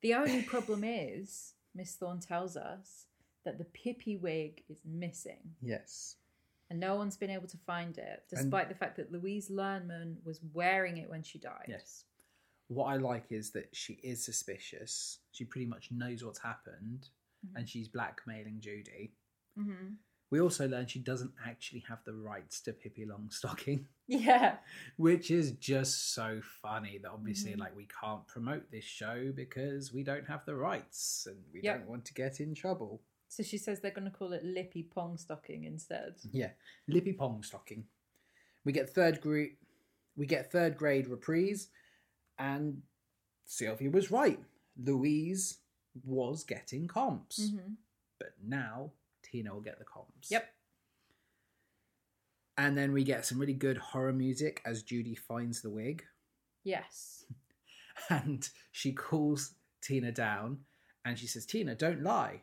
Speaker 1: The
Speaker 2: [LAUGHS]
Speaker 1: only problem is Miss Thorne tells us that the Pippi wig is missing.
Speaker 2: Yes.
Speaker 1: and no one's been able to find it,
Speaker 2: And-
Speaker 1: despite the fact that Louise Lernman was wearing it when she died.
Speaker 2: Yes. What I like is that she is suspicious. She pretty much knows what's happened
Speaker 1: Mhm.
Speaker 2: and she's blackmailing Judy.
Speaker 1: hmm
Speaker 2: We also learn she doesn't actually have the rights to Pippi Longstocking,
Speaker 1: [LAUGHS]
Speaker 2: [LAUGHS]
Speaker 1: Yeah.
Speaker 2: which is just so funny that obviously,
Speaker 1: Mhm.
Speaker 2: like, we can't promote this show because we don't have the rights and we
Speaker 1: Yep.
Speaker 2: don't want to get in trouble.
Speaker 1: So she says they're going to call it Lippy Pong Stocking instead.
Speaker 2: Yeah, Lippy Pong Stocking. We get third group, we get third grade reprise, and Sylvia was right. Louise was getting comps,
Speaker 1: Mhm.
Speaker 2: but now Tina will get the comps.
Speaker 1: Yep.
Speaker 2: And then we get some really good horror music as Judy finds the wig
Speaker 1: Yes.
Speaker 2: [LAUGHS] and she calls Tina down and she says, Tina, don't lie.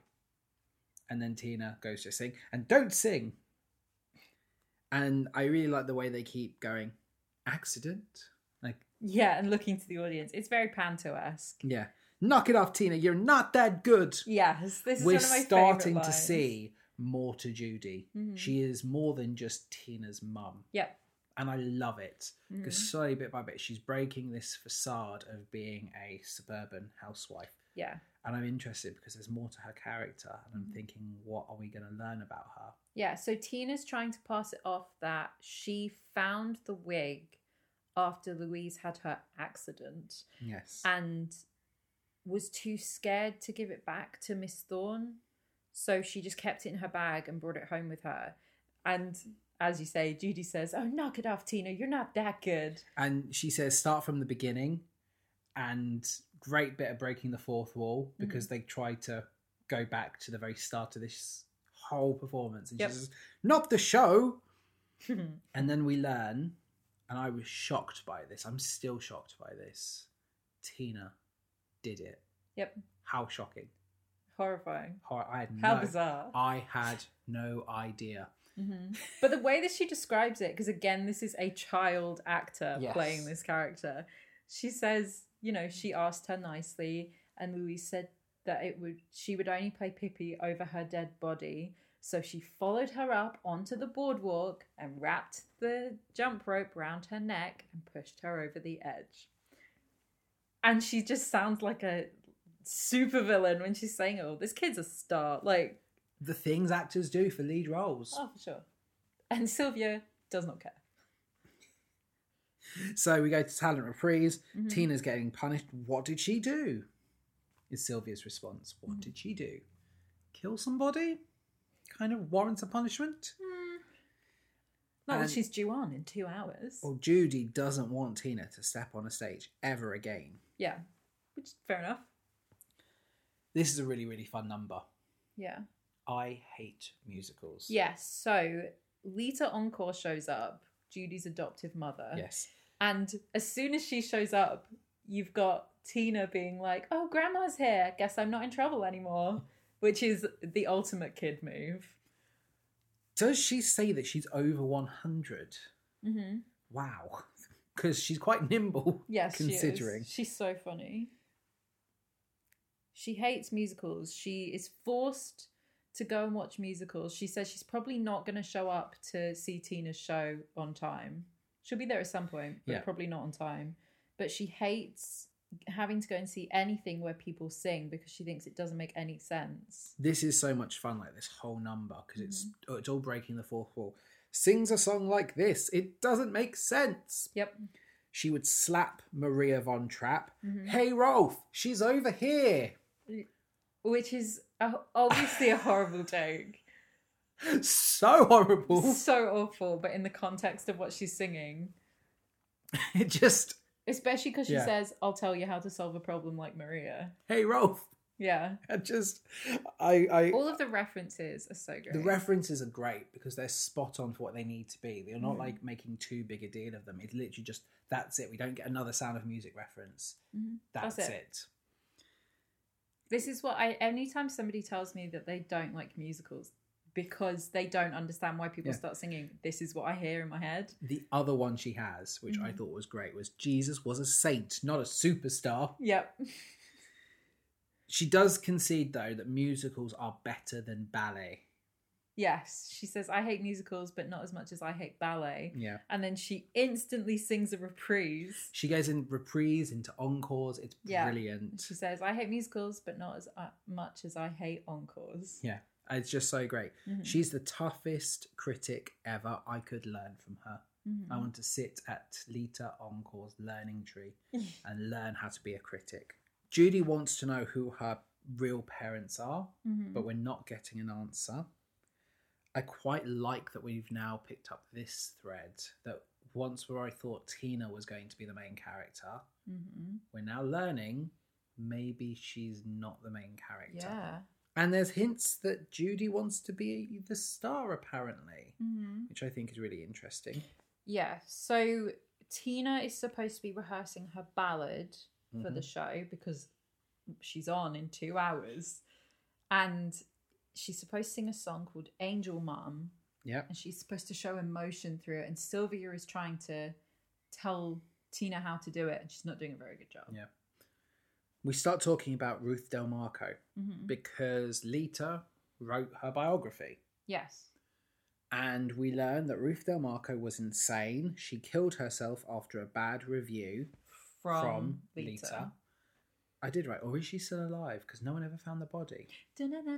Speaker 2: And then Tina goes to sing and don't sing. And I really like the way they keep going, accident? Like,
Speaker 1: Yeah, and looking to the audience, it's very panto-esque.
Speaker 2: yeah, knock it off, Tina, you're not that good.
Speaker 1: Yes, this is
Speaker 2: We're
Speaker 1: one of my
Speaker 2: starting
Speaker 1: favourite
Speaker 2: to
Speaker 1: lines.
Speaker 2: see more to Judy.
Speaker 1: Mhm.
Speaker 2: She is more than just Tina's mum.
Speaker 1: Yep.
Speaker 2: and I love it because
Speaker 1: Mhm.
Speaker 2: slowly, bit by bit, she's breaking this facade of being a suburban housewife.
Speaker 1: Yeah.
Speaker 2: And I'm interested because there's more to her character, and I'm
Speaker 1: Mhm.
Speaker 2: thinking, what are we going to learn about her?
Speaker 1: Yeah, so Tina's trying to pass it off that she found the wig after Louise had her accident.
Speaker 2: Yes,
Speaker 1: and was too scared to give it back to Miss Thorne. So she just kept it in her bag and brought it home with her. And as you say, Judy says, Oh, knock it off, Tina. You're not that good. [LAUGHS]
Speaker 2: and she says, start from the beginning, and great bit of breaking the fourth
Speaker 1: Mm.
Speaker 2: wall because they try to go back to the very start of this whole performance, and
Speaker 1: Yep.
Speaker 2: she says, not the show. And then we learn, and I was shocked by this. I'm still shocked by this. Tina did it.
Speaker 1: Yep.
Speaker 2: How shocking!
Speaker 1: Horrifying.
Speaker 2: How I had
Speaker 1: How
Speaker 2: no,
Speaker 1: bizarre.
Speaker 2: I had no idea.
Speaker 1: Mhm. But the way that she describes it, because again, this is a child actor
Speaker 2: Yes.
Speaker 1: playing this character, she says, you know, she asked her nicely, and Louise said that it would she would only play Pippi over her dead body. So she followed her up onto the boardwalk and wrapped the jump rope round her neck and pushed her over the edge. And she just sounds like a supervillain when she's saying, "Oh, this kid's a star!" Like
Speaker 2: The things actors do for lead roles.
Speaker 1: Oh, for sure. And Sylvia does not care.
Speaker 2: So we go to talent reprise. Tina's getting punished. What did she do? Is Sylvia's response. What did she do? Kill somebody? Kind of warrants a punishment.
Speaker 1: Not that
Speaker 2: And-
Speaker 1: she's due on in two hours.
Speaker 2: Well, Judy doesn't want Tina to step on a stage ever again.
Speaker 1: Yeah, which fair enough.
Speaker 2: This is a really, really fun number.
Speaker 1: Yeah,
Speaker 2: I hate musicals.
Speaker 1: Yes. So Lita Encore shows up, Judy's adoptive mother.
Speaker 2: Yes.
Speaker 1: And as soon as she shows up, you've got Tina being like, oh, grandma's here. Guess I'm not in trouble anymore, which is the ultimate kid move.
Speaker 2: Does she say that she's over 100?
Speaker 1: Mm-hmm.
Speaker 2: Wow. [LAUGHS] Because she's quite nimble.
Speaker 1: Yes,
Speaker 2: Considering.
Speaker 1: she is. she's so funny. She hates musicals. She is forced to go and watch musicals. She says she's probably not going to show up to see Tina's show on time. She'll be there at some point, but
Speaker 2: Yeah.
Speaker 1: probably not on time. But she hates having to go and see anything where people sing because she thinks it doesn't make any sense.
Speaker 2: This is so much fun, like this whole number, because it's
Speaker 1: Mm-hmm.
Speaker 2: oh, it's all breaking the fourth wall. Sings a song like this. It doesn't make sense.
Speaker 1: Yep.
Speaker 2: She would slap Maria von Trapp.
Speaker 1: Mm-hmm.
Speaker 2: Hey, Rolf, she's over here. [LAUGHS]
Speaker 1: Which is a, obviously a horrible joke.
Speaker 2: [LAUGHS]
Speaker 1: [LAUGHS]
Speaker 2: So horrible. [LAUGHS]
Speaker 1: So awful, but in the context of what she's singing,
Speaker 2: It just,
Speaker 1: Especially because she
Speaker 2: Yeah.
Speaker 1: says, I'll tell you how to solve a problem like Maria.
Speaker 2: hey, Rolf.
Speaker 1: Yeah.
Speaker 2: I just, I, I,
Speaker 1: All of the references are so great.
Speaker 2: The references are great because they're spot on for what they need to be. They're not
Speaker 1: Mhm.
Speaker 2: like making too big a deal of them. It's literally just that's it. We don't get another sound of music reference.
Speaker 1: Mhm.
Speaker 2: That's,
Speaker 1: That's
Speaker 2: it.
Speaker 1: it. this is what I, anytime somebody tells me that they don't like musicals because they don't understand why people
Speaker 2: Yeah.
Speaker 1: start singing, this is what I hear in my head.
Speaker 2: The other one she has, which I
Speaker 1: Mhm.
Speaker 2: thought was great, was Jesus was a saint, not a superstar.
Speaker 1: Yep.
Speaker 2: She does concede though that musicals are better than ballet.
Speaker 1: Yes. She says, I hate musicals, but not as much as I hate ballet.
Speaker 2: Yeah.
Speaker 1: And then she instantly sings a reprise.
Speaker 2: She goes in reprise into encores. It's
Speaker 1: Yeah.
Speaker 2: brilliant.
Speaker 1: She says, I hate musicals, but not as uh, much as I hate encores.
Speaker 2: Yeah. It's just so great.
Speaker 1: Mhm.
Speaker 2: She's the toughest critic ever. I could learn from her.
Speaker 1: Mhm.
Speaker 2: I want to sit at Lita Encore's learning [LAUGHS] tree and learn how to be a critic. Judy wants to know who her real parents are,
Speaker 1: Mhm.
Speaker 2: but we're not getting an answer. I quite like that we've now picked up this thread that once where I thought Tina was going to be the main character,
Speaker 1: Mhm.
Speaker 2: we're now learning maybe she's not the main character.
Speaker 1: Yeah.
Speaker 2: And there's hints that Judy wants to be the star apparently,
Speaker 1: Mm-hmm.
Speaker 2: which I think is really interesting.
Speaker 1: Yeah. So Tina is supposed to be rehearsing her ballad for
Speaker 2: Mm-hmm.
Speaker 1: the show because she's on in two hours. And she's supposed to sing a song called Angel Mum.
Speaker 2: Yeah.
Speaker 1: And she's supposed to show emotion through it. And Sylvia is trying to tell Tina how to do it. And she's not doing a very good job.
Speaker 2: Yeah. we start talking about Ruth Del Marco
Speaker 1: Mhm.
Speaker 2: because Lita wrote her biography.
Speaker 1: Yes.
Speaker 2: And we learn that Ruth Del Marco was insane. She killed herself after a bad review
Speaker 1: From,
Speaker 2: Lita.
Speaker 1: Lita.
Speaker 2: I did write, or is she still alive? Because no one ever found the body.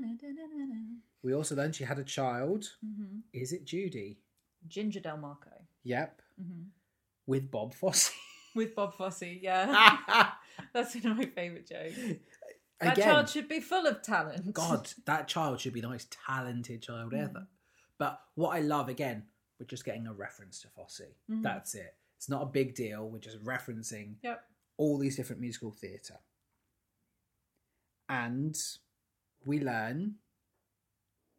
Speaker 1: Dun-dun-dun-dun-dun-dun.
Speaker 2: We also learn she had a child.
Speaker 1: Mhm.
Speaker 2: Is it Judy?
Speaker 1: Ginger Del Marco.
Speaker 2: Yep.
Speaker 1: Mhm.
Speaker 2: With
Speaker 1: [LAUGHS]
Speaker 2: Bob Fosse.
Speaker 1: With Bob Fosse, yeah.
Speaker 2: Ah! Again,
Speaker 1: [LAUGHS] That's one of my favourite jokes. That child should be full of talent.
Speaker 2: God, that child should be the most talented child
Speaker 1: Mm.
Speaker 2: ever. But what I love again, we're just getting a reference to Fosse.
Speaker 1: Mhm.
Speaker 2: That's it. It's not a big deal. We're just referencing
Speaker 1: [LAUGHS] Yep.
Speaker 2: all these different musical theatre. And we learn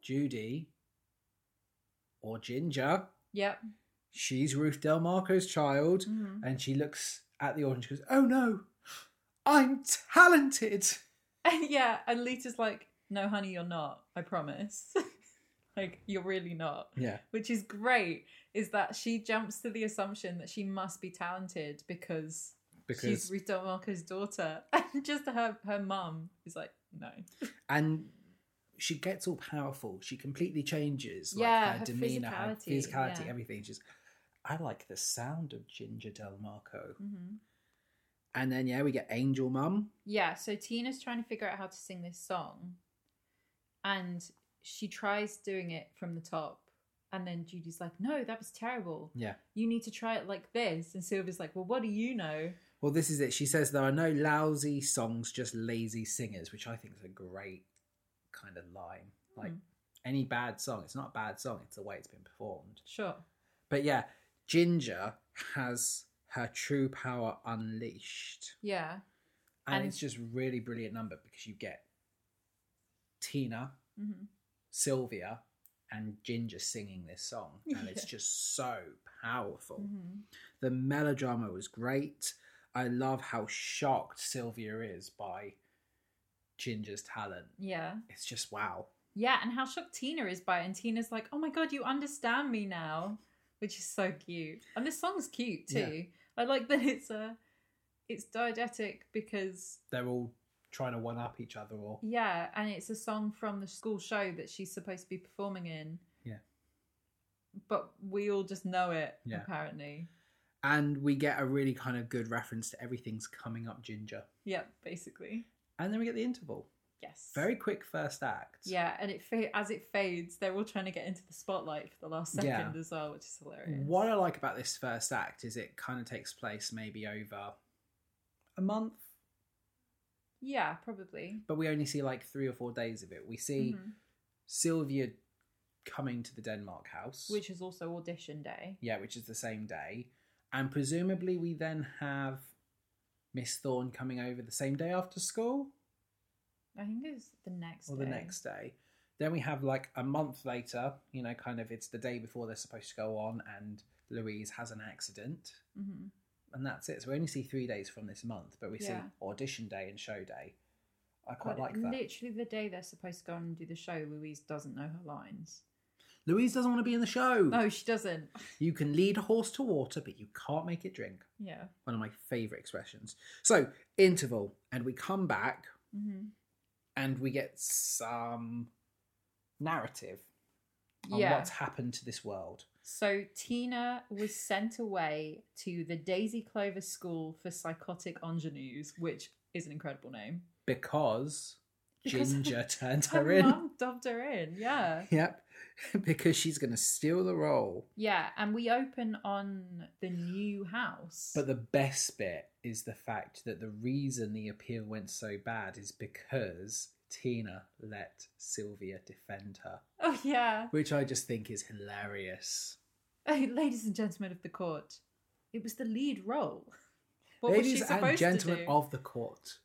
Speaker 2: Judy or Ginger,
Speaker 1: Yep.
Speaker 2: she's Ruth Del Marco's child, and she looks at the audience and she goes, Oh no, I'm talented.
Speaker 1: And yeah, and Lita's like, no, honey, you're not. I promise. [LAUGHS] like, you're really not.
Speaker 2: Yeah.
Speaker 1: Which is great, is that she jumps to the assumption that she must be talented because, she's Rita Marco's daughter. [LAUGHS] And just her, her mum is like, no.
Speaker 2: and she gets all powerful. She completely changes, like
Speaker 1: Yeah,
Speaker 2: her,
Speaker 1: her
Speaker 2: demeanor, her
Speaker 1: physicality,
Speaker 2: physicality,
Speaker 1: yeah.
Speaker 2: everything. She's, I like the sound of Ginger Del Marco. And then yeah, we get Angel Mum.
Speaker 1: Yeah, so Tina's trying to figure out how to sing this song. And she tries doing it from the top. And then Judy's like, no, that was terrible.
Speaker 2: Yeah.
Speaker 1: You need to try it like this. And Sylvia's like, well, what do you know?
Speaker 2: Well, this is it. She says there are no lousy songs, just lazy singers, which I think is a great kind of line. Like
Speaker 1: Mm.
Speaker 2: any bad song, it's not a bad song; it's the way it's been performed.
Speaker 1: Sure.
Speaker 2: But yeah, Ginger has her true power unleashed.
Speaker 1: Yeah.
Speaker 2: and
Speaker 1: And-
Speaker 2: it's just really brilliant number because you get Tina
Speaker 1: hmm
Speaker 2: Sylvia and Ginger singing this song, and it's just so powerful.
Speaker 1: Mm-hmm.
Speaker 2: The melodrama was great. I love how shocked Sylvia is by Ginger's talent.
Speaker 1: Yeah.
Speaker 2: It's just wow.
Speaker 1: Yeah, and how shocked Tina is by it. And Tina's like, oh my God, you understand me now, which is so cute. And this song's cute too. I like that it's uh, it's diegetic because,
Speaker 2: They're all trying to one up each other, or
Speaker 1: yeah, and it's a song from the school show that she's supposed to be performing in.
Speaker 2: Yeah.
Speaker 1: But we all just know it,
Speaker 2: Yeah.
Speaker 1: apparently.
Speaker 2: and we get a really kind of good reference to everything's coming up, Ginger.
Speaker 1: Yeah, basically.
Speaker 2: And then we get the interval.
Speaker 1: Yes.
Speaker 2: Very quick first act.
Speaker 1: Yeah, and it fa- as it fades, they're all trying to get into the spotlight for the last second
Speaker 2: Yeah.
Speaker 1: as well, which is hilarious.
Speaker 2: What I like about this first act is it kind of takes place maybe over a month,
Speaker 1: Yeah, probably.
Speaker 2: but we only see like three or four days of it. We see
Speaker 1: Mhm.
Speaker 2: Sylvia coming to the Denmark house,
Speaker 1: Which is also audition day.
Speaker 2: yeah, which is the same day, and presumably we then have Miss Thorne coming over the same day after school
Speaker 1: I think it's the next
Speaker 2: or
Speaker 1: day.
Speaker 2: the next day. Then we have like a month later, you know, kind of it's the day before they're supposed to go on, and Louise has an accident.
Speaker 1: hmm
Speaker 2: and that's it. So we only see three days from this month, but we
Speaker 1: Yeah.
Speaker 2: see audition day and show day. I quite like that.
Speaker 1: Literally the day they're supposed to go on and do the show, Louise doesn't know her lines.
Speaker 2: Louise doesn't want to be in the show.
Speaker 1: No, she doesn't. [LAUGHS]
Speaker 2: You can lead a horse to water, but you can't make it drink.
Speaker 1: Yeah.
Speaker 2: One of my favourite expressions. So, interval, and we come back
Speaker 1: hmm
Speaker 2: and we get some narrative on
Speaker 1: Yeah.
Speaker 2: what's happened to this world.
Speaker 1: So Tina was sent away to the Daisy Clover School for Psychotic Ingenues, which is an incredible name. [LAUGHS]
Speaker 2: Because,
Speaker 1: Because [LAUGHS]
Speaker 2: Ginger turned
Speaker 1: Her
Speaker 2: her in.
Speaker 1: mum dubbed her in, yeah.
Speaker 2: [LAUGHS] Yep. [LAUGHS] because she's going to steal the role.
Speaker 1: Yeah, and we open on the new house.
Speaker 2: But the best bit is the fact that the reason the appeal went so bad is because Tina let Sylvia defend her,
Speaker 1: oh yeah,
Speaker 2: which I just think is hilarious.
Speaker 1: ladies and gentlemen of the court, it was the lead role. What was
Speaker 2: Ladies
Speaker 1: she supposed
Speaker 2: and gentlemen
Speaker 1: to do?
Speaker 2: of the court,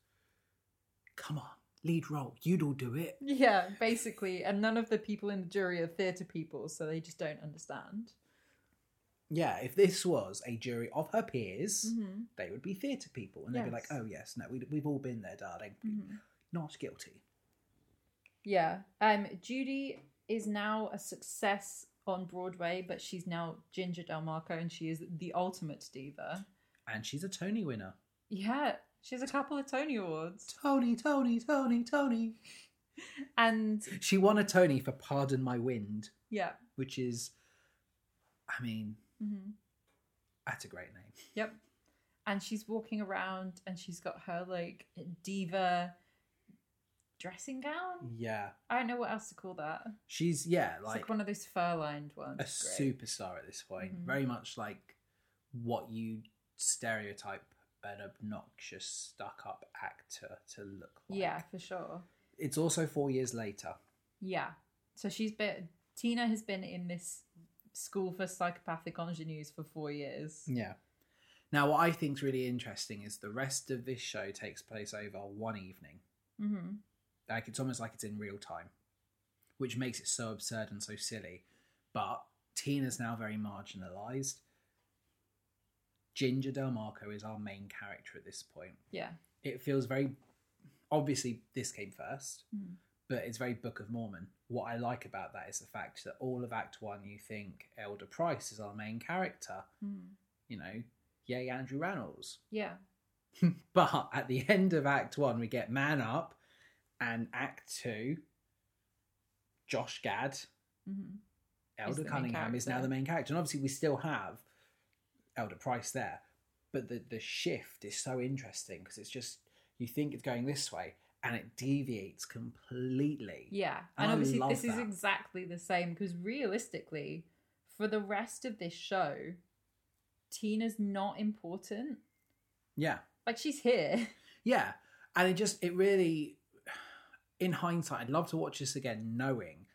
Speaker 2: come on, lead role. You'd all do it.
Speaker 1: yeah, basically, and none of the people in the jury are theatre people, so they just don't understand.
Speaker 2: Yeah, if this was a jury of her peers,
Speaker 1: Mm-hmm.
Speaker 2: they would be theatre people. And they'd be like,
Speaker 1: Yes.
Speaker 2: oh, yes, no, we, we've all been there, darling. Not guilty.
Speaker 1: Yeah, um, Judy is now a success on Broadway, but she's now Ginger Del Marco, and she is the ultimate diva.
Speaker 2: And she's a Tony winner.
Speaker 1: Yeah, she has a couple of Tony awards,
Speaker 2: Tony, Tony, Tony, Tony.
Speaker 1: and
Speaker 2: She won a Tony for Pardon My Wind,
Speaker 1: yeah.
Speaker 2: which is, I mean,
Speaker 1: Mm-hmm.
Speaker 2: that's a great name.
Speaker 1: Yep. And she's walking around and she's got her like diva dressing gown.
Speaker 2: Yeah.
Speaker 1: I don't know what else to call that.
Speaker 2: She's, yeah,
Speaker 1: It's like,
Speaker 2: like,
Speaker 1: one of those fur lined ones.
Speaker 2: a
Speaker 1: Great.
Speaker 2: superstar at this point.
Speaker 1: Mhm.
Speaker 2: Very much like what you stereotype an obnoxious, stuck up actor to look like.
Speaker 1: Yeah, for sure.
Speaker 2: It's also four years later.
Speaker 1: Yeah. So she's been Tina has been in this school for psychopathic ingenues for four years.
Speaker 2: Yeah. Now, what I think's really interesting is the rest of this show takes place over one evening.
Speaker 1: Mm-hmm.
Speaker 2: Like it's almost like it's in real time, which makes it so absurd and so silly. But Tina's now very marginalized. Ginger Del Marco is our main character at this point.
Speaker 1: Yeah.
Speaker 2: It feels very obviously this came first,
Speaker 1: Mm.
Speaker 2: but it's very Book of Mormon. What I like about that is the fact that all of Act One, you think Elder Price is our main character.
Speaker 1: Mm.
Speaker 2: You know, yay Andrew Reynolds.
Speaker 1: Yeah.
Speaker 2: But at the end of Act One, we get Man Up, and Act Two, Josh Gad,
Speaker 1: Mm-hmm.
Speaker 2: Elder
Speaker 1: the main
Speaker 2: Cunningham is now
Speaker 1: character.
Speaker 2: the main character, and obviously we still have Elder Price there. But the the shift is so interesting because it's just you think it's going this way, and it deviates completely.
Speaker 1: Yeah, and
Speaker 2: And I
Speaker 1: obviously
Speaker 2: love
Speaker 1: this is
Speaker 2: that.
Speaker 1: exactly the same because realistically, for the rest of this show, Tina's not important.
Speaker 2: yeah,
Speaker 1: Like she's here. [LAUGHS]
Speaker 2: yeah. And it just it really, in hindsight, I'd love to watch this again, knowing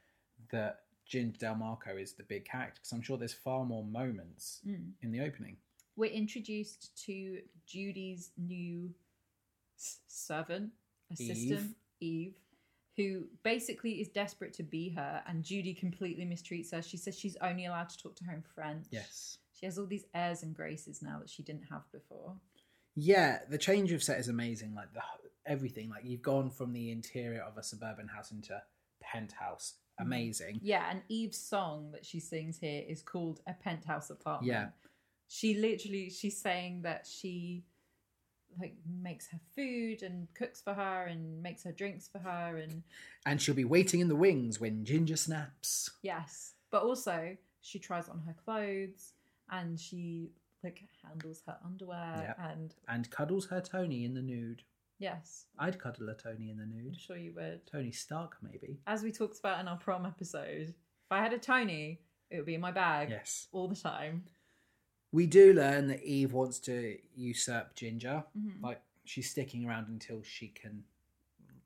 Speaker 2: that Ginger Del Marco is the big character because I'm sure there's far more moments in the opening.
Speaker 1: Mm. We're introduced to Judy's new s- servant assistant Eve. who basically is desperate to be her, and Judy completely mistreats her. She says she's only allowed to talk to her in French.
Speaker 2: Yes.
Speaker 1: She has all these airs and graces now that she didn't have before.
Speaker 2: Yeah, the change of set is amazing. Like the everything, like you've gone from the interior of a suburban house into penthouse. Amazing.
Speaker 1: Yeah, and Eve's song that she sings here is called A Penthouse Apartment.
Speaker 2: Yeah.
Speaker 1: She literally she's saying that she like makes her food and cooks for her and makes her drinks for her and
Speaker 2: And she'll be waiting in the wings when Ginger snaps.
Speaker 1: yes. But also she tries on her clothes and she like handles her underwear and
Speaker 2: and cuddles her Tony in the nude.
Speaker 1: yes,
Speaker 2: I'd cuddle a Tony in the nude.
Speaker 1: I'm sure you would.
Speaker 2: Tony Stark, maybe.
Speaker 1: As we talked about in our prom episode, if I had a Tony, it would be in my bag
Speaker 2: Yes.
Speaker 1: all the time.
Speaker 2: We do learn that Eve wants to usurp Ginger.
Speaker 1: Mhm.
Speaker 2: Like, she's sticking around until she can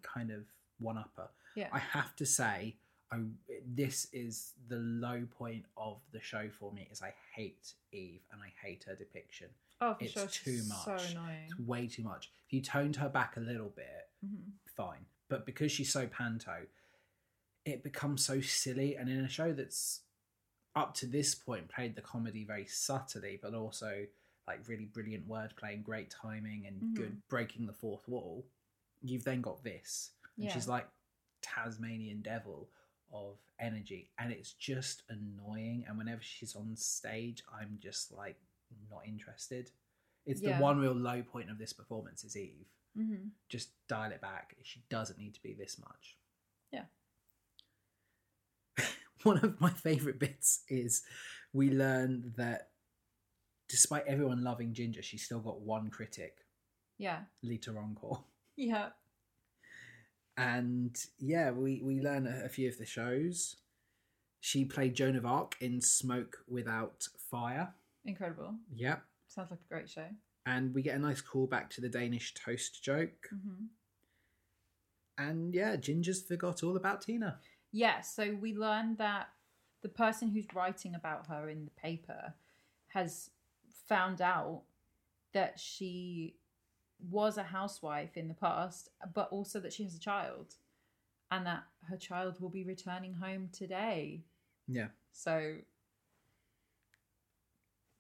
Speaker 2: kind of one up her.
Speaker 1: Yeah.
Speaker 2: I have to say, I, this is the low point of the show for me is I hate Eve and I hate her depiction.
Speaker 1: oh, for
Speaker 2: it's
Speaker 1: sure.
Speaker 2: too
Speaker 1: She's So
Speaker 2: much.
Speaker 1: annoying.
Speaker 2: It's way too much. If you toned her back a little bit,
Speaker 1: Mhm.
Speaker 2: fine. But because she's so panto, it becomes so silly. And in a show that's up to this point played the comedy very subtly, but also like really brilliant wordplay and great timing and
Speaker 1: Mhm.
Speaker 2: good breaking the fourth wall, you've then got this. And
Speaker 1: Yeah.
Speaker 2: she's like Tasmanian devil of energy. And it's just annoying. And whenever she's on stage, I'm just like not interested. It's
Speaker 1: Yeah.
Speaker 2: the one real low point of this performance is Eve
Speaker 1: Mhm.
Speaker 2: just dial it back. She doesn't need to be this much.
Speaker 1: Yeah.
Speaker 2: [LAUGHS] One of my favorite bits is we learn that despite everyone loving Ginger, she's still got one critic,
Speaker 1: Yeah.
Speaker 2: Lita Roncourt.
Speaker 1: Yeah.
Speaker 2: And yeah, we, we learn a, a few of the shows. She played Joan of Arc in Smoke Without Fire.
Speaker 1: Incredible.
Speaker 2: Yep.
Speaker 1: Sounds like a great show.
Speaker 2: And we get a nice callback to the Danish toast joke.
Speaker 1: Mm-hmm.
Speaker 2: And yeah, Ginger's forgot all about Tina.
Speaker 1: Yeah. So we learned that the person who's writing about her in the paper has found out that she was a housewife in the past, but also that she has a child and that her child will be returning home today.
Speaker 2: Yeah.
Speaker 1: So,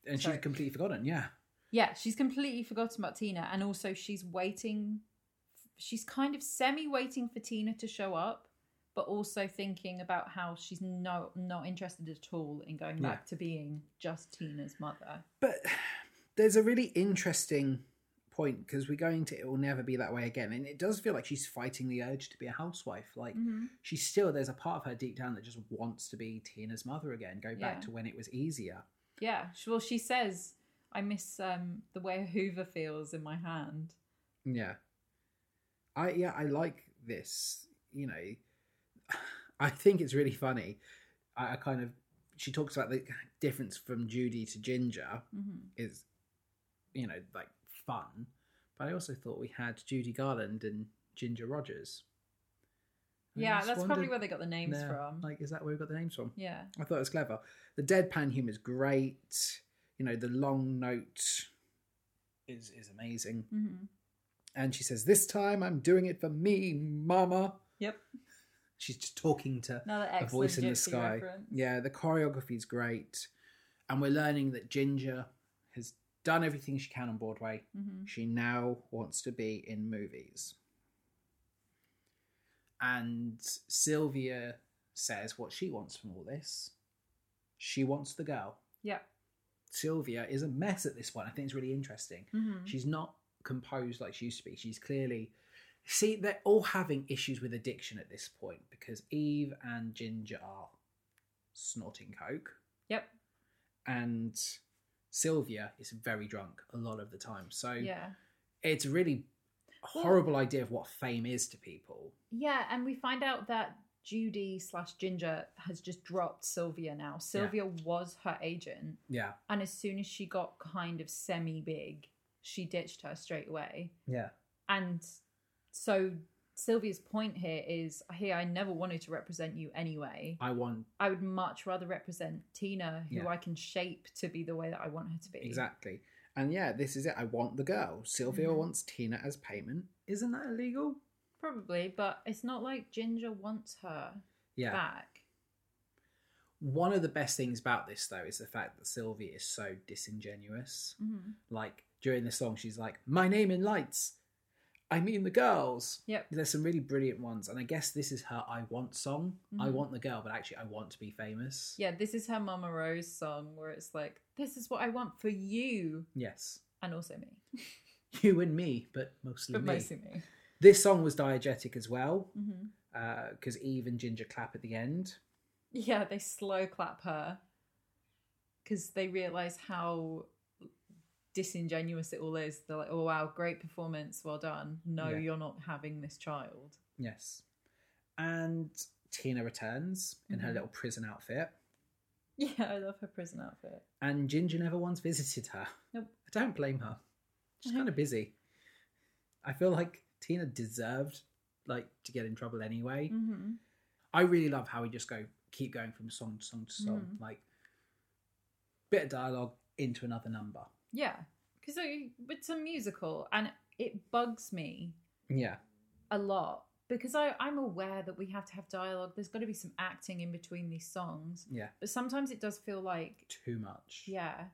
Speaker 2: and
Speaker 1: Sorry.
Speaker 2: she's completely forgotten. Yeah,
Speaker 1: yeah, she's completely forgotten about Tina. And also, she's waiting, she's kind of semi waiting for Tina to show up, but also thinking about how she's no, not interested at all in going
Speaker 2: Yeah.
Speaker 1: back to being just Tina's mother.
Speaker 2: but there's a really interesting point because we're going to it will never be that way again, and it does feel like she's fighting the urge to be a housewife. Like
Speaker 1: Mm. Mm-hmm.
Speaker 2: she's still there's a part of her deep down that just wants to be Tina's mother again, go back
Speaker 1: Yeah.
Speaker 2: to when it was easier.
Speaker 1: Yeah, sh- well, she says, I miss um, the way a Hoover feels in my hand.
Speaker 2: Yeah, I yeah I like this. You know, [SIGHS] I think it's really funny. I, I kind of she talks about the difference from Judy to Ginger.
Speaker 1: Mm-hmm.
Speaker 2: is you know like fun but i also thought we had judy garland and ginger rogers And I
Speaker 1: Yeah,
Speaker 2: just
Speaker 1: that's probably
Speaker 2: wondered-
Speaker 1: where they got the names
Speaker 2: Yeah,
Speaker 1: from.
Speaker 2: like is that where we got the names from
Speaker 1: yeah.
Speaker 2: i thought it was clever the deadpan humor is great you know the long note is is amazing
Speaker 1: Mm-hmm.
Speaker 2: and she says this time i'm doing it for me mama
Speaker 1: Yep.
Speaker 2: she's just talking to
Speaker 1: Another
Speaker 2: a
Speaker 1: excellent
Speaker 2: voice in the
Speaker 1: Gypsy
Speaker 2: sky.
Speaker 1: reference.
Speaker 2: Yeah, the choreography's great. And we're learning that Ginger has done everything she can on Broadway.
Speaker 1: Mhm.
Speaker 2: She now wants to be in movies. And Sylvia says what she wants from all this. She wants the girl.
Speaker 1: Yeah.
Speaker 2: Sylvia is a mess at this point. I think it's really interesting.
Speaker 1: Mm-hmm.
Speaker 2: She's not composed like she used to be. She's clearly. See, they're all having issues with addiction at this point because Eve and Ginger are snorting coke
Speaker 1: Yep.
Speaker 2: and Sylvia is very drunk a lot of the time. So
Speaker 1: Yeah.
Speaker 2: it's a really horrible idea of what fame is to people.
Speaker 1: Yeah, and we find out that Judy slash Ginger has just dropped Sylvia now. Sylvia was her agent,
Speaker 2: Yeah.
Speaker 1: and as soon as she got kind of semi big, she ditched her straight away.
Speaker 2: Yeah.
Speaker 1: And so Sylvia's point here is here, I never wanted to represent you anyway.
Speaker 2: I want
Speaker 1: I would much rather represent Tina, who
Speaker 2: Yeah.
Speaker 1: I can shape to be the way that I want her to be.
Speaker 2: exactly. And yeah, this is it. I want the girl. Sylvia
Speaker 1: Mhm.
Speaker 2: wants Tina as payment. Isn't Mm-hmm. that illegal?
Speaker 1: Probably, but it's not like Ginger wants her
Speaker 2: Yeah.
Speaker 1: back.
Speaker 2: One of the best things about this, though, is the fact that Sylvie is so disingenuous.
Speaker 1: Mm-hmm.
Speaker 2: Like during the song, she's like, "My name in lights." I mean the girls.
Speaker 1: Yep.
Speaker 2: There's some really brilliant ones, and I guess this is her "I Want" song. I
Speaker 1: Mhm.
Speaker 2: want the girl, but actually, I want to be famous.
Speaker 1: Yeah, this is her Mama Rose song where it's like, this is what I want for you
Speaker 2: Yes, [LAUGHS]
Speaker 1: and also me,
Speaker 2: you and me, but mostly
Speaker 1: but
Speaker 2: me.
Speaker 1: mostly me.
Speaker 2: This song was diegetic as well,
Speaker 1: Mm-hmm.
Speaker 2: because Eve and Ginger clap at the end.
Speaker 1: Yeah, they slow clap her because they realize how disingenuous it all is. They're like, oh, wow, great performance. Well done. No,
Speaker 2: Yeah.
Speaker 1: you're not having this child.
Speaker 2: Yes, and Tina returns in her
Speaker 1: Mhm.
Speaker 2: little prison outfit,
Speaker 1: [LAUGHS] Yeah, I love her prison outfit.
Speaker 2: and Ginger never once visited her.
Speaker 1: Nope.
Speaker 2: I don't blame her. She's kind of busy. I feel like Tina deserved like to get in trouble anyway.
Speaker 1: Mm-hmm.
Speaker 2: I really love how we just go keep going from song to song to song,
Speaker 1: Mhm.
Speaker 2: like bit of dialogue into another number.
Speaker 1: Yeah, because it's a musical and it bugs me
Speaker 2: Yeah,
Speaker 1: a lot because I, I'm aware that we have to have dialogue. There's got to be some acting in between these songs,
Speaker 2: yeah,
Speaker 1: but sometimes it does feel like
Speaker 2: too much.
Speaker 1: Yeah.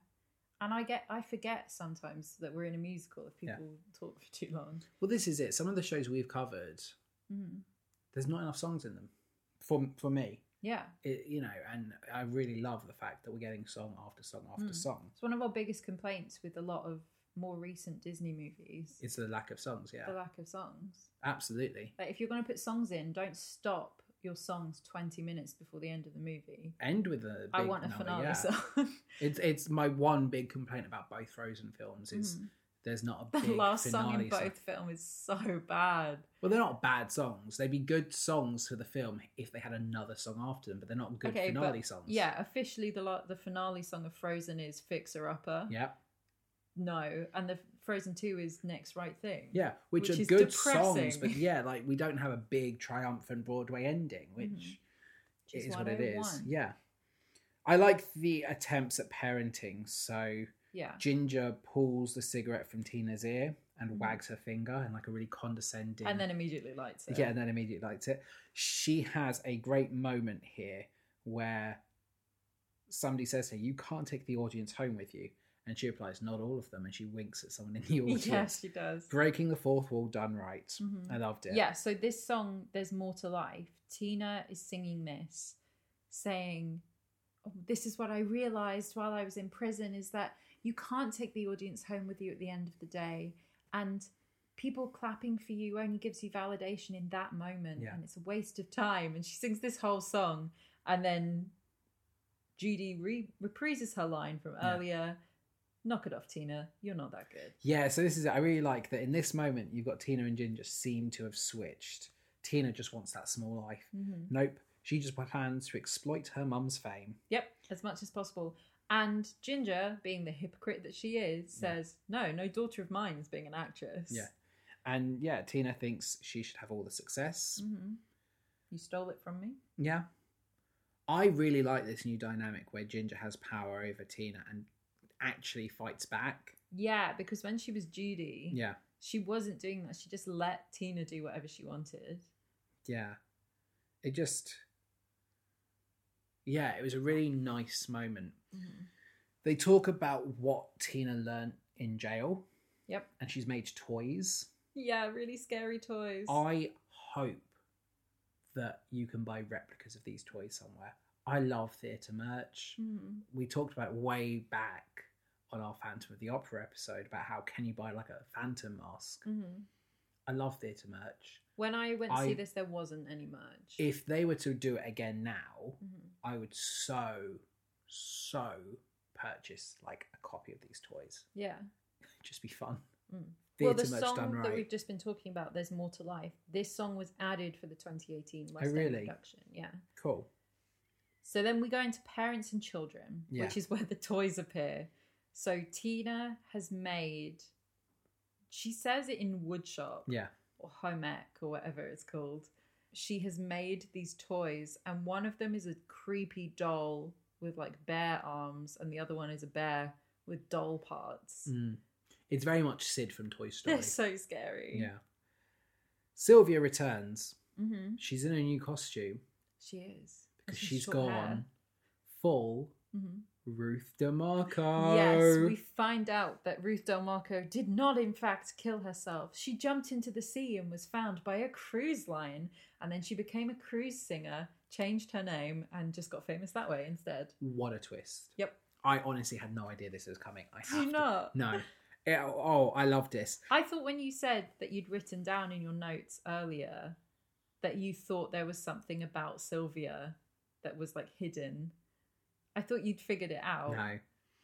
Speaker 1: And I get I forget sometimes that we're in a musical if
Speaker 2: Yeah.
Speaker 1: people talk for too long.
Speaker 2: Well, this is it. Some of the shows we've covered, Mm-hmm.
Speaker 1: Mhm.
Speaker 2: there's not enough songs in them. For for me,
Speaker 1: Yeah.
Speaker 2: it, you know, and I really love the fact that we're getting song after song after
Speaker 1: Mm.
Speaker 2: song.
Speaker 1: It's one of our biggest complaints with a lot of more recent Disney movies.
Speaker 2: It's the lack of songs. Yeah,
Speaker 1: the lack of songs.
Speaker 2: absolutely.
Speaker 1: Like if you're going to put songs in, don't stop your songs 20 minutes before the end of the movie.
Speaker 2: End with a. Big
Speaker 1: I want a
Speaker 2: number,
Speaker 1: finale
Speaker 2: yeah.
Speaker 1: song.
Speaker 2: It's it's my one big complaint about both Frozen films
Speaker 1: [LAUGHS]
Speaker 2: is
Speaker 1: Mhm.
Speaker 2: there's not
Speaker 1: [LAUGHS]
Speaker 2: a
Speaker 1: The
Speaker 2: big
Speaker 1: last
Speaker 2: finale
Speaker 1: song in both
Speaker 2: song.
Speaker 1: film is so bad.
Speaker 2: Well, they're not bad songs. They'd be good songs for the film if they had another song after them, but they're not good finale
Speaker 1: but,
Speaker 2: songs.
Speaker 1: Yeah, officially the la- the finale song of Frozen is Fixer Upper.
Speaker 2: Yeah.
Speaker 1: No, and the Frozen 2 is Next Right Thing.
Speaker 2: Yeah. Which,
Speaker 1: Which
Speaker 2: are
Speaker 1: is
Speaker 2: good songs,
Speaker 1: depressing.
Speaker 2: but yeah, like we don't have a big triumphant Broadway ending, which
Speaker 1: Mhm. Which
Speaker 2: it is
Speaker 1: why
Speaker 2: what it
Speaker 1: they
Speaker 2: is.
Speaker 1: won.
Speaker 2: Yeah. I like the attempts at parenting. So
Speaker 1: Yeah.
Speaker 2: Ginger pulls the cigarette from Tina's ear and
Speaker 1: Mhm.
Speaker 2: wags her finger in like a really condescending
Speaker 1: And then immediately lights it.
Speaker 2: Yeah, and then immediately liked it. She has a great moment here where somebody says to her, You can't take the audience home with you. And she replies, Not all of them. And she winks at someone in
Speaker 1: [LAUGHS]
Speaker 2: the audience.
Speaker 1: yeah, she does.
Speaker 2: Breaking the fourth wall done right.
Speaker 1: Mhm.
Speaker 2: I loved it.
Speaker 1: Yeah. so this song, There's More to Life, Tina is singing this, saying, oh, This is what I realized while I was in prison is that you can't take the audience home with you at the end of the day. And people clapping for you only gives you validation in that moment.
Speaker 2: Yeah.
Speaker 1: And it's a waste of time. And she sings this whole song. And then Judy re- reprises her line from
Speaker 2: Yeah.
Speaker 1: earlier Knock it off, Tina. You're not that good.
Speaker 2: Yeah, so this is it. I really like that in this moment, you've got Tina and Ginger seem to have switched. Tina just wants that small life.
Speaker 1: Mm-hmm.
Speaker 2: Nope. She just plans to exploit her mum's fame.
Speaker 1: Yep, as much as possible. And Ginger, being the hypocrite that she is,
Speaker 2: Yeah.
Speaker 1: says, No, no daughter of mine is being an actress.
Speaker 2: Yeah. And yeah, Tina thinks she should have all the success.
Speaker 1: hmm You stole it from me?
Speaker 2: Yeah. I really like this new dynamic where Ginger has power over Tina and actually fights back.
Speaker 1: Yeah, because when she was Judy,
Speaker 2: Yeah.
Speaker 1: she wasn't doing that. She just let Tina do whatever she wanted.
Speaker 2: Yeah. It just. Yeah, it was a really nice moment.
Speaker 1: Mm-hmm.
Speaker 2: They talk about what Tina learnt in jail
Speaker 1: Yep.
Speaker 2: and she's made toys.
Speaker 1: Yeah, really scary toys.
Speaker 2: I hope that you can buy replicas of these toys somewhere. I love theatre merch.
Speaker 1: Mhm.
Speaker 2: we talked about way back on our Phantom of the Opera episode about how can you buy like a phantom mask.
Speaker 1: Mhm.
Speaker 2: I love theatre merch.
Speaker 1: When I went to
Speaker 2: I-
Speaker 1: see this, there wasn't any merch.
Speaker 2: If they were to do it again now,
Speaker 1: Mhm.
Speaker 2: I would so, so purchase like a copy of these toys.
Speaker 1: Yeah.
Speaker 2: It'd just be fun.
Speaker 1: Mm.
Speaker 2: Theatre
Speaker 1: well, the
Speaker 2: merch
Speaker 1: song
Speaker 2: done
Speaker 1: that
Speaker 2: right.
Speaker 1: we've just been talking about, "There's More to Life," this song was added for the 2018 West End
Speaker 2: really?
Speaker 1: production. Yeah.
Speaker 2: Cool.
Speaker 1: So then we go into parents and children,
Speaker 2: Yeah.
Speaker 1: which is where the toys appear. So Tina has made, she says it in woodshop
Speaker 2: Yeah.
Speaker 1: or home ec or whatever it's called. She has made these toys, and one of them is a creepy doll with like bear arms, and the other one is a bear with doll parts. [LAUGHS]
Speaker 2: Mm. It's very much Sid from Toy Mm, Story.
Speaker 1: They're so scary.
Speaker 2: Yeah. Sylvia returns.
Speaker 1: Mm-hmm.
Speaker 2: She's in a new costume
Speaker 1: She is
Speaker 2: because she's gone full
Speaker 1: hmm
Speaker 2: Ruth DeMarco.
Speaker 1: Yes, we find out that Ruth Del Marco did not, in fact, kill herself. She jumped into the sea and was found by a cruise line, and then she became a cruise singer, changed her name, and just got famous that way instead.
Speaker 2: What a twist.
Speaker 1: Yep.
Speaker 2: I honestly had no idea this was coming. I
Speaker 1: Do
Speaker 2: have
Speaker 1: you
Speaker 2: to-
Speaker 1: not?
Speaker 2: No. It- oh, I love this.
Speaker 1: I thought when you said that you'd written down in your notes earlier that you thought there was something about Sylvia that was like hidden. I thought you'd figured it out.
Speaker 2: No,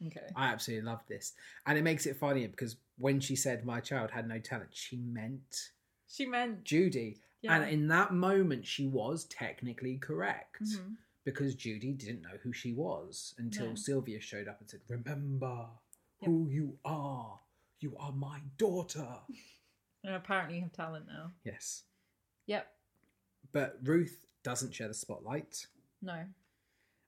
Speaker 1: Okay.
Speaker 2: I absolutely love this. And it makes it funnier because when she said my child had no talent, she meant
Speaker 1: She meant
Speaker 2: Judy.
Speaker 1: yeah.
Speaker 2: And in that moment, she was technically correct
Speaker 1: Mhm.
Speaker 2: because Judy didn't know who she was until
Speaker 1: No.
Speaker 2: Sylvia showed up and said, Remember who you are. You are my daughter.
Speaker 1: [LAUGHS] And apparently you have talent now.
Speaker 2: yes.
Speaker 1: Yep.
Speaker 2: But Ruth doesn't share the spotlight,
Speaker 1: No.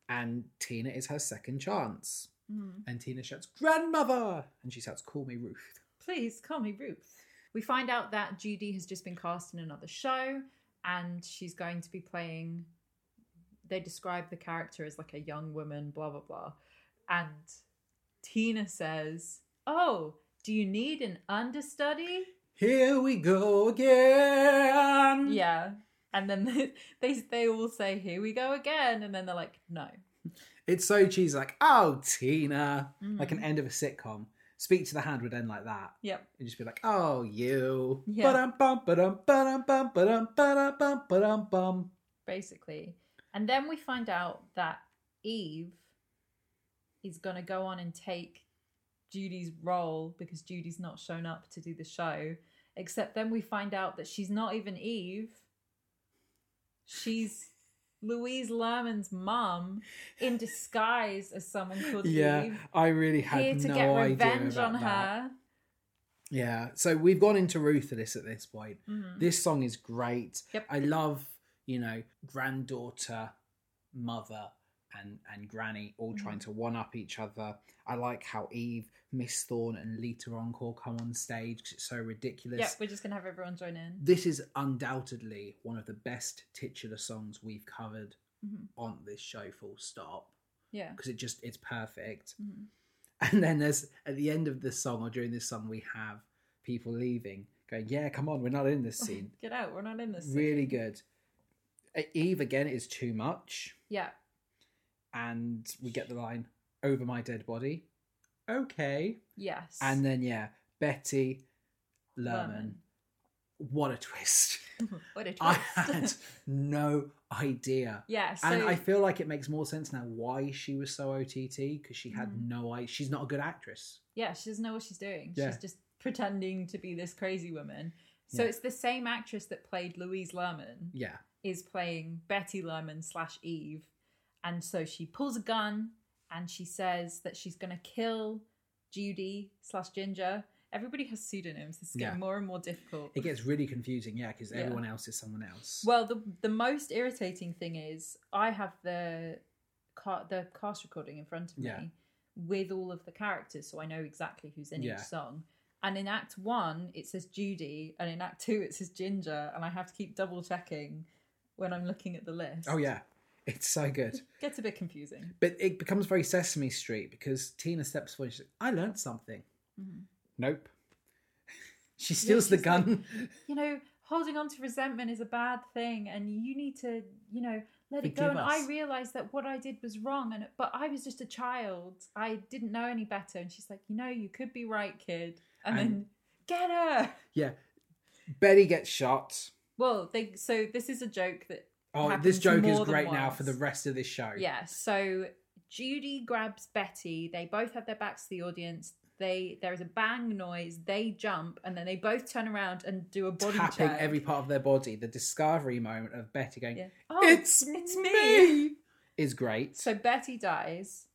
Speaker 2: and Tina is her second chance.
Speaker 1: Mhm.
Speaker 2: And Tina shouts, Grandmother! And she shouts, Call me Ruth.
Speaker 1: Please call me Ruth. We find out that Judy has just been cast in another show and she's going to be playing. They describe the character as like a young woman, blah, blah, blah. And Tina says, Oh, do you need an understudy?
Speaker 2: Here we go again!
Speaker 1: Yeah. And then [LAUGHS] they, they, they all say, Here we go again. And then they're like, No.
Speaker 2: It's so cheesy, like, Oh, Tina! Like
Speaker 1: Mhm.
Speaker 2: an end of a sitcom. Speak to the Hand would end like that.
Speaker 1: Yep.
Speaker 2: And just be like, Oh, you.
Speaker 1: Yeah.
Speaker 2: Ba-dum, bum, ba-dum, ba-dum, bum, ba-dum, ba-dum, bum, ba-dum, bum.
Speaker 1: basically. And then we find out that Eve is going to go on and take Judy's role because Judy's not shown up to do the show. Except then we find out that she's not even Eve.
Speaker 2: [LAUGHS]
Speaker 1: She's Louise Lerman's mum in disguise as someone called
Speaker 2: Yeah,
Speaker 1: Eve,
Speaker 2: I really had
Speaker 1: here to
Speaker 2: no
Speaker 1: get
Speaker 2: idea
Speaker 1: revenge
Speaker 2: about
Speaker 1: on
Speaker 2: that.
Speaker 1: her.
Speaker 2: Yeah, so we've gone into Ruth at this at this point.
Speaker 1: Mhm.
Speaker 2: This song is great.
Speaker 1: Yep.
Speaker 2: I love, you know, granddaughter, mother, and and granny all
Speaker 1: Mhm.
Speaker 2: trying to one up each other. I like how Eve, Miss Thorne, and Lita Encore come on stage 'cause it's so ridiculous.
Speaker 1: Yep, we're just going to have everyone join in.
Speaker 2: This is undoubtedly one of the best titular songs we've covered
Speaker 1: Mhm.
Speaker 2: on this show. Full stop,
Speaker 1: Yeah.
Speaker 2: because it just it's perfect. [LAUGHS]
Speaker 1: Mhm.
Speaker 2: And then there's at the end of this song or during this song, we have people leaving, going, "Yeah, come on, we're not in this scene."
Speaker 1: [LAUGHS] Get out. We're not in this.
Speaker 2: really good. Uh, Eve again is too much,
Speaker 1: Yeah.
Speaker 2: and we get the line over my dead body. Okay,
Speaker 1: Yes.
Speaker 2: and then yeah, Betty Lerman.
Speaker 1: Lerman.
Speaker 2: What a twist!
Speaker 1: [LAUGHS] what a twist.
Speaker 2: I [LAUGHS] had no idea.
Speaker 1: [LAUGHS] Yeah, so
Speaker 2: and I feel like it makes more sense now why she was so OTT because she had
Speaker 1: Mhm.
Speaker 2: no idea. She's not a good actress.
Speaker 1: yeah, she doesn't know what she's doing.
Speaker 2: Yeah.
Speaker 1: She's just pretending to be this crazy woman. So
Speaker 2: Yeah.
Speaker 1: it's the same actress that played Louise Lerman
Speaker 2: Yeah,
Speaker 1: is playing Betty Lerman slash Eve, and so she pulls a gun and she says that she's going to kill Judy slash Ginger. Everybody has pseudonyms. This is getting
Speaker 2: Yeah.
Speaker 1: more and more difficult.
Speaker 2: it gets really confusing. Yeah, because
Speaker 1: Yeah.
Speaker 2: everyone else is someone else.
Speaker 1: Well, the the most irritating thing is I have the car, the cast recording in front of
Speaker 2: Yeah.
Speaker 1: me with all of the characters, so I know exactly who's in
Speaker 2: Yeah.
Speaker 1: each song. And in Act One, it says Judy, and in Act Two, it says Ginger, and I have to keep double checking when I'm looking at the list.
Speaker 2: oh yeah, it's so good.
Speaker 1: gets a bit confusing.
Speaker 2: But it becomes very Sesame Street because Tina steps forward. and She's like, "I learned something."
Speaker 1: Mhm.
Speaker 2: Nope. [LAUGHS] she steals the
Speaker 1: she's
Speaker 2: gun.
Speaker 1: You know, holding on to resentment is a bad thing, and you need to, you know, let it go.
Speaker 2: Forgive
Speaker 1: And
Speaker 2: us.
Speaker 1: I realized that what I did was wrong, and but I was just a child. I didn't know any better. And she's like, you know, you could be right, kid. And,
Speaker 2: And-
Speaker 1: then get her.
Speaker 2: yeah. Betty gets shot.
Speaker 1: Well, they so this is a joke that
Speaker 2: Oh,
Speaker 1: Happens
Speaker 2: this joke is
Speaker 1: more than
Speaker 2: great now
Speaker 1: once.
Speaker 2: for the rest of this show.
Speaker 1: yeah. So Judy grabs Betty. They both have their backs to the audience. They there is a bang noise. They jump, and then they both turn around and do a body
Speaker 2: Tapping
Speaker 1: check.
Speaker 2: every part of their body. The discovery moment of Betty going,
Speaker 1: Yeah. Oh,
Speaker 2: it's,
Speaker 1: it's me.
Speaker 2: me, is great.
Speaker 1: So Betty dies.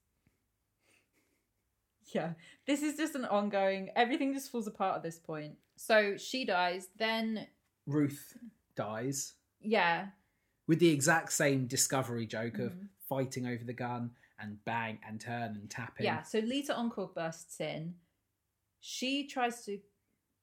Speaker 1: Yeah, this is just an ongoing. Everything just falls apart at this point. So she dies. Then
Speaker 2: Ruth dies
Speaker 1: yeah,
Speaker 2: with the exact same discovery joke of
Speaker 1: Mhm.
Speaker 2: fighting over the gun and bang and turn and tapping.
Speaker 1: yeah. So Lita Encore bursts in. She tries to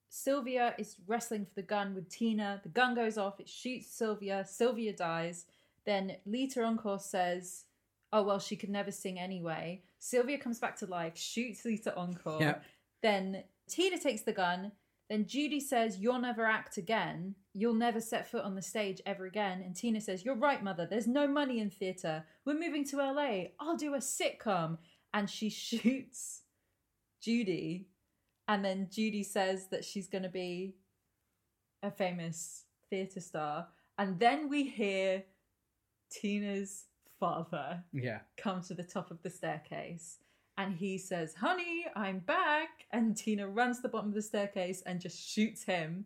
Speaker 1: Sylvia is wrestling for the gun with Tina. The gun goes off, it shoots Sylvia. Sylvia dies. Then Lita Encore says, Oh, well, she could never sing anyway. Sylvia comes back to life, shoots Lita Encore.
Speaker 2: Yeah.
Speaker 1: Then Tina takes the gun. Then Judy says, You'll never act again. You'll never set foot on the stage ever again. And Tina says, You're right, mother. There's no money in theatre. We're moving to LA. I'll do a sitcom. And she [LAUGHS] shoots Judy. And then Judy says that she's going to be a famous theatre star. And then we hear Tina's father
Speaker 2: Yeah.
Speaker 1: come to the top of the staircase and he says, Honey, I'm back. And Tina runs to the bottom of the staircase and just shoots him.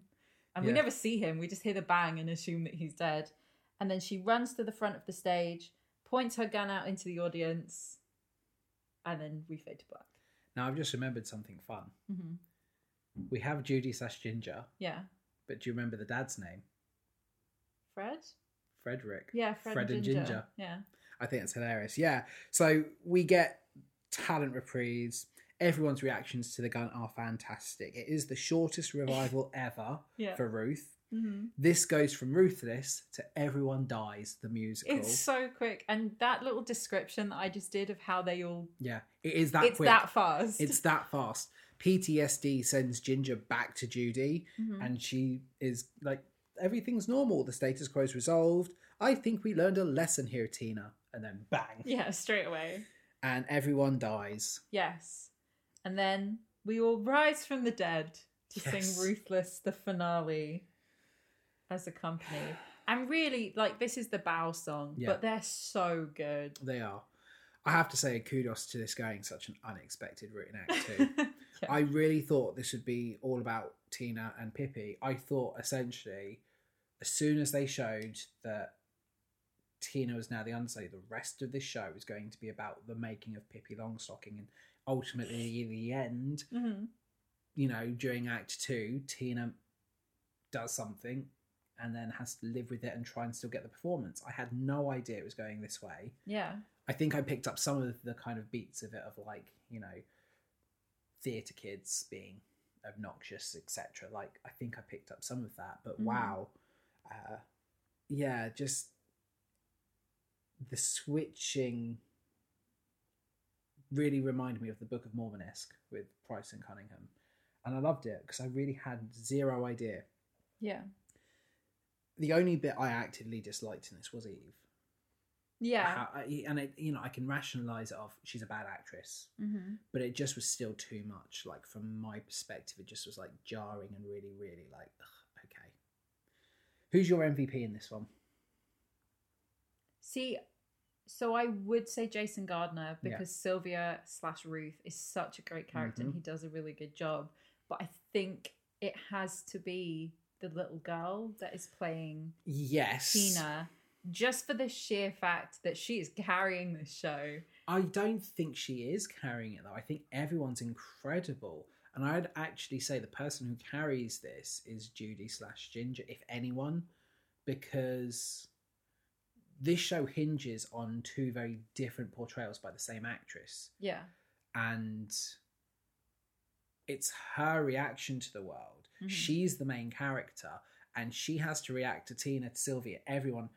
Speaker 1: And we
Speaker 2: Yeah.
Speaker 1: never see him, we just hear the bang and assume that he's dead. And then she runs to the front of the stage, points her gun out into the audience, and then we fade to black.
Speaker 2: Now I've just remembered something fun.
Speaker 1: hmm
Speaker 2: We have Judy slash Ginger,
Speaker 1: Yeah.
Speaker 2: but do you remember the dad's name?
Speaker 1: Fred?
Speaker 2: Frederick.
Speaker 1: Yeah, Fred,
Speaker 2: Fred
Speaker 1: and
Speaker 2: and
Speaker 1: Ginger.
Speaker 2: Ginger.
Speaker 1: Yeah.
Speaker 2: I think it's hilarious. Yeah. So we get talent reprieves. Everyone's reactions to the gun are fantastic. It is the
Speaker 1: [LAUGHS]
Speaker 2: shortest revival ever
Speaker 1: Yeah.
Speaker 2: for Ruth.
Speaker 1: hmm
Speaker 2: This goes from Ruthless to Everyone Dies, the musical.
Speaker 1: It's so quick. And that little description that I just did of how they all.
Speaker 2: yeah, it is that
Speaker 1: it's
Speaker 2: quick.
Speaker 1: that fast.
Speaker 2: It's that fast. PTSD sends Ginger back to Judy,
Speaker 1: Mhm.
Speaker 2: and she is like, everything's normal. The status quo is resolved. I think we learned a lesson here, Tina. And then bang,
Speaker 1: Yeah, straight away.
Speaker 2: and everyone dies.
Speaker 1: Yes. And then we will rise from the dead to
Speaker 2: Yes.
Speaker 1: sing Ruthless, the finale, as a
Speaker 2: [SIGHS]
Speaker 1: company. And really, like, this is the bow song,
Speaker 2: Yeah.
Speaker 1: but they're so good.
Speaker 2: They are. I have to say, kudos to this going such an unexpected route in Act
Speaker 1: [LAUGHS]
Speaker 2: Two.
Speaker 1: Yeah.
Speaker 2: I really thought this would be all about Tina and Pippi. I thought essentially, as soon as they showed that Tina was now the understudy, the rest of this show is going to be about the making of Pippi Longstocking and ultimately the end.
Speaker 1: Mhm.
Speaker 2: You know, during Act Two, Tina does something and then has to live with it and try and still get the performance. I had no idea it was going this way.
Speaker 1: Yeah.
Speaker 2: I think I picked up some of the kind of beats of it of like you know theater kids being obnoxious etc like I think I picked up some of that but
Speaker 1: Mhm.
Speaker 2: wow uh yeah just the switching really reminded me of the Book of Mormon-esque with Price and Cunningham and I loved it because I really had zero idea
Speaker 1: Yeah.
Speaker 2: the only bit I actively disliked in this was Eve
Speaker 1: Yeah.
Speaker 2: how, I- and it, you know, I can rationalize it off. She's a bad actress,
Speaker 1: hmm
Speaker 2: but it just was still too much. Like from my perspective, it just was like jarring and really, really like ugh, okay. Who's your MVP in this one?
Speaker 1: See, so I would say Jason Gardner
Speaker 2: Yeah.
Speaker 1: because Sylvia slash Ruth is such a great character
Speaker 2: Mm-hmm.
Speaker 1: and he does a really good job. But I think it has to be the little girl that is playing
Speaker 2: Yes,
Speaker 1: Tina just for the sheer fact that she is carrying this show.
Speaker 2: I don't think she is carrying it though. I think everyone's incredible, and I'd actually say the person who carries this is Judy slash Ginger, if anyone, because this show hinges on two very different portrayals by the same actress.
Speaker 1: Yeah.
Speaker 2: and it's her reaction to the world.
Speaker 1: Mhm.
Speaker 2: She's the main character, and she has to react to Tina, to Sylvia, everyone,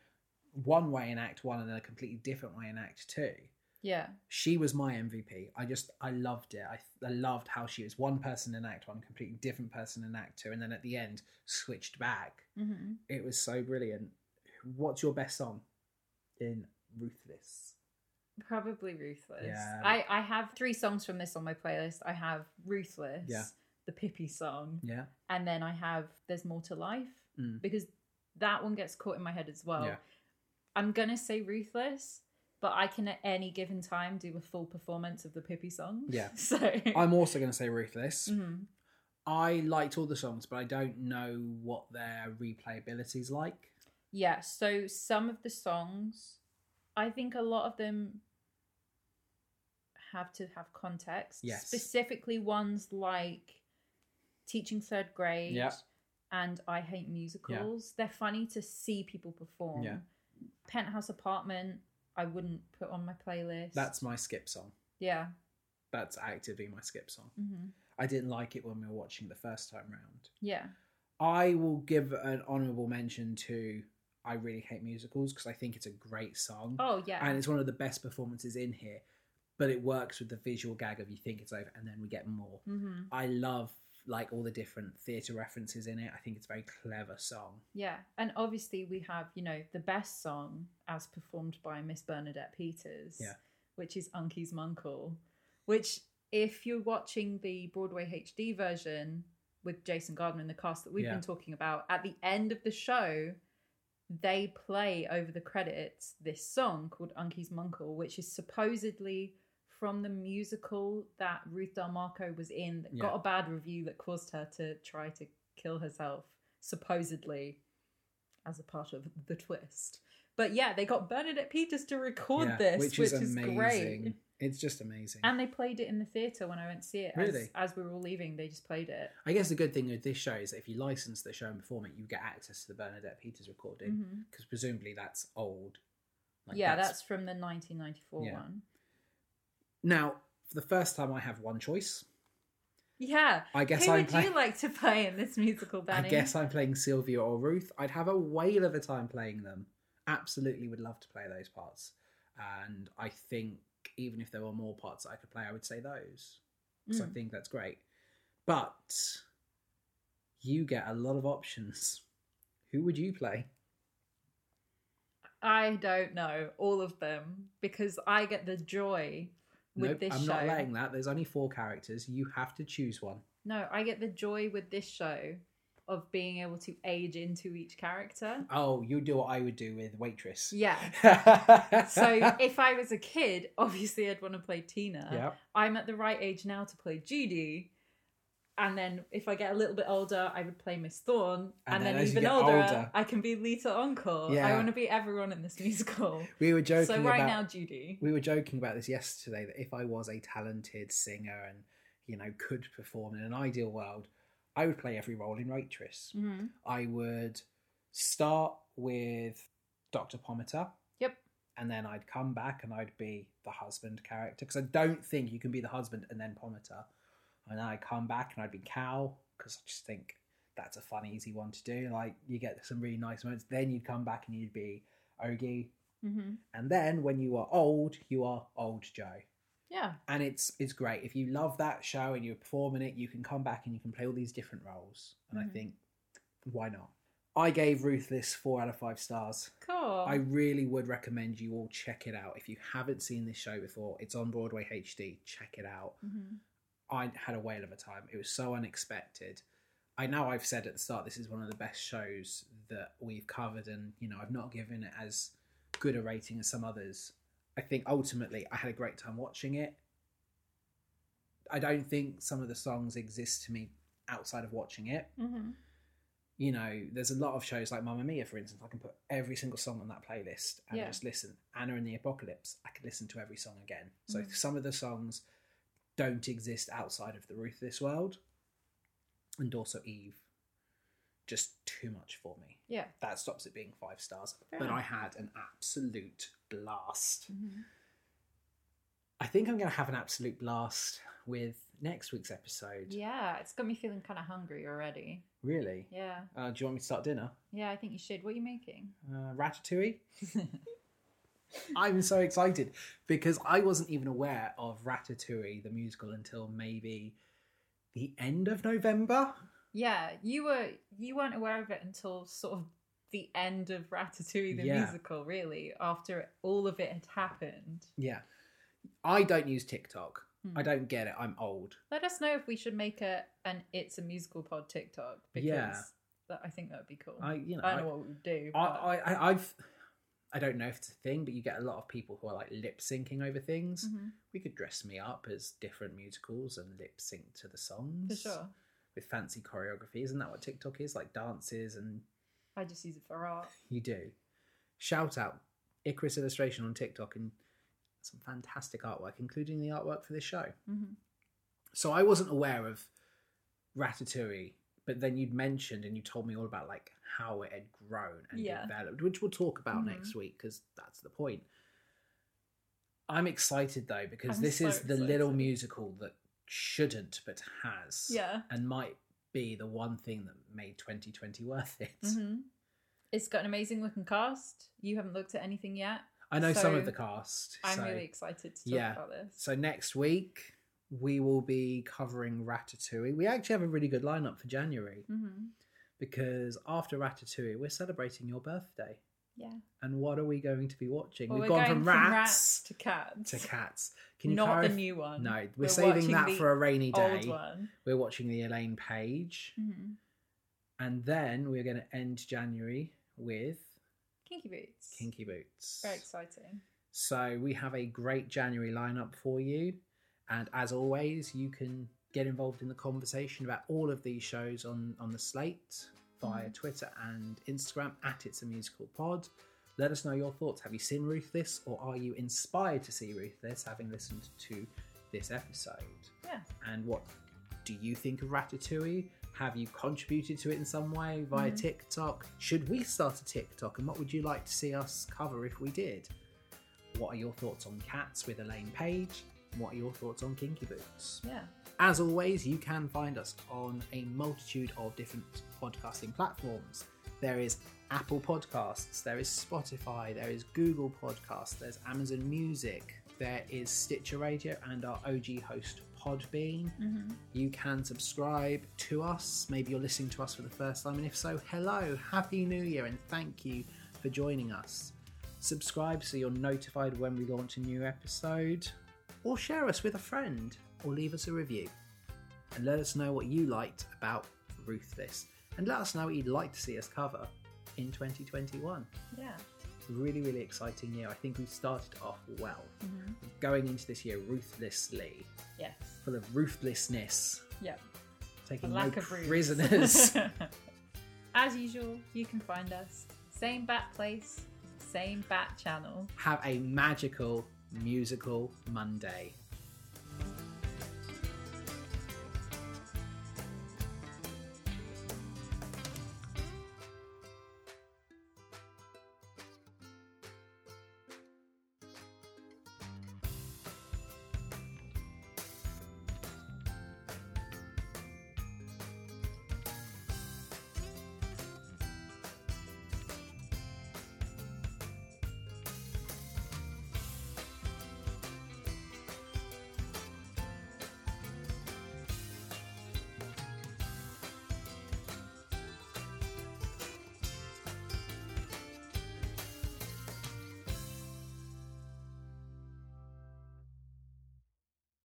Speaker 2: one way in Act One, and then a completely different way in Act Two.
Speaker 1: Yeah.
Speaker 2: She was my MVP. I just I loved it. I, I loved how she was one person in Act One, completely different person in Act Two, and then at the end switched back.
Speaker 1: Mm-hmm.
Speaker 2: It was so brilliant. What's your best song in Ruthless?
Speaker 1: Probably Ruthless.
Speaker 2: Yeah.
Speaker 1: I, I have three songs from this on my playlist. I have Ruthless,
Speaker 2: Yeah.
Speaker 1: the Pippi song,
Speaker 2: Yeah,
Speaker 1: and then I have There's More to Life
Speaker 2: Mm.
Speaker 1: because that one gets caught in my head as well.
Speaker 2: Yeah.
Speaker 1: I'm going to say Ruthless, but I can at any given time do a full performance of the Pippi song.
Speaker 2: Yeah.
Speaker 1: [LAUGHS] so,
Speaker 2: I'm also going to say Ruthless.
Speaker 1: Mhm.
Speaker 2: I liked all the songs, but I don't know what their replayability is like.
Speaker 1: Yeah, so some of the songs, I think a lot of them have to have context.
Speaker 2: Yes.
Speaker 1: Specifically ones like Teaching Third Grade
Speaker 2: Yeah.
Speaker 1: and I Hate Musicals. They're funny to see people perform.
Speaker 2: Yeah.
Speaker 1: Penthouse Apartment, I wouldn't put on my playlist.
Speaker 2: That's my skip song.
Speaker 1: yeah.
Speaker 2: That's actively my skip song.
Speaker 1: hmm
Speaker 2: I didn't like it when we were watching the first time round.
Speaker 1: Yeah.
Speaker 2: I will give an honourable mention to I Really Hate Musicals because I think it's a great song.
Speaker 1: Oh yeah.
Speaker 2: And it's one of the best performances in here, but it works with the visual gag of you think it's over and then we get more.
Speaker 1: mm-hmm.
Speaker 2: I love like all the different theatre references in it. I think it's a very clever song.
Speaker 1: Yeah. And obviously we have, you know, the best song as performed by Miss Bernadette Peters.
Speaker 2: Yeah.
Speaker 1: Which is Unkie's Munkle. Which if you're watching the Broadway HD version with Jason Gardner and the cast that we've
Speaker 2: Yeah.
Speaker 1: been talking about, at the end of the show, they play over the credits this song called Unkie's Munkle, which is supposedly from the musical that Ruth Del Marco was in that
Speaker 2: Yeah.
Speaker 1: got a bad review that caused her to try to kill herself, supposedly as a part of the twist. But yeah, they got Bernadette Peters to record
Speaker 2: Yeah,
Speaker 1: this, which, is, great.
Speaker 2: It's just amazing.
Speaker 1: And they played it in the theatre when I went to see it.
Speaker 2: Really?
Speaker 1: As, as we were all leaving, they just played it.
Speaker 2: I guess the good thing with this show is that if you license the show and perform it, you get access to the Bernadette Peters recording
Speaker 1: Mhm.
Speaker 2: because presumably that's old. Like,
Speaker 1: yeah, that's, from the 1994
Speaker 2: Yeah.
Speaker 1: one.
Speaker 2: now for the first time I have one choice.
Speaker 1: Yeah.
Speaker 2: I guess
Speaker 1: Who
Speaker 2: I'm
Speaker 1: would
Speaker 2: playing.
Speaker 1: you like to play in this musical, Danny?
Speaker 2: I guess I'm playing Sylvia or Ruth. I'd have a whale of a time playing them. Absolutely would love to play those parts. And I think even if there were more parts that I could play, I would say those. Because I
Speaker 1: Mm.
Speaker 2: think that's great. But you get a lot of options. Who would you play?
Speaker 1: I don't know all of them because I get the joy with
Speaker 2: Nope,
Speaker 1: this
Speaker 2: I'm
Speaker 1: show.
Speaker 2: not letting that. There's only four characters. You have to choose one.
Speaker 1: No, I get the joy with this show of being able to age into each character.
Speaker 2: Oh, you do what I would do with waitress. [LAUGHS]
Speaker 1: Yeah.
Speaker 2: Yeah. [LAUGHS]
Speaker 1: So if I was a kid, obviously I'd want to play Tina.
Speaker 2: yeah.
Speaker 1: I'm at the right age now to play Judy. And then if I get a little bit older, I would play Miss Thorne.
Speaker 2: And
Speaker 1: And,
Speaker 2: then
Speaker 1: then,
Speaker 2: as you
Speaker 1: even
Speaker 2: get
Speaker 1: older,
Speaker 2: older-
Speaker 1: I can be Lita Encore. I
Speaker 2: Yeah.
Speaker 1: want to be everyone in this musical.
Speaker 2: We were joking
Speaker 1: so right
Speaker 2: about
Speaker 1: now, Judy.
Speaker 2: we were joking about this yesterday that if I was a talented singer and you know could perform in an ideal world, I would play every role in Waitress.
Speaker 1: Mhm.
Speaker 2: I would start with Dr. Pometer.
Speaker 1: Yep.
Speaker 2: And then I'd come back and I'd be the husband character because I don't think you can be the husband and then Pometer. And then I'd come back and I'd be Cow because I just think that's a fun, easy one to do. Like you get some really nice moments. Then you'd come back and you'd be Ogie.
Speaker 1: Mhm.
Speaker 2: And then when you are old, you are old Joe.
Speaker 1: Yeah.
Speaker 2: And it's it's great. If you love that show and you're performing it, you can come back and you can play all these different roles. And I
Speaker 1: Mhm.
Speaker 2: think why not? I gave Ruthless four out of five stars.
Speaker 1: Cool.
Speaker 2: I really would recommend you all check it out. If you haven't seen this show before, it's on Broadway HD. Check it out.
Speaker 1: Mhm.
Speaker 2: I had a whale of a time. It was so unexpected. I know I've said at the start this is one of the best shows that we've covered, and you know I've not given it as good a rating as some others. I think ultimately I had a great time watching it. I don't think some of the songs exist to me outside of watching it.
Speaker 1: Mhm.
Speaker 2: You know, there's a lot of shows like Mamma Mia, for instance. I can put every single song on that playlist and
Speaker 1: Yeah.
Speaker 2: just listen. Anna and the Apocalypse, I could listen to every song again. So
Speaker 1: Mhm.
Speaker 2: some of the songs don't exist outside of the Ruthless world. And also Eve, just too much for me.
Speaker 1: Yeah.
Speaker 2: That stops it being five stars.
Speaker 1: Fair
Speaker 2: but I
Speaker 1: enough.
Speaker 2: had an absolute blast.
Speaker 1: Mhm.
Speaker 2: I think I'm going to have an absolute blast with next week's episode.
Speaker 1: Yeah, it's got me feeling kind of hungry already.
Speaker 2: Really?
Speaker 1: Yeah.
Speaker 2: Uh, do you want me to start dinner?
Speaker 1: Yeah, I think you should. What are you making?
Speaker 2: Uh, Ratatouille? [LAUGHS] I'm so excited because I wasn't even aware of Ratatouille, the musical, until maybe the end of November.
Speaker 1: yeah, you were you weren't aware of it until sort of the end of Ratatouille the
Speaker 2: Yeah.
Speaker 1: musical, really, after all of it had happened.
Speaker 2: Yeah. I don't use TikTok.
Speaker 1: Hmm.
Speaker 2: I don't get it. I'm old.
Speaker 1: Let us know if we should make a an it's a musical pod TikTok because
Speaker 2: Yeah.
Speaker 1: that, I think that would be cool.
Speaker 2: I, you know,
Speaker 1: I don't know what we'd do.
Speaker 2: I,
Speaker 1: but-
Speaker 2: I, I, I've, I don't know if it's a thing, but you get a lot of people who are like lip syncing over things.
Speaker 1: Mhm,
Speaker 2: We could dress me up as different musicals and lip sync to the songs
Speaker 1: for sure.
Speaker 2: with fancy choreography. Isn't that what TikTok is? Like dances and
Speaker 1: I just use it for art.
Speaker 2: You do. Shout out Icarus Illustration on TikTok and some fantastic artwork, including the artwork for this show.
Speaker 1: Mhm.
Speaker 2: So I wasn't aware of Ratatouille, but then you'd mentioned and you told me all about like how it had grown and
Speaker 1: Yeah.
Speaker 2: developed, which we'll talk about
Speaker 1: Mhm.
Speaker 2: next week because that's the point. I'm excited though because
Speaker 1: I'm
Speaker 2: this
Speaker 1: so
Speaker 2: is the little
Speaker 1: excited.
Speaker 2: musical that shouldn't but has
Speaker 1: Yeah.
Speaker 2: and might be the one thing that made 2020 worth it
Speaker 1: Mm-hmm.
Speaker 3: hmm It's got an amazing looking cast. You haven't looked at anything yet.
Speaker 2: i know some of
Speaker 3: So,
Speaker 2: the cast
Speaker 3: I'm
Speaker 2: so.
Speaker 3: really excited to talk
Speaker 2: yeah.
Speaker 3: about this.
Speaker 2: so next week we will be covering ratatouille we actually have a really good lineup for january
Speaker 3: hmm
Speaker 2: because after ratatouille we're celebrating your birthday
Speaker 3: Yeah.
Speaker 2: and what are we going to be watching
Speaker 3: Well,
Speaker 2: we've
Speaker 3: we're
Speaker 2: gone
Speaker 3: going
Speaker 2: from rats,
Speaker 3: to cats.
Speaker 2: to cats can you
Speaker 3: Not
Speaker 2: clarif-
Speaker 3: the new one.
Speaker 2: no we're,
Speaker 3: We're
Speaker 2: saving
Speaker 3: watching
Speaker 2: that
Speaker 3: the
Speaker 2: for a rainy day
Speaker 3: Old one.
Speaker 2: we're watching the elaine page
Speaker 3: Mhm.
Speaker 2: and then we're going to end january with
Speaker 3: Kinky Boots.
Speaker 2: kinky boots
Speaker 3: Very exciting.
Speaker 2: So we have a great January lineup for you. And as always, you can get involved in the conversation about all of these shows on, on the slate via Twitter and Instagram at It's a Musical Pod. Let us know your thoughts. Have you seen Ruthless or are you inspired to see Ruthless having listened to this episode?
Speaker 3: Yeah.
Speaker 2: And what do you think of Ratatouille? Have you contributed to it in some way via TikTok? Should we start a TikTok? And what would you like to see us cover if we did? What are your thoughts on Cats with Elaine Page? What are your thoughts on Kinky Boots?
Speaker 3: Yeah.
Speaker 2: As always, you can find us on a multitude of different podcasting platforms. There is Apple Podcasts, there is Spotify, there is Google Podcasts, there's Amazon Music, there is Stitcher Radio and our OG host Podbean. You can subscribe to us. Maybe you're listening to us for the first time, and if so, hello, Happy New Year, and thank you for joining us. Subscribe so you're notified when we launch a new episode, or share us with a friend, or leave us a review. And let us know what you liked about Ruthless, and let us know what you'd like to see us cover in 2021.
Speaker 3: Yeah.
Speaker 2: It's a really, really exciting year. I think we started off well.
Speaker 3: Mm-hmm.
Speaker 2: Going into this year ruthlessly,
Speaker 3: Yes.
Speaker 2: full of ruthlessness
Speaker 3: Yeah.
Speaker 2: taking
Speaker 3: The
Speaker 2: no
Speaker 3: lack of roofs.
Speaker 2: prisoners.
Speaker 3: [LAUGHS]
Speaker 2: [LAUGHS]
Speaker 3: As usual, you can find us same bat place, same bat channel.
Speaker 2: Have a magical musical Monday.